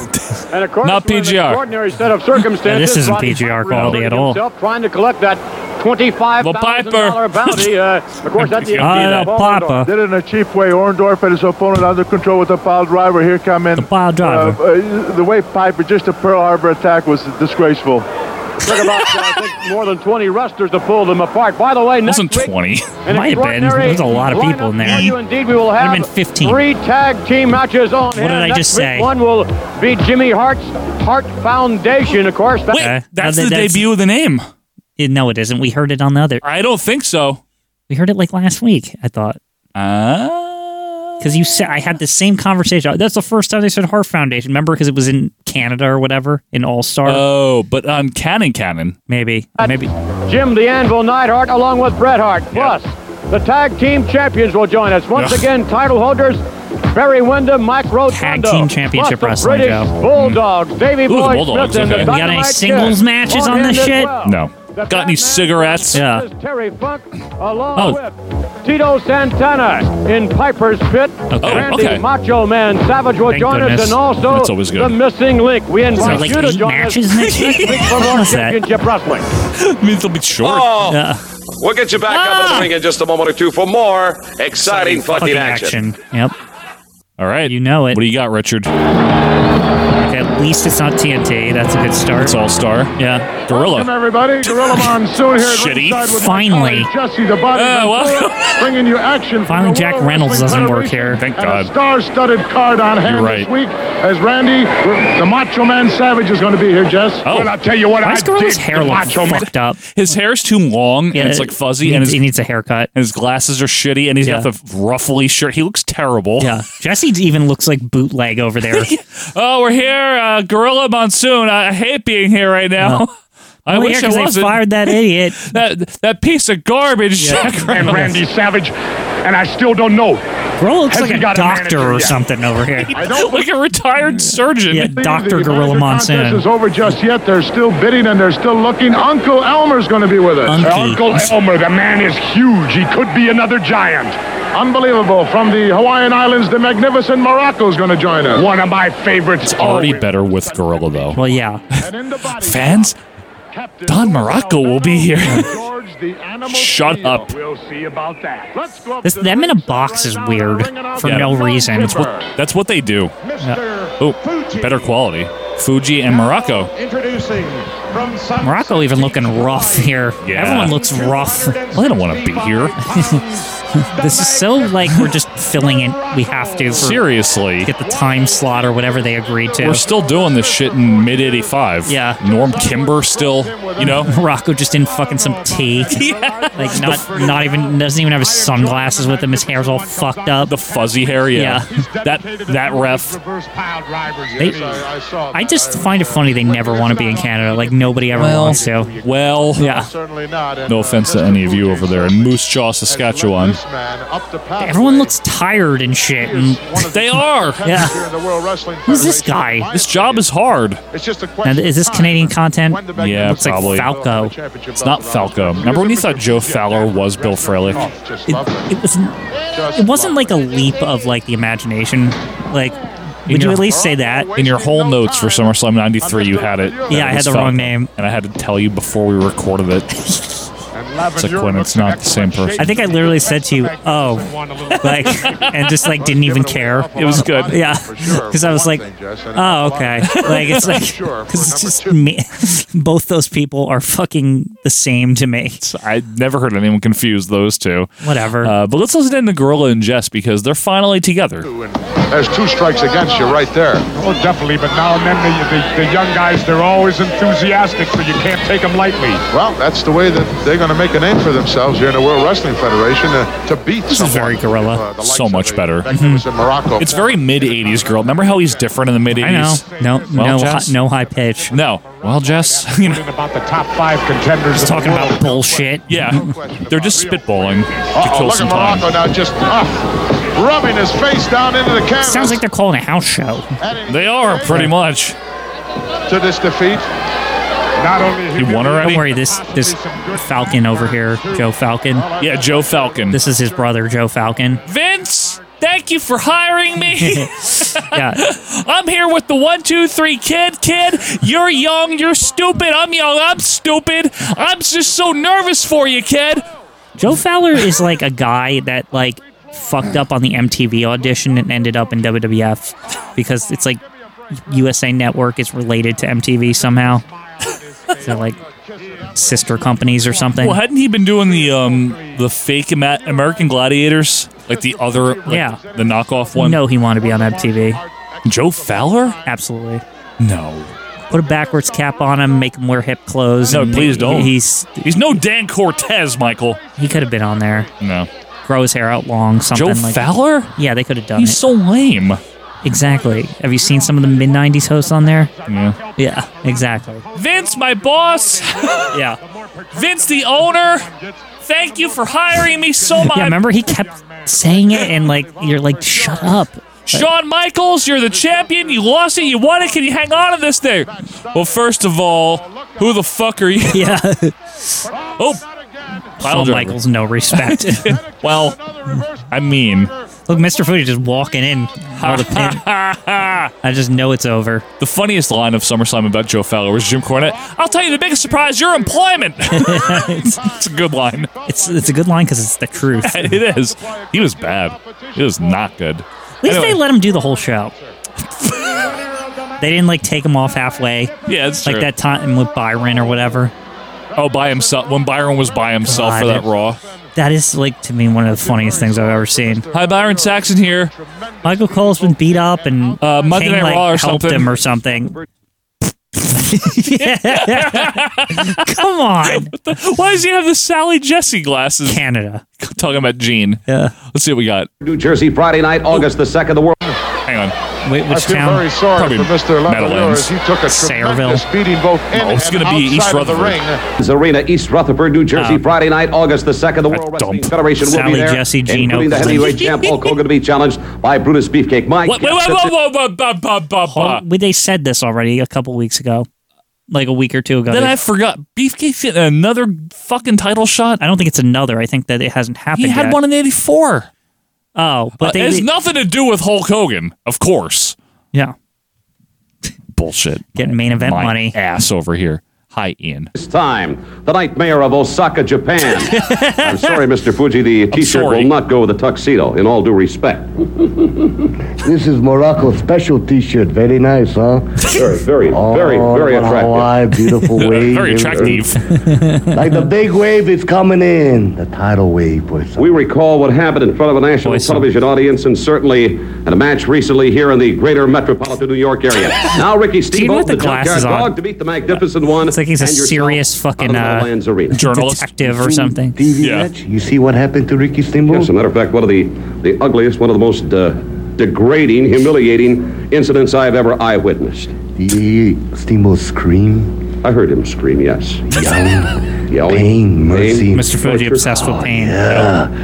Speaker 1: And of course,
Speaker 3: Not
Speaker 1: we're in an
Speaker 3: PGR.
Speaker 1: extraordinary set of circumstances.
Speaker 2: Yeah, this isn't
Speaker 1: Rodney
Speaker 2: PGR
Speaker 1: Piper
Speaker 2: quality at all.
Speaker 1: himself Trying to collect that twenty-five thousand dollar
Speaker 3: Well, Piper.
Speaker 2: *laughs*
Speaker 1: bounty. Uh, of course, that's the uh,
Speaker 3: Yeah,
Speaker 1: idea
Speaker 2: no,
Speaker 1: of all
Speaker 2: Papa.
Speaker 1: those.
Speaker 4: Did it in a cheap way. Orndorff had his opponent under control with a foul driver. Here come in.
Speaker 2: The pile driver.
Speaker 4: Uh, uh, the way Piper, just the Pearl Harbor attack was disgraceful.
Speaker 1: Took about, uh, I think, more than twenty wrestlers to pull them apart. By the way, next
Speaker 3: wasn't
Speaker 1: week,
Speaker 3: 20.
Speaker 1: an
Speaker 2: Might have been.
Speaker 1: extraordinary
Speaker 2: There's a lot of people in there.
Speaker 1: lineup for you. Indeed, we will have
Speaker 2: been 15.
Speaker 1: three tag team matches on. What
Speaker 2: did I just say?
Speaker 1: One will be Jimmy Hart's Hart Foundation, of course. That-
Speaker 3: Wait,
Speaker 2: Okay.
Speaker 3: that's
Speaker 2: No,
Speaker 3: the
Speaker 2: that- that's-
Speaker 3: debut of the name.
Speaker 2: Yeah, No, it isn't. We heard it on the other.
Speaker 3: I don't think so.
Speaker 2: We heard it like last week. I thought Ah.
Speaker 3: Uh,
Speaker 2: because you said I had the same conversation. That's the first time they said Heart Foundation. Remember because it was in Canada or whatever in All Star.
Speaker 3: oh, but on Cannon Cannon.
Speaker 2: maybe, maybe.
Speaker 1: Jim the Anvil Neidhart along with Bret Hart. Plus, the tag team champions will join us. Once
Speaker 3: Ugh.
Speaker 1: again, title holders Barry Windham, Mike Rotundo.
Speaker 2: Tag team championship
Speaker 1: plus the
Speaker 2: wrestling,
Speaker 1: British
Speaker 2: Joe.
Speaker 1: Bulldogs, Davey
Speaker 3: Mm. the
Speaker 1: Boy
Speaker 3: Bulldogs,
Speaker 1: Smith and
Speaker 3: okay.
Speaker 1: the
Speaker 3: We
Speaker 2: got any
Speaker 1: Dynamite
Speaker 2: singles
Speaker 1: Kid
Speaker 2: matches
Speaker 1: on
Speaker 2: on
Speaker 1: hand
Speaker 2: this
Speaker 1: as
Speaker 2: shit?
Speaker 1: well.
Speaker 3: No. Got any cigarettes? *laughs* Yeah. Oh.
Speaker 14: Terry Funk along with Tito Santana in Piper's Pit.
Speaker 3: Okay, Oh,
Speaker 14: Randy
Speaker 3: okay.
Speaker 14: Macho Man Savage will
Speaker 3: Thank
Speaker 14: join
Speaker 3: goodness.
Speaker 14: us, and also
Speaker 3: That's always good.
Speaker 14: the missing link. We
Speaker 3: Is there
Speaker 14: invite
Speaker 3: like
Speaker 14: you to
Speaker 3: eight
Speaker 14: join
Speaker 3: matches
Speaker 14: us
Speaker 3: next
Speaker 14: next
Speaker 3: week?
Speaker 14: week
Speaker 3: *laughs*
Speaker 14: for more
Speaker 3: What's that?
Speaker 14: championship wrestling.
Speaker 3: I mean, it'll be short.
Speaker 15: Oh.
Speaker 3: Yeah.
Speaker 15: We'll get you back
Speaker 3: Ah!
Speaker 15: up in the ring in just a moment or two for more exciting, fucking,
Speaker 3: Fucking
Speaker 15: action.
Speaker 2: Yep.
Speaker 3: All right. You
Speaker 2: know it.
Speaker 3: What do you got, Richard?
Speaker 2: At least it's not TNT. That's a good start. It's
Speaker 3: All Star.
Speaker 2: Yeah.
Speaker 1: *laughs*
Speaker 16: Welcome everybody, Gorilla Monsoon here. at
Speaker 2: Shitty.
Speaker 16: Ringside with my
Speaker 2: Finally.
Speaker 16: colleague Jesse the Body
Speaker 2: Uh,
Speaker 16: Ventura,
Speaker 2: welcome.
Speaker 16: bringing you action. from
Speaker 2: Finally,
Speaker 16: the
Speaker 2: Jack
Speaker 16: World
Speaker 2: Reynolds
Speaker 16: Wrestling
Speaker 2: doesn't work
Speaker 16: Federation
Speaker 2: here. Thank
Speaker 16: and
Speaker 2: God.
Speaker 16: A star-studded card on hand
Speaker 2: You're
Speaker 16: this
Speaker 2: right.
Speaker 16: week as Randy, the Macho Man Savage, is going to be here. Jess.
Speaker 3: Oh.
Speaker 16: Well, I'll tell you what,
Speaker 3: Why
Speaker 16: I
Speaker 3: does Gorilla's
Speaker 16: dig
Speaker 3: hair
Speaker 16: the
Speaker 3: look
Speaker 16: Macho Man.
Speaker 2: fucked up.
Speaker 3: His hair's too long
Speaker 2: Yeah,
Speaker 3: and it's like fuzzy
Speaker 2: he
Speaker 3: and
Speaker 2: needs-
Speaker 3: his,
Speaker 2: he needs a haircut.
Speaker 3: And his glasses are shitty and he's
Speaker 2: Yeah.
Speaker 3: got the ruffly shirt. He looks terrible. *laughs*
Speaker 2: Yeah. Jesse even looks like bootleg over there.
Speaker 3: oh, we're here, uh, Gorilla Monsoon. I hate being here right now.
Speaker 2: Well,
Speaker 3: I
Speaker 2: we're
Speaker 3: wish *laughs*
Speaker 2: here
Speaker 3: I
Speaker 2: 'cause they
Speaker 3: wasn't.
Speaker 2: fired that idiot.
Speaker 3: that that piece of garbage. *laughs* Jack
Speaker 16: and
Speaker 3: Reynolds.
Speaker 16: Randy Savage, and I still don't know.
Speaker 2: Gorilla looks
Speaker 16: Has
Speaker 2: like
Speaker 16: he
Speaker 2: a
Speaker 16: got a
Speaker 2: doctor
Speaker 16: manager
Speaker 2: or
Speaker 16: yet?
Speaker 2: something over
Speaker 16: *laughs*
Speaker 2: here.
Speaker 16: I don't
Speaker 3: like a retired surgeon.
Speaker 2: Yeah, Doctor
Speaker 16: The
Speaker 2: Gorilla
Speaker 16: manager contest
Speaker 2: Monsoon.
Speaker 16: is over just yet. They're still bidding and they're still looking. Uncle Elmer's going to be with us.
Speaker 2: Unky.
Speaker 16: Uncle Elmer, the man is huge. He could be another giant. Unbelievable. From the Hawaiian Islands, the magnificent Morocco's going to join us. One of my favorites.
Speaker 3: Already better with Gorilla though.
Speaker 2: Well, yeah.
Speaker 3: Fans, Don Morocco will be here. Shut up.
Speaker 16: We'll see about that. Let's go up
Speaker 2: This, them in a box is weird for
Speaker 3: Yeah.
Speaker 2: no reason.
Speaker 3: That's what, that's what they do. Oh, better quality. Fuji and Morocco.
Speaker 12: Introducing from San
Speaker 2: Morocco even looking rough here.
Speaker 3: Yeah.
Speaker 2: Everyone looks rough.
Speaker 3: Well, they don't want to be here.
Speaker 2: *laughs* this is so like we're just filling in. We have to. for-
Speaker 3: Seriously.
Speaker 2: Get the time slot or whatever they agreed to.
Speaker 3: We're still doing this shit in mid 85. Yeah. Norm Kimber still, you know?
Speaker 2: *laughs* Morocco just in fucking
Speaker 3: *laughs*
Speaker 2: some tea. Like not not even doesn't even have his sunglasses with him. His hair's all fucked up.
Speaker 3: The fuzzy hair, yeah. *laughs* That that ref.
Speaker 2: They, I just find it funny they never want to be in Canada. Like nobody ever
Speaker 3: Well-
Speaker 2: wants to.
Speaker 3: Well,
Speaker 2: yeah.
Speaker 3: No offense to any of you over there in Moose Jaw, Saskatchewan.
Speaker 2: Everyone looks tired and shit. And
Speaker 3: They are.
Speaker 2: Yeah. Who's this guy?
Speaker 3: This job is hard.
Speaker 16: It's just a
Speaker 2: Now, is this Canadian content?
Speaker 3: Yeah,
Speaker 2: looks
Speaker 3: probably.
Speaker 2: like Falco.
Speaker 3: It's not Falco. Remember when you thought Joe Fowler was Bill Frelick?
Speaker 2: It, it wasn't. It wasn't like a leap of like the imagination. Like, would you at least say that?
Speaker 3: In your whole notes for SummerSlam 93, you had it. that
Speaker 2: Yeah,
Speaker 3: it
Speaker 2: I had
Speaker 3: was
Speaker 2: the
Speaker 3: Falco.
Speaker 2: wrong name.
Speaker 3: And I had to tell you before we recorded it. *laughs* It's like when it's not the same person.
Speaker 2: I think I literally said to you, "Oh," like, and just like didn't even care.
Speaker 3: It was good.
Speaker 2: yeah, because I was like, "Oh, okay." Like it's like because it's just me. Both those people are fucking the same to me.
Speaker 3: I never heard anyone confuse those two.
Speaker 2: Whatever.
Speaker 3: Uh, but let's listen in to Gorilla and Jess because they're finally together.
Speaker 16: There's two strikes against you right there. Oh, definitely. But now and then, the, the, the young guys, they're always enthusiastic, so you can't take them lightly.
Speaker 17: Well, that's the way that they're going to make a name for themselves here in the World Wrestling Federation uh, to beat
Speaker 3: This is very
Speaker 16: Uh,
Speaker 3: gorilla. So much better. Mm-hmm.
Speaker 17: in Morocco.
Speaker 3: *laughs* It's very mid 80s girl. Remember how he's different in the mid
Speaker 2: I know.
Speaker 3: 80s?
Speaker 2: No,
Speaker 3: Well,
Speaker 2: no, hi,
Speaker 3: Jess?
Speaker 2: no high pitch.
Speaker 3: No. Well,
Speaker 2: *laughs*
Speaker 3: Jess, you know,
Speaker 16: About the top five contenders.
Speaker 2: Just
Speaker 16: in the
Speaker 2: talking
Speaker 16: world.
Speaker 2: about bullshit.
Speaker 3: yeah, they're just spitballing to
Speaker 16: Uh-oh,
Speaker 3: kill
Speaker 16: look
Speaker 3: some
Speaker 16: at
Speaker 3: time.
Speaker 16: Morocco now just uh, rubbing his face down into the canvas.
Speaker 2: Sounds like they're calling a house show.
Speaker 3: They are pretty much.
Speaker 16: to this defeat. Not only
Speaker 3: He won already.
Speaker 2: Don't worry, this this Falcon over here, Joe Falcon.
Speaker 3: Yeah, Joe Falcon.
Speaker 2: This is his brother, Joe Falcon.
Speaker 3: Vince, thank you for hiring *laughs* me.
Speaker 2: Yeah.
Speaker 3: I'm here with the one, two, three kid. Kid, you're young, you're stupid. I'm young, I'm stupid. I'm just so nervous for you, kid.
Speaker 2: Joe Fowler is like a guy that like fucked up on the MTV audition and ended up in WWF because it's like USA Network is related to MTV somehow. so like sister companies or something.
Speaker 3: Well, hadn't he been doing the um the fake Ama- American Gladiators, like the other, like,
Speaker 2: Yeah.
Speaker 3: the knockoff one?
Speaker 2: No, he wanted to be on MTV.
Speaker 3: Joe Fowler?
Speaker 2: Absolutely.
Speaker 3: No.
Speaker 2: Put a backwards cap on him, make him wear hip clothes.
Speaker 3: No,
Speaker 2: and
Speaker 3: please
Speaker 2: he-
Speaker 3: don't.
Speaker 2: He's
Speaker 3: He's no Dan Cortez, Michael.
Speaker 2: he could have been on there.
Speaker 3: No.
Speaker 2: Grow his hair out long, something
Speaker 3: Joe
Speaker 2: like
Speaker 3: Fowler?
Speaker 2: Yeah, they could have done
Speaker 3: He's
Speaker 2: it.
Speaker 3: so lame.
Speaker 2: Exactly. Have you seen some of the mid '90s hosts on there?
Speaker 3: Yeah.
Speaker 2: Yeah, exactly.
Speaker 3: Vince, my boss.
Speaker 2: Yeah.
Speaker 3: Vince, the owner. Thank you for hiring me so much.
Speaker 2: Yeah, remember he kept saying it, and like you're like, shut up. *laughs*
Speaker 3: Shawn Michaels, you're the champion. You lost it. You won it. Can you *laughs* hang on to this thing? Well, first of all, who the fuck are you?
Speaker 2: Yeah.
Speaker 3: Oh,
Speaker 2: Show Michaels no respect.
Speaker 3: *laughs*
Speaker 2: *laughs*
Speaker 3: well, I mean, *laughs*
Speaker 2: look, Mr. Fuji just walking in. out of the pin. I just know it's over.
Speaker 3: The funniest line of SummerSlam about Joe Fowler was Jim Cornette. I'll tell you the biggest surprise: your employment. *laughs* it's, it's a good line. *laughs*
Speaker 2: It's it's a good line because it's the truth.
Speaker 3: it is. He was bad. He was not good.
Speaker 2: At least they let him do the whole show. *laughs* they didn't like take him off halfway.
Speaker 3: Yeah, it's
Speaker 2: like
Speaker 3: true.
Speaker 2: that time with Byron or whatever.
Speaker 3: Oh, by himself. When Byron was by himself for
Speaker 2: God,
Speaker 3: that Raw.
Speaker 2: That is like to me one of the funniest things I've ever seen.
Speaker 3: Hi, Byron Saxon here.
Speaker 2: Michael Cole's been beat up and uh,
Speaker 3: Monday Night
Speaker 2: like,
Speaker 3: Raw or
Speaker 2: helped
Speaker 3: something.
Speaker 2: him or something.
Speaker 18: *laughs*
Speaker 2: *laughs* Come
Speaker 3: *laughs*
Speaker 2: on,
Speaker 3: Why does he have the Sally Jesse glasses?
Speaker 2: Canada.
Speaker 3: *laughs* Talking about Gene.
Speaker 2: Yeah.
Speaker 3: Let's see what we got.
Speaker 18: New Jersey, Friday night, August the 2nd, the World.
Speaker 3: Hang on.
Speaker 2: Wait,
Speaker 16: I feel very sorry
Speaker 3: Probably
Speaker 16: for Mr. Lavalier
Speaker 3: Meadowlands.
Speaker 16: as he took a tremendous beating both in
Speaker 3: No, Oh, it's
Speaker 16: and
Speaker 3: gonna be East
Speaker 16: outside of the
Speaker 3: Rutherford.
Speaker 16: ring.
Speaker 18: Arena, East Rutherford, New Jersey,
Speaker 3: Ah.
Speaker 16: Oh.
Speaker 18: Friday night, August the 2nd. The World Wrestling Federation will
Speaker 2: Sally
Speaker 18: be there,
Speaker 2: Jesse, Gene
Speaker 18: including the
Speaker 2: Oakland.
Speaker 18: heavyweight champ Hulk Hogan to be challenged by Brutus Beefcake Mike.
Speaker 3: Wait, wait, wait, whoa, whoa, whoa, bah, bah, bah, bah.
Speaker 2: Well, Oh, we- they said this already a couple weeks ago, like a week or two ago.
Speaker 3: Then
Speaker 2: They-
Speaker 3: I forgot. Beefcake hit another fucking title shot.
Speaker 2: I don't think it's another. I think that it hasn't happened.
Speaker 3: He had
Speaker 2: yet.
Speaker 3: one Uh, in '84.
Speaker 2: Oh, but
Speaker 3: it
Speaker 2: they,
Speaker 3: has
Speaker 2: they-
Speaker 3: nothing to do with Hulk Hogan, of course.
Speaker 2: yeah,
Speaker 3: Bullshit.
Speaker 2: getting main event
Speaker 3: My
Speaker 2: money.
Speaker 3: ass over here. Hi, Ian.
Speaker 18: This time, the night mayor of Osaka,
Speaker 2: *laughs*
Speaker 18: Japan. I'm sorry, Mr. Fuji, the T-shirt will not go with the tuxedo. In all due respect,
Speaker 19: This is Morocco's special T-shirt. Very nice, huh?
Speaker 18: very, very, very, very
Speaker 19: Oh,
Speaker 18: attractive.
Speaker 19: why, beautiful wave.
Speaker 18: Very attractive.
Speaker 19: like the big wave is coming in. The tidal wave, boys.
Speaker 18: We recall what happened in front of a national television audience and certainly at a match recently here in the greater metropolitan New York
Speaker 2: *laughs*
Speaker 18: area. now Ricky
Speaker 2: Dude
Speaker 18: Stevo,
Speaker 2: with the glasses
Speaker 18: junkyard
Speaker 2: on.
Speaker 18: dog to beat the magnificent one.
Speaker 2: It's like he's a
Speaker 18: and yourself
Speaker 2: serious
Speaker 18: out of
Speaker 2: fucking
Speaker 18: the
Speaker 2: uh,
Speaker 18: Meadowlands Arena.
Speaker 2: detective or something.
Speaker 19: TV match. You see what happened to Ricky Steamboat?
Speaker 18: Yes, as a matter of fact, one of the, the ugliest, one of the most uh, degrading, humiliating incidents I've ever eyewitnessed.
Speaker 19: Did you hear Steamboat scream?
Speaker 18: I heard him
Speaker 19: *laughs*
Speaker 18: scream, yes. Yelling. Yelling.
Speaker 19: Pain, mercy.
Speaker 2: Mr. Fuji obsessed
Speaker 18: Oh,
Speaker 2: with pain.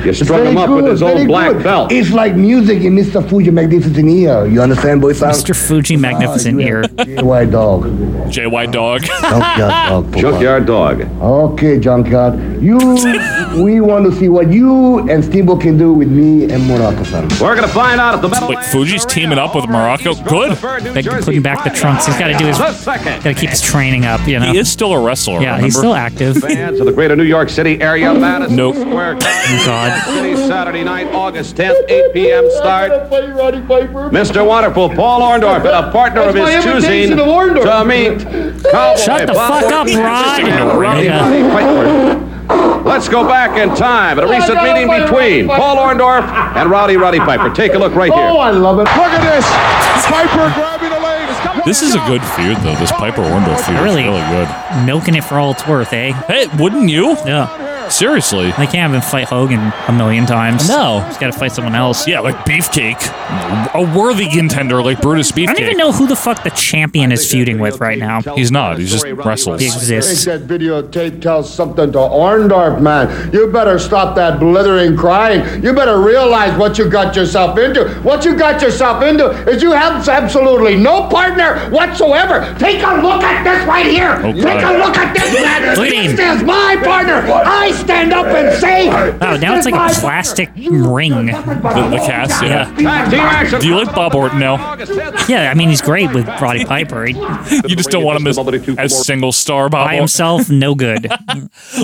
Speaker 18: You strung him up with his own
Speaker 19: very
Speaker 18: black
Speaker 19: good.
Speaker 18: belt.
Speaker 19: It's like music in Mr. Fuji Magnificent Ear. You understand, boy? Sound?
Speaker 2: Mr. Fuji, magnificent ear.
Speaker 19: JY Dog.
Speaker 3: JY Dog. *laughs*
Speaker 19: Junkyard Dog.
Speaker 18: Junkyard dog.
Speaker 19: Okay, Junkyard. You, we want to see what you and Steamboat can do with me and Morocco-san.
Speaker 18: We're going to find out if the metal.
Speaker 3: Wait, Fuji's teaming up with Morocco. Good.
Speaker 2: Big- putting back the trunks. He's got to do his. Got to keep his training up. You know.
Speaker 3: He is still a wrestler.
Speaker 2: yeah, he's still
Speaker 3: remember?
Speaker 2: active.
Speaker 18: Fans of the greater New York City area, Madison
Speaker 3: Nope.
Speaker 18: Square
Speaker 2: God.
Speaker 18: City,
Speaker 5: *laughs*
Speaker 18: Saturday night, August 10th, 8 p.m. start. Mr. Wonderful, Paul Orndorff, and a partner of
Speaker 5: That's
Speaker 18: his
Speaker 5: my
Speaker 18: choosing
Speaker 5: imitation of Orndorff.
Speaker 18: to meet Cowboy
Speaker 2: Shut the
Speaker 18: Bob
Speaker 2: fuck up,
Speaker 18: Orton,
Speaker 2: Rod.
Speaker 18: and Roddy
Speaker 2: Yeah.
Speaker 18: Roddy Piper. Let's go back in time
Speaker 5: Oh,
Speaker 18: at a recent meeting between Paul Orndorff and Roddy Roddy Piper. Take a look right here.
Speaker 17: Oh, I love it. Look at this. Piper grabbing the legs.
Speaker 3: This is a good feud, though. This Piper Orndorff feud
Speaker 2: Really?
Speaker 3: is really good.
Speaker 2: Milking it for all it's worth, eh?
Speaker 3: Hey, wouldn't you?
Speaker 2: Yeah.
Speaker 3: Seriously.
Speaker 2: They can't have him fight Hogan a million times.
Speaker 3: No.
Speaker 2: He's got to fight someone else.
Speaker 3: Yeah, like Beefcake. A worthy contender like Brutus Beefcake.
Speaker 2: I don't even know who the fuck the champion is feuding with right now.
Speaker 3: He's not. He just wrestles.
Speaker 2: He exists.
Speaker 17: Think that videotape tells something to Orndorff, man. You better stop that blithering crying. You better realize what you got yourself into. What you got yourself into is you have absolutely no partner whatsoever. Take a look at this right here.
Speaker 3: Oh,
Speaker 17: Take
Speaker 3: God.
Speaker 17: a look at this man.
Speaker 2: Clean.
Speaker 17: This is my partner. I stand up and say.
Speaker 2: Wow, now it's like a plastic ring.
Speaker 3: The, the cast, yeah.
Speaker 18: Tag team action.
Speaker 3: Do you like Bob Orton now?
Speaker 2: Yeah, I mean, he's great with Roddy Piper. He-
Speaker 3: You just don't want him as, as single star Bob
Speaker 2: by
Speaker 3: Orton.
Speaker 2: himself, no good.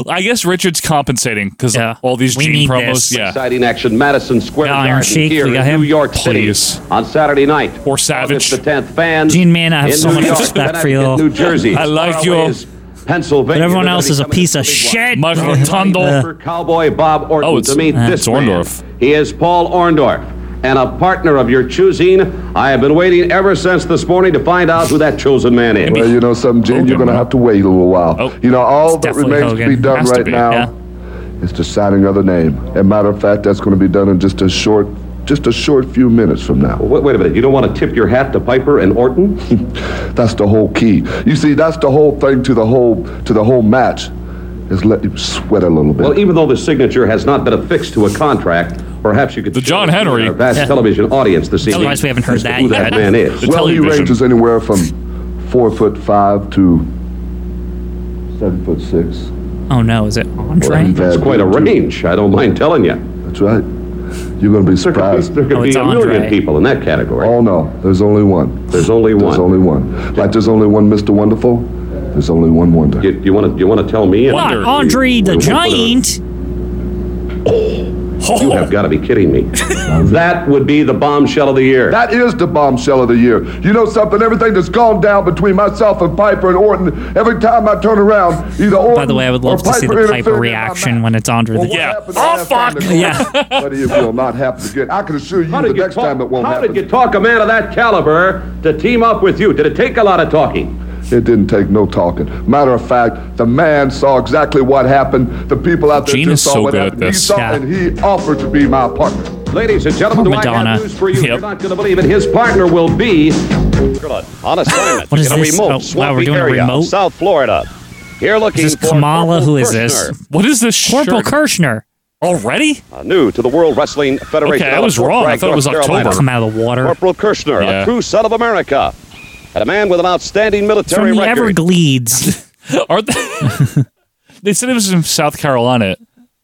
Speaker 3: I guess Richard's compensating because all these
Speaker 2: We
Speaker 3: Gene
Speaker 2: need
Speaker 3: promos.
Speaker 2: this.
Speaker 3: Yeah.
Speaker 18: Exciting action, Madison Square
Speaker 2: Got Iron
Speaker 18: Garden
Speaker 2: Sheik,
Speaker 18: here
Speaker 2: we got
Speaker 18: in
Speaker 2: him.
Speaker 18: New York City
Speaker 3: Please.
Speaker 18: on Saturday night.
Speaker 3: Or Savage.
Speaker 18: August the 10th, fans.
Speaker 2: Gene, man, I have
Speaker 18: in
Speaker 2: so
Speaker 18: New
Speaker 2: much
Speaker 18: York,
Speaker 2: respect for you.
Speaker 18: Connecticut, New Jersey.
Speaker 3: I like
Speaker 18: Far
Speaker 3: you.
Speaker 18: away is Pennsylvania.
Speaker 2: But everyone
Speaker 18: They're
Speaker 2: else
Speaker 18: gonna
Speaker 2: is a
Speaker 18: be coming
Speaker 2: piece
Speaker 18: up
Speaker 2: of
Speaker 18: with a big
Speaker 2: shit.
Speaker 18: one.
Speaker 3: Michael
Speaker 2: Yeah.
Speaker 3: Rotundo.
Speaker 18: For Cowboy Bob Orton
Speaker 3: Oh, it's-
Speaker 18: to meet
Speaker 2: uh,
Speaker 18: this
Speaker 3: it's Orndorff.
Speaker 18: man. He is Paul Orndorff. And a partner of your choosing. I have been waiting ever since this morning to find out who that chosen man is.
Speaker 17: Well, you know something, Gene, you're going to have to wait a little while.
Speaker 3: Oh.
Speaker 17: you know, all
Speaker 2: It's
Speaker 17: that
Speaker 2: definitely
Speaker 17: remains to be
Speaker 2: Hogan.
Speaker 17: done
Speaker 2: Has to
Speaker 17: right
Speaker 2: be,
Speaker 17: now is the signing of the name. And matter of fact, that's going to be done in just a short, just a short few minutes from now.
Speaker 18: Wait, wait a minute. You don't want to tip your hat to Piper and Orton?
Speaker 17: That's the whole key. You see, that's the whole thing to the whole to the whole match is let you sweat a little bit.
Speaker 18: Well, even though the signature has not been affixed to a contract, perhaps you could.
Speaker 3: The John
Speaker 18: show
Speaker 3: Henry.
Speaker 18: Our vast television audience this evening.
Speaker 2: Otherwise, we haven't heard
Speaker 18: as to
Speaker 2: that
Speaker 18: Who that
Speaker 2: yet.
Speaker 18: man is.
Speaker 3: The
Speaker 17: well, he
Speaker 3: television.
Speaker 17: ranges anywhere from four foot five to seven foot six.
Speaker 2: Oh no, is it Andre?
Speaker 18: That's quite a range, I don't mind telling you.
Speaker 17: That's right. You're going to be surprised.
Speaker 18: There could
Speaker 2: Oh,
Speaker 18: be a million people in that category.
Speaker 17: Oh no, there's only one.
Speaker 18: There's only one.
Speaker 17: There's only one. Like there's only one Mr. Wonderful. There's only one wonder.
Speaker 18: You, you want to you want to tell me?
Speaker 2: What,
Speaker 18: Under-
Speaker 2: Andre the
Speaker 18: we- we-
Speaker 2: Giant? Oh.
Speaker 18: You have got to be
Speaker 17: *laughs*
Speaker 18: kidding me. that would be the bombshell of the year.
Speaker 17: That is the bombshell of the year. You know something? Everything that's gone down between myself and Piper and Orton, every time I turn around, either Orton
Speaker 2: By the way, I would love
Speaker 17: or
Speaker 2: to see the Piper
Speaker 17: interfered in
Speaker 2: reaction when it's Andre the
Speaker 17: what
Speaker 18: Oh,
Speaker 2: Giant.
Speaker 17: happened last time that
Speaker 2: Yeah.
Speaker 17: it- But it will not happen again. I can assure you the next time it won't
Speaker 18: How
Speaker 17: happen.
Speaker 18: did you talk a man of that caliber to team up with you? Did it take a lot of talking?
Speaker 17: It didn't take no talking. Matter of fact, the man saw exactly what happened. The people out there
Speaker 18: Gene
Speaker 17: just
Speaker 18: is
Speaker 17: saw
Speaker 18: so
Speaker 17: what
Speaker 18: good at
Speaker 17: happened.
Speaker 18: this.
Speaker 17: He saw
Speaker 18: Yeah.
Speaker 17: and he offered to be my partner.
Speaker 18: Ladies and gentlemen, do I have news for you? You're not going to believe it. His partner will be on
Speaker 2: *gasps*
Speaker 18: assignment
Speaker 2: What is
Speaker 18: in a
Speaker 2: this?
Speaker 18: remote
Speaker 2: Oh, wow,
Speaker 18: swampy
Speaker 2: we're doing a
Speaker 18: area of
Speaker 2: remote?
Speaker 18: South Florida. Here looking
Speaker 2: Is this
Speaker 18: for
Speaker 2: Kamala?
Speaker 18: Corporal
Speaker 2: Who is this?
Speaker 18: Kirshner.
Speaker 3: What is this?
Speaker 2: Corporal
Speaker 18: shirt?
Speaker 2: Kirshner. Already?
Speaker 18: Uh, new to the World Wrestling Federation.
Speaker 3: Okay, I
Speaker 18: out of
Speaker 3: was
Speaker 18: Fort
Speaker 3: wrong. I
Speaker 18: Bragg,
Speaker 3: thought it was
Speaker 18: North Carolina.
Speaker 3: October. Come out
Speaker 2: of the water.
Speaker 18: Corporal Kirshner,
Speaker 3: Yeah.
Speaker 18: a true son of America, and a man with an outstanding military
Speaker 2: From the
Speaker 18: record. *laughs*
Speaker 2: Everglades.
Speaker 3: Are they? *laughs* they said it was from South Carolina,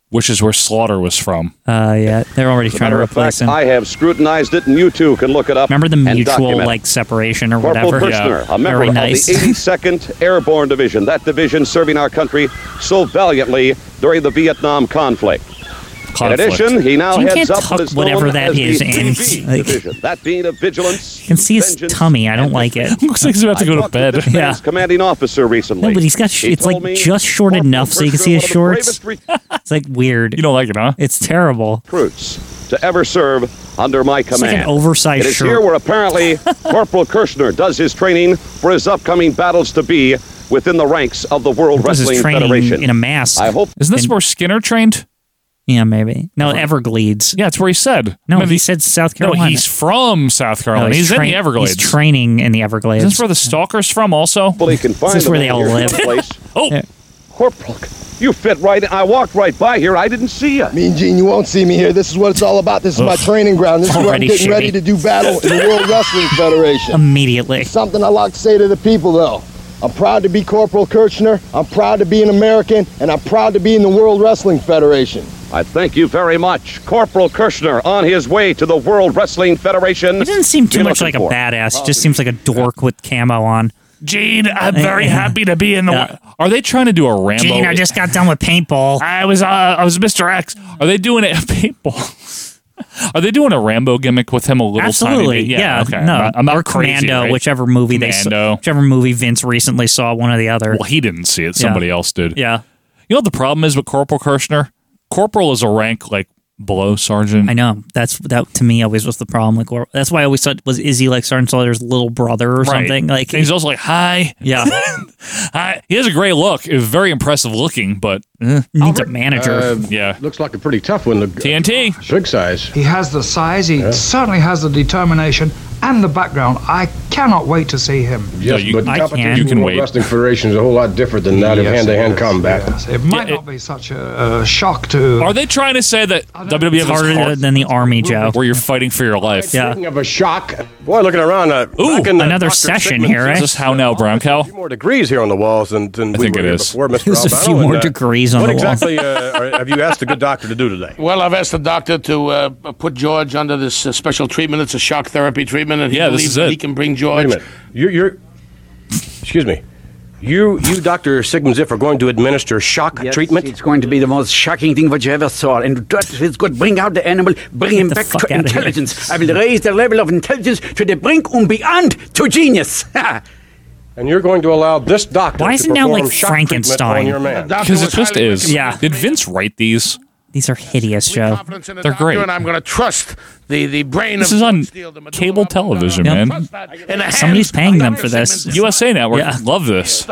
Speaker 3: which is where Slaughter was from.
Speaker 2: Uh, yeah, they're already
Speaker 18: As a
Speaker 2: trying to
Speaker 18: matter of
Speaker 2: replace
Speaker 18: fact,
Speaker 2: him.
Speaker 18: I have scrutinized it, and you too can look it up.
Speaker 2: Remember the
Speaker 18: and
Speaker 2: mutual
Speaker 18: document it.
Speaker 2: like separation or
Speaker 18: Corporal
Speaker 2: whatever?
Speaker 18: Kirshner, a member
Speaker 2: Very
Speaker 18: of the
Speaker 2: nice.
Speaker 18: 82nd Airborne Division, that division serving our country so valiantly during the Vietnam conflict.
Speaker 2: Conflict.
Speaker 18: In addition, he now
Speaker 2: You
Speaker 18: heads
Speaker 2: can't
Speaker 18: up
Speaker 2: tuck
Speaker 18: what is
Speaker 2: whatever
Speaker 18: known
Speaker 2: that
Speaker 18: as
Speaker 2: is
Speaker 18: the
Speaker 2: in.
Speaker 18: VV
Speaker 2: Like-
Speaker 18: division, that being a vigilance.
Speaker 2: You *laughs* can see his tummy. I don't like it.
Speaker 3: Looks like he's about to go to bed.
Speaker 2: Yeah.
Speaker 18: Commanding officer recently.
Speaker 2: No, but he's got. Sh-
Speaker 18: He
Speaker 2: it's
Speaker 18: told
Speaker 2: like
Speaker 18: me
Speaker 2: just short enough so you can see his shorts. It's like weird. You
Speaker 3: don't like it, huh?
Speaker 2: It's terrible.
Speaker 18: recruits to ever serve under my
Speaker 2: like
Speaker 18: command.
Speaker 2: an oversized
Speaker 18: It is
Speaker 2: shirt.
Speaker 18: here where
Speaker 2: *laughs*
Speaker 18: apparently Corporal Kirshner does his training for his upcoming battles to be within the ranks of the World
Speaker 2: Does his
Speaker 18: Wrestling
Speaker 2: training
Speaker 18: Federation.
Speaker 2: in a mask.
Speaker 18: I hope
Speaker 3: Isn't this where Skinner trained?
Speaker 2: Yeah, maybe. No, Everglades.
Speaker 3: Yeah, it's where he said.
Speaker 2: No,
Speaker 3: Maybe-
Speaker 2: he said South Carolina.
Speaker 3: No, he's from South Carolina. he's
Speaker 2: train-
Speaker 3: in the Everglades.
Speaker 2: He's training in the Everglades.
Speaker 3: Is this where the stalker's from also?
Speaker 18: Well, he can
Speaker 2: This is where they all live. *laughs*
Speaker 3: oh,
Speaker 18: Corporal, you fit right in. I walked right by here. I didn't see you.
Speaker 20: Mean Gene, you won't see me here. This is what it's all about. This is my
Speaker 18: Ugh.
Speaker 20: training ground. This is where I'm
Speaker 2: Already
Speaker 20: getting
Speaker 2: shitty.
Speaker 20: ready to do battle in the World Wrestling Federation.
Speaker 2: Immediately.
Speaker 20: Something I like to say to the people, though. I'm proud to be Corporal Kirchner. I'm proud to be an American, and I'm proud to be in the World Wrestling Federation.
Speaker 18: I thank you very much. Corporal Kirshner on his way to the World Wrestling Federation. He
Speaker 2: doesn't seem too much like a badass. He just seems like a dork with camo on. Eh,
Speaker 3: Gene, I'm very happy to be in the. Are they trying to do a Rambo?
Speaker 2: Gene, I just got done with paintball.
Speaker 3: I was uh, I was Mr. X. Are they doing it? Paintball. *laughs* Are they doing a Rambo gimmick with him a little
Speaker 2: Absolutely,
Speaker 3: tiny bit?
Speaker 2: yeah.
Speaker 3: okay.
Speaker 2: No,
Speaker 3: I'm not, I'm not
Speaker 2: or
Speaker 3: crazy,
Speaker 2: Commando,
Speaker 3: right?
Speaker 2: whichever movie they,
Speaker 3: Commando.
Speaker 2: saw, whichever movie Vince recently saw, one or the other.
Speaker 3: Well, he didn't see it.
Speaker 2: Yeah.
Speaker 3: Somebody else did.
Speaker 2: Yeah.
Speaker 3: You know what the problem is with Corporal Kirshner? Corporal is a rank like below sergeant.
Speaker 2: I know that's that to me always was the problem. Like, or, that's why I always thought was is he like Sergeant Slaughter's little brother or something? Like,
Speaker 3: And he's also like hi.
Speaker 2: yeah,
Speaker 3: *laughs* Hi. He has a great look. He's very impressive looking, but eh.
Speaker 2: needs a manager.
Speaker 3: yeah,
Speaker 21: looks like a pretty tough one. The
Speaker 3: TNT
Speaker 21: big size. He has the size. He certainly has the determination and the background. I cannot wait to see him.
Speaker 3: Yes,
Speaker 21: you, but
Speaker 3: I can. You can wait.
Speaker 21: Wrestling Federation is a whole lot different than that Yes, of it hand-to-hand is. combat. It might not be such a, a shock to.
Speaker 3: Are they trying to say that WWF is
Speaker 21: It's harder
Speaker 3: hard-
Speaker 2: than the army, Joe?
Speaker 3: Where you're fighting for your life?
Speaker 21: Speaking of a shock, boy, looking around. Uh,
Speaker 3: Ooh,
Speaker 21: back in the
Speaker 3: another
Speaker 21: Dr.
Speaker 3: session
Speaker 21: Sigmund's-
Speaker 3: here, eh? right? Is this how now, Brown Cow?
Speaker 21: More degrees here on the walls than, than we
Speaker 3: think
Speaker 21: were
Speaker 3: it
Speaker 21: here
Speaker 3: is.
Speaker 21: before, Mr.
Speaker 2: There's a
Speaker 21: Albano,
Speaker 2: few
Speaker 21: and,
Speaker 2: more
Speaker 21: uh,
Speaker 2: degrees on
Speaker 21: What
Speaker 2: the wall.
Speaker 21: exactly uh, are- have you asked the good doctor to do today?
Speaker 12: Well, I've asked the doctor to uh, put George under this uh, special treatment. It's a shock therapy treatment, and he
Speaker 21: Yeah, this
Speaker 12: believes
Speaker 21: is
Speaker 12: that
Speaker 21: it.
Speaker 12: he can bring
Speaker 21: Wait a
Speaker 12: George.
Speaker 21: minute. You're, you're excuse me. You, you, Doctor Sigmund Ziff, are going to administer shock treatment.
Speaker 22: It's going to be the most shocking thing what you ever saw. And that is good. Bring out the animal. Bring him back to
Speaker 2: outta here.
Speaker 22: intelligence. I will raise the level of intelligence to the brink and beyond to
Speaker 2: *laughs*
Speaker 22: genius.
Speaker 21: And you're going to allow this doctor.
Speaker 2: Why
Speaker 21: to
Speaker 2: is it now
Speaker 21: perform
Speaker 2: like
Speaker 21: shock treatment On
Speaker 2: Frankenstein?
Speaker 21: your man.
Speaker 3: Because it just is.
Speaker 2: Yeah.
Speaker 3: Did Vince write these?
Speaker 2: These are hideous, Joe.
Speaker 12: They're
Speaker 3: great.
Speaker 12: And I'm going to trust the, the brain
Speaker 3: This
Speaker 12: of
Speaker 3: is on cable television,
Speaker 2: Yep.
Speaker 3: man.
Speaker 12: in the
Speaker 2: Somebody's paying them for this.
Speaker 3: USA Network.
Speaker 2: Yeah.
Speaker 3: Love this.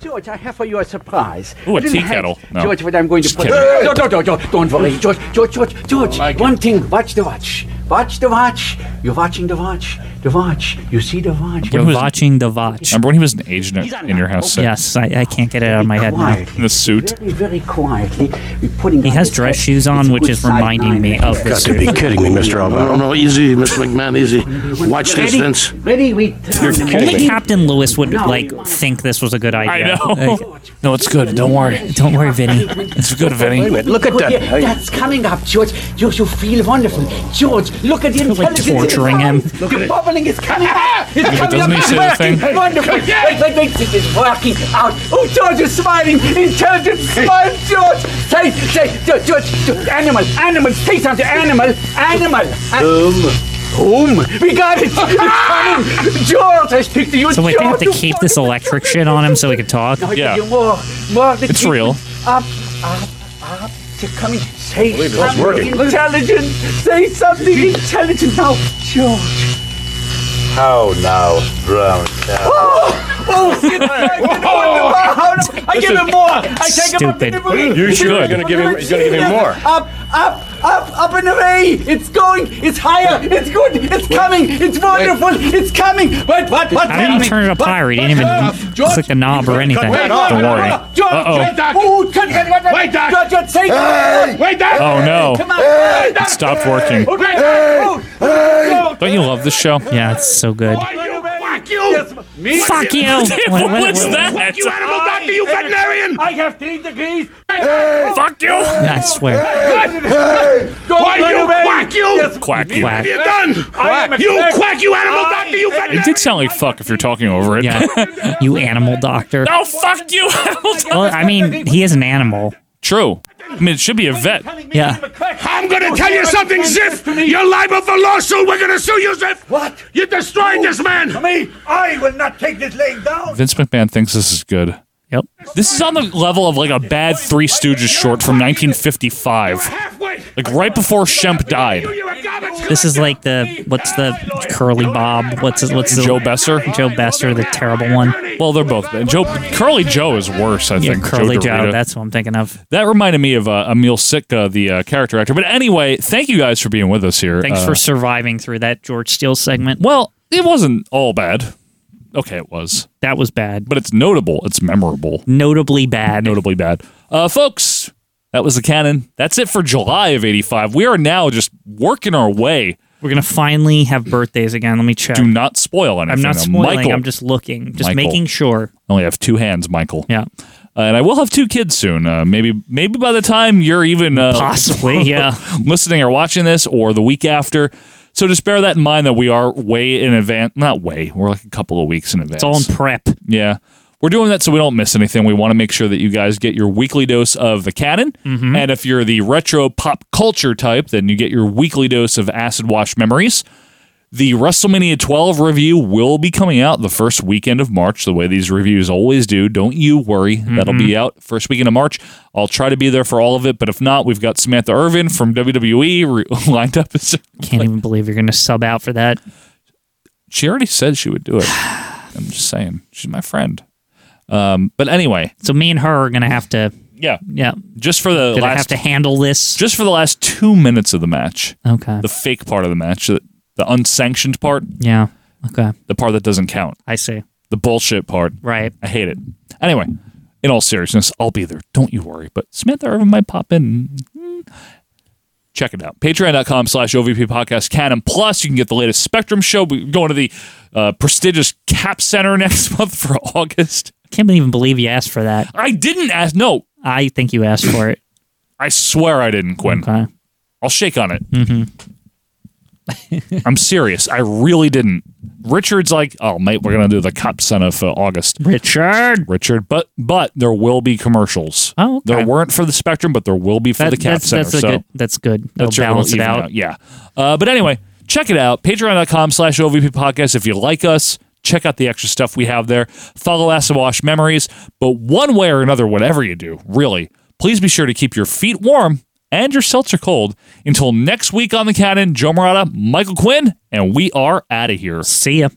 Speaker 22: George, I have for you a surprise.
Speaker 3: Ooh, a
Speaker 22: I didn't
Speaker 3: tea
Speaker 22: have-
Speaker 3: kettle. No.
Speaker 22: George, what I'm going
Speaker 3: Just
Speaker 22: to put.
Speaker 3: kidding.
Speaker 22: No, no, no, no, don't worry. George, George, George, George. one thing, watch the watch. Watch the watch. You're watching the watch. The watch. You see the watch.
Speaker 2: You're watching the watch.
Speaker 3: Remember when he was an agent at- in your house?
Speaker 2: Yes, I, I can't get it out of my head now.
Speaker 3: In the suit.
Speaker 22: Very, very quietly. We're putting
Speaker 2: He has dress shoes on, which is reminding me of
Speaker 12: Got
Speaker 2: this.
Speaker 12: to be kidding me, Mr. Alvaro. No, no, easy, Mr. McMahon, easy. Watch this,
Speaker 2: Ready?
Speaker 12: Vince.
Speaker 22: Ready? We
Speaker 12: You're kidding
Speaker 2: Only
Speaker 12: me.
Speaker 2: Captain Lewis would like think this was a good idea.
Speaker 3: know.
Speaker 2: Like, no, it's good. Don't worry. Don't worry, Vinny. it's
Speaker 3: good, Vinny.
Speaker 22: Look at that. That's coming up, George. George, you feel wonderful. George, look at the intelligence.
Speaker 2: torturing him.
Speaker 22: Look the bubbling is coming up. It's
Speaker 2: Yeah, but
Speaker 22: coming
Speaker 2: doesn't
Speaker 22: up.
Speaker 2: he say the
Speaker 12: *laughs*
Speaker 22: it's working.
Speaker 2: thing?
Speaker 22: Wonderful. Wait, wait, wait. This is working out. Oh, George is smiling. Intelligent smile, George. Say, say, George, George, George. Animal, animal. Say something. Animal, animal. Um. Home. We got it. It's coming. George, I speak to you.
Speaker 2: So wait,
Speaker 22: George,
Speaker 2: they have to
Speaker 22: you
Speaker 2: keep this electric shit on him so he can talk.
Speaker 22: now I give you more, more. of the
Speaker 2: It's
Speaker 22: treatment.
Speaker 2: real.
Speaker 22: Up, up, up. To come in. Say
Speaker 2: Believe it, it's
Speaker 22: something
Speaker 2: working.
Speaker 22: intelligent. Say something intelligent now, George.
Speaker 7: How now, brown cow?
Speaker 22: Oh, oh, it's working.
Speaker 2: Oh.
Speaker 22: Wonderful. I give him more. I take him up in the
Speaker 7: Stupid.
Speaker 22: moon.
Speaker 7: You should. You're gonna give him- you're gonna give him more.
Speaker 22: Up, up. Up, up and away! It's going! It's higher! It's good! It's coming! It's wonderful! It's coming! Wait, what? What?
Speaker 2: How did he turn it up higher? He didn't even click the knob or anything.
Speaker 22: Wait, no,
Speaker 2: Don't
Speaker 22: no,
Speaker 2: worry.
Speaker 22: no, no. George,
Speaker 2: Uh oh.
Speaker 22: Ooh, cut, cut, cut, cut. Wait, George, George, say
Speaker 2: Hey!
Speaker 22: Wait, Doc.
Speaker 3: Oh, no.
Speaker 22: Come on.
Speaker 3: It stopped working.
Speaker 22: Oh, great. Oh, oh,
Speaker 3: Don't you love this show?
Speaker 2: Yeah, it's so good.
Speaker 22: Fuck you! Me?
Speaker 2: Fuck
Speaker 22: *laughs*
Speaker 2: you.
Speaker 3: *laughs*
Speaker 2: What- what- What's that?
Speaker 22: Fuck you, animal doctor, you veterinarian! I have three degrees!
Speaker 3: Fuck you!
Speaker 2: I swear.
Speaker 22: Why you
Speaker 12: Quack you!
Speaker 3: Quack you.
Speaker 12: Quack. You're done! You quack, you animal doctor, you veterinarian!
Speaker 3: It did sound like fuck if you're talking over it.
Speaker 2: Yeah. you animal doctor.
Speaker 3: *laughs* No, fuck you, animal doctor!
Speaker 2: Well, I mean, he is an animal.
Speaker 3: True. I mean, it should be a vet.
Speaker 2: Yeah.
Speaker 12: I'm gonna tell you something, Ziff! You're liable for lawsuit! We're gonna sue you, Ziff! What? You destroyed this man! Me? I will not take this laying down!
Speaker 3: Vince McMahon thinks this is good.
Speaker 2: Yep.
Speaker 3: This is on the level of like a bad Three Stooges short from 1955. Like right before Shemp died.
Speaker 2: This is like the what's the curly bob? What's his, what's the,
Speaker 3: Joe Besser?
Speaker 2: Joe Besser, the terrible one.
Speaker 3: Well, they're both bad. Joe Curly Joe is worse, I
Speaker 2: Yeah,
Speaker 3: think.
Speaker 2: Curly Joe,
Speaker 3: Dorito.
Speaker 2: that's what I'm thinking of.
Speaker 3: That reminded me of uh, Emil Sitka, the uh, character actor. But anyway, thank you guys for being with us here.
Speaker 2: Thanks
Speaker 3: Uh,
Speaker 2: for surviving through that George Steele segment.
Speaker 3: Well, it wasn't all bad. Okay, it was.
Speaker 2: That was bad.
Speaker 3: But it's notable. It's memorable.
Speaker 2: Notably bad.
Speaker 3: Notably bad. Uh, folks, that was the canon. That's it for July of 85. We are now just working our way.
Speaker 2: We're going to finally have birthdays again. Let me check.
Speaker 3: Do not spoil anything.
Speaker 2: I'm not
Speaker 3: though.
Speaker 2: spoiling.
Speaker 3: Michael,
Speaker 2: I'm just looking, just
Speaker 3: Michael.
Speaker 2: making sure.
Speaker 3: I only have two hands, Michael.
Speaker 2: Yeah.
Speaker 3: Uh, and I will have two kids soon. Uh, maybe, maybe by the time you're even uh,
Speaker 2: Possibly, yeah.
Speaker 3: *laughs* listening or watching this, or the week after. So just bear that in mind that we are way in advance. Not way. We're like a couple of weeks in advance.
Speaker 2: It's all in prep.
Speaker 3: Yeah. We're doing that so we don't miss anything. We want to make sure that you guys get your weekly dose of the canon.
Speaker 2: Mhm.
Speaker 3: And if you're the retro pop culture type, then you get your weekly dose of acid wash memories. The WrestleMania 12 review will be coming out the first weekend of March, the way these reviews always do. Don't you worry. That'll be out first weekend of March. I'll try to be there for all of it, but if not, we've got Samantha Irvin from WWE re- *laughs* lined up. As,
Speaker 2: Can't even believe you're going to sub out for that.
Speaker 3: she already said she would do it. *sighs* I'm just saying. She's my friend. Um, but anyway,
Speaker 2: So me and her are going to have to.
Speaker 3: Yeah.
Speaker 2: Yeah.
Speaker 3: Just for the
Speaker 2: Did I
Speaker 3: last
Speaker 2: have to handle this?
Speaker 3: just for the last two minutes of the match.
Speaker 2: Okay.
Speaker 3: The fake part of the match, the, the unsanctioned part,
Speaker 2: Yeah. Okay.
Speaker 3: the part that doesn't count.
Speaker 2: I see.
Speaker 3: The bullshit part.
Speaker 2: Right.
Speaker 3: I hate it. Anyway, in all seriousness, I'll be there. Don't you worry. But Samantha Irvin might pop in. Hmm. Check it out. Patreon.com slash OVP podcast canon plus. You can get the latest Spectrum show. We're going to the uh, prestigious Cap Center *laughs* next month for August.
Speaker 2: Can't even believe you asked for that.
Speaker 3: I didn't ask. No,
Speaker 2: I think you asked for it.
Speaker 3: I swear I didn't, Quinn.
Speaker 2: Okay.
Speaker 3: I'll shake on it.
Speaker 2: hmm
Speaker 3: *laughs* I'm serious. I really didn't. Richard's like, oh mate, we're gonna do the Cup Center for August.
Speaker 2: Richard,
Speaker 3: Richard, but but there will be commercials.
Speaker 2: Oh, okay.
Speaker 3: there weren't for the Spectrum, but there will be for
Speaker 2: That-
Speaker 3: the Cap
Speaker 2: that's,
Speaker 3: Center.
Speaker 2: that's a
Speaker 3: so
Speaker 2: good. That's good. That'll
Speaker 3: that's
Speaker 2: balance it out.
Speaker 3: Yeah. Uh, but anyway, check it out. Patreon.com slash OVP podcast. If you like us, check out the extra stuff we have there. Follow Acid Wash Memories. But one way or another, whatever you do, really, please be sure to keep your feet warm and your seltzer cold until next week on The Cannon. Joe Morata, Michael Quinn, and we are out of here.
Speaker 2: See ya.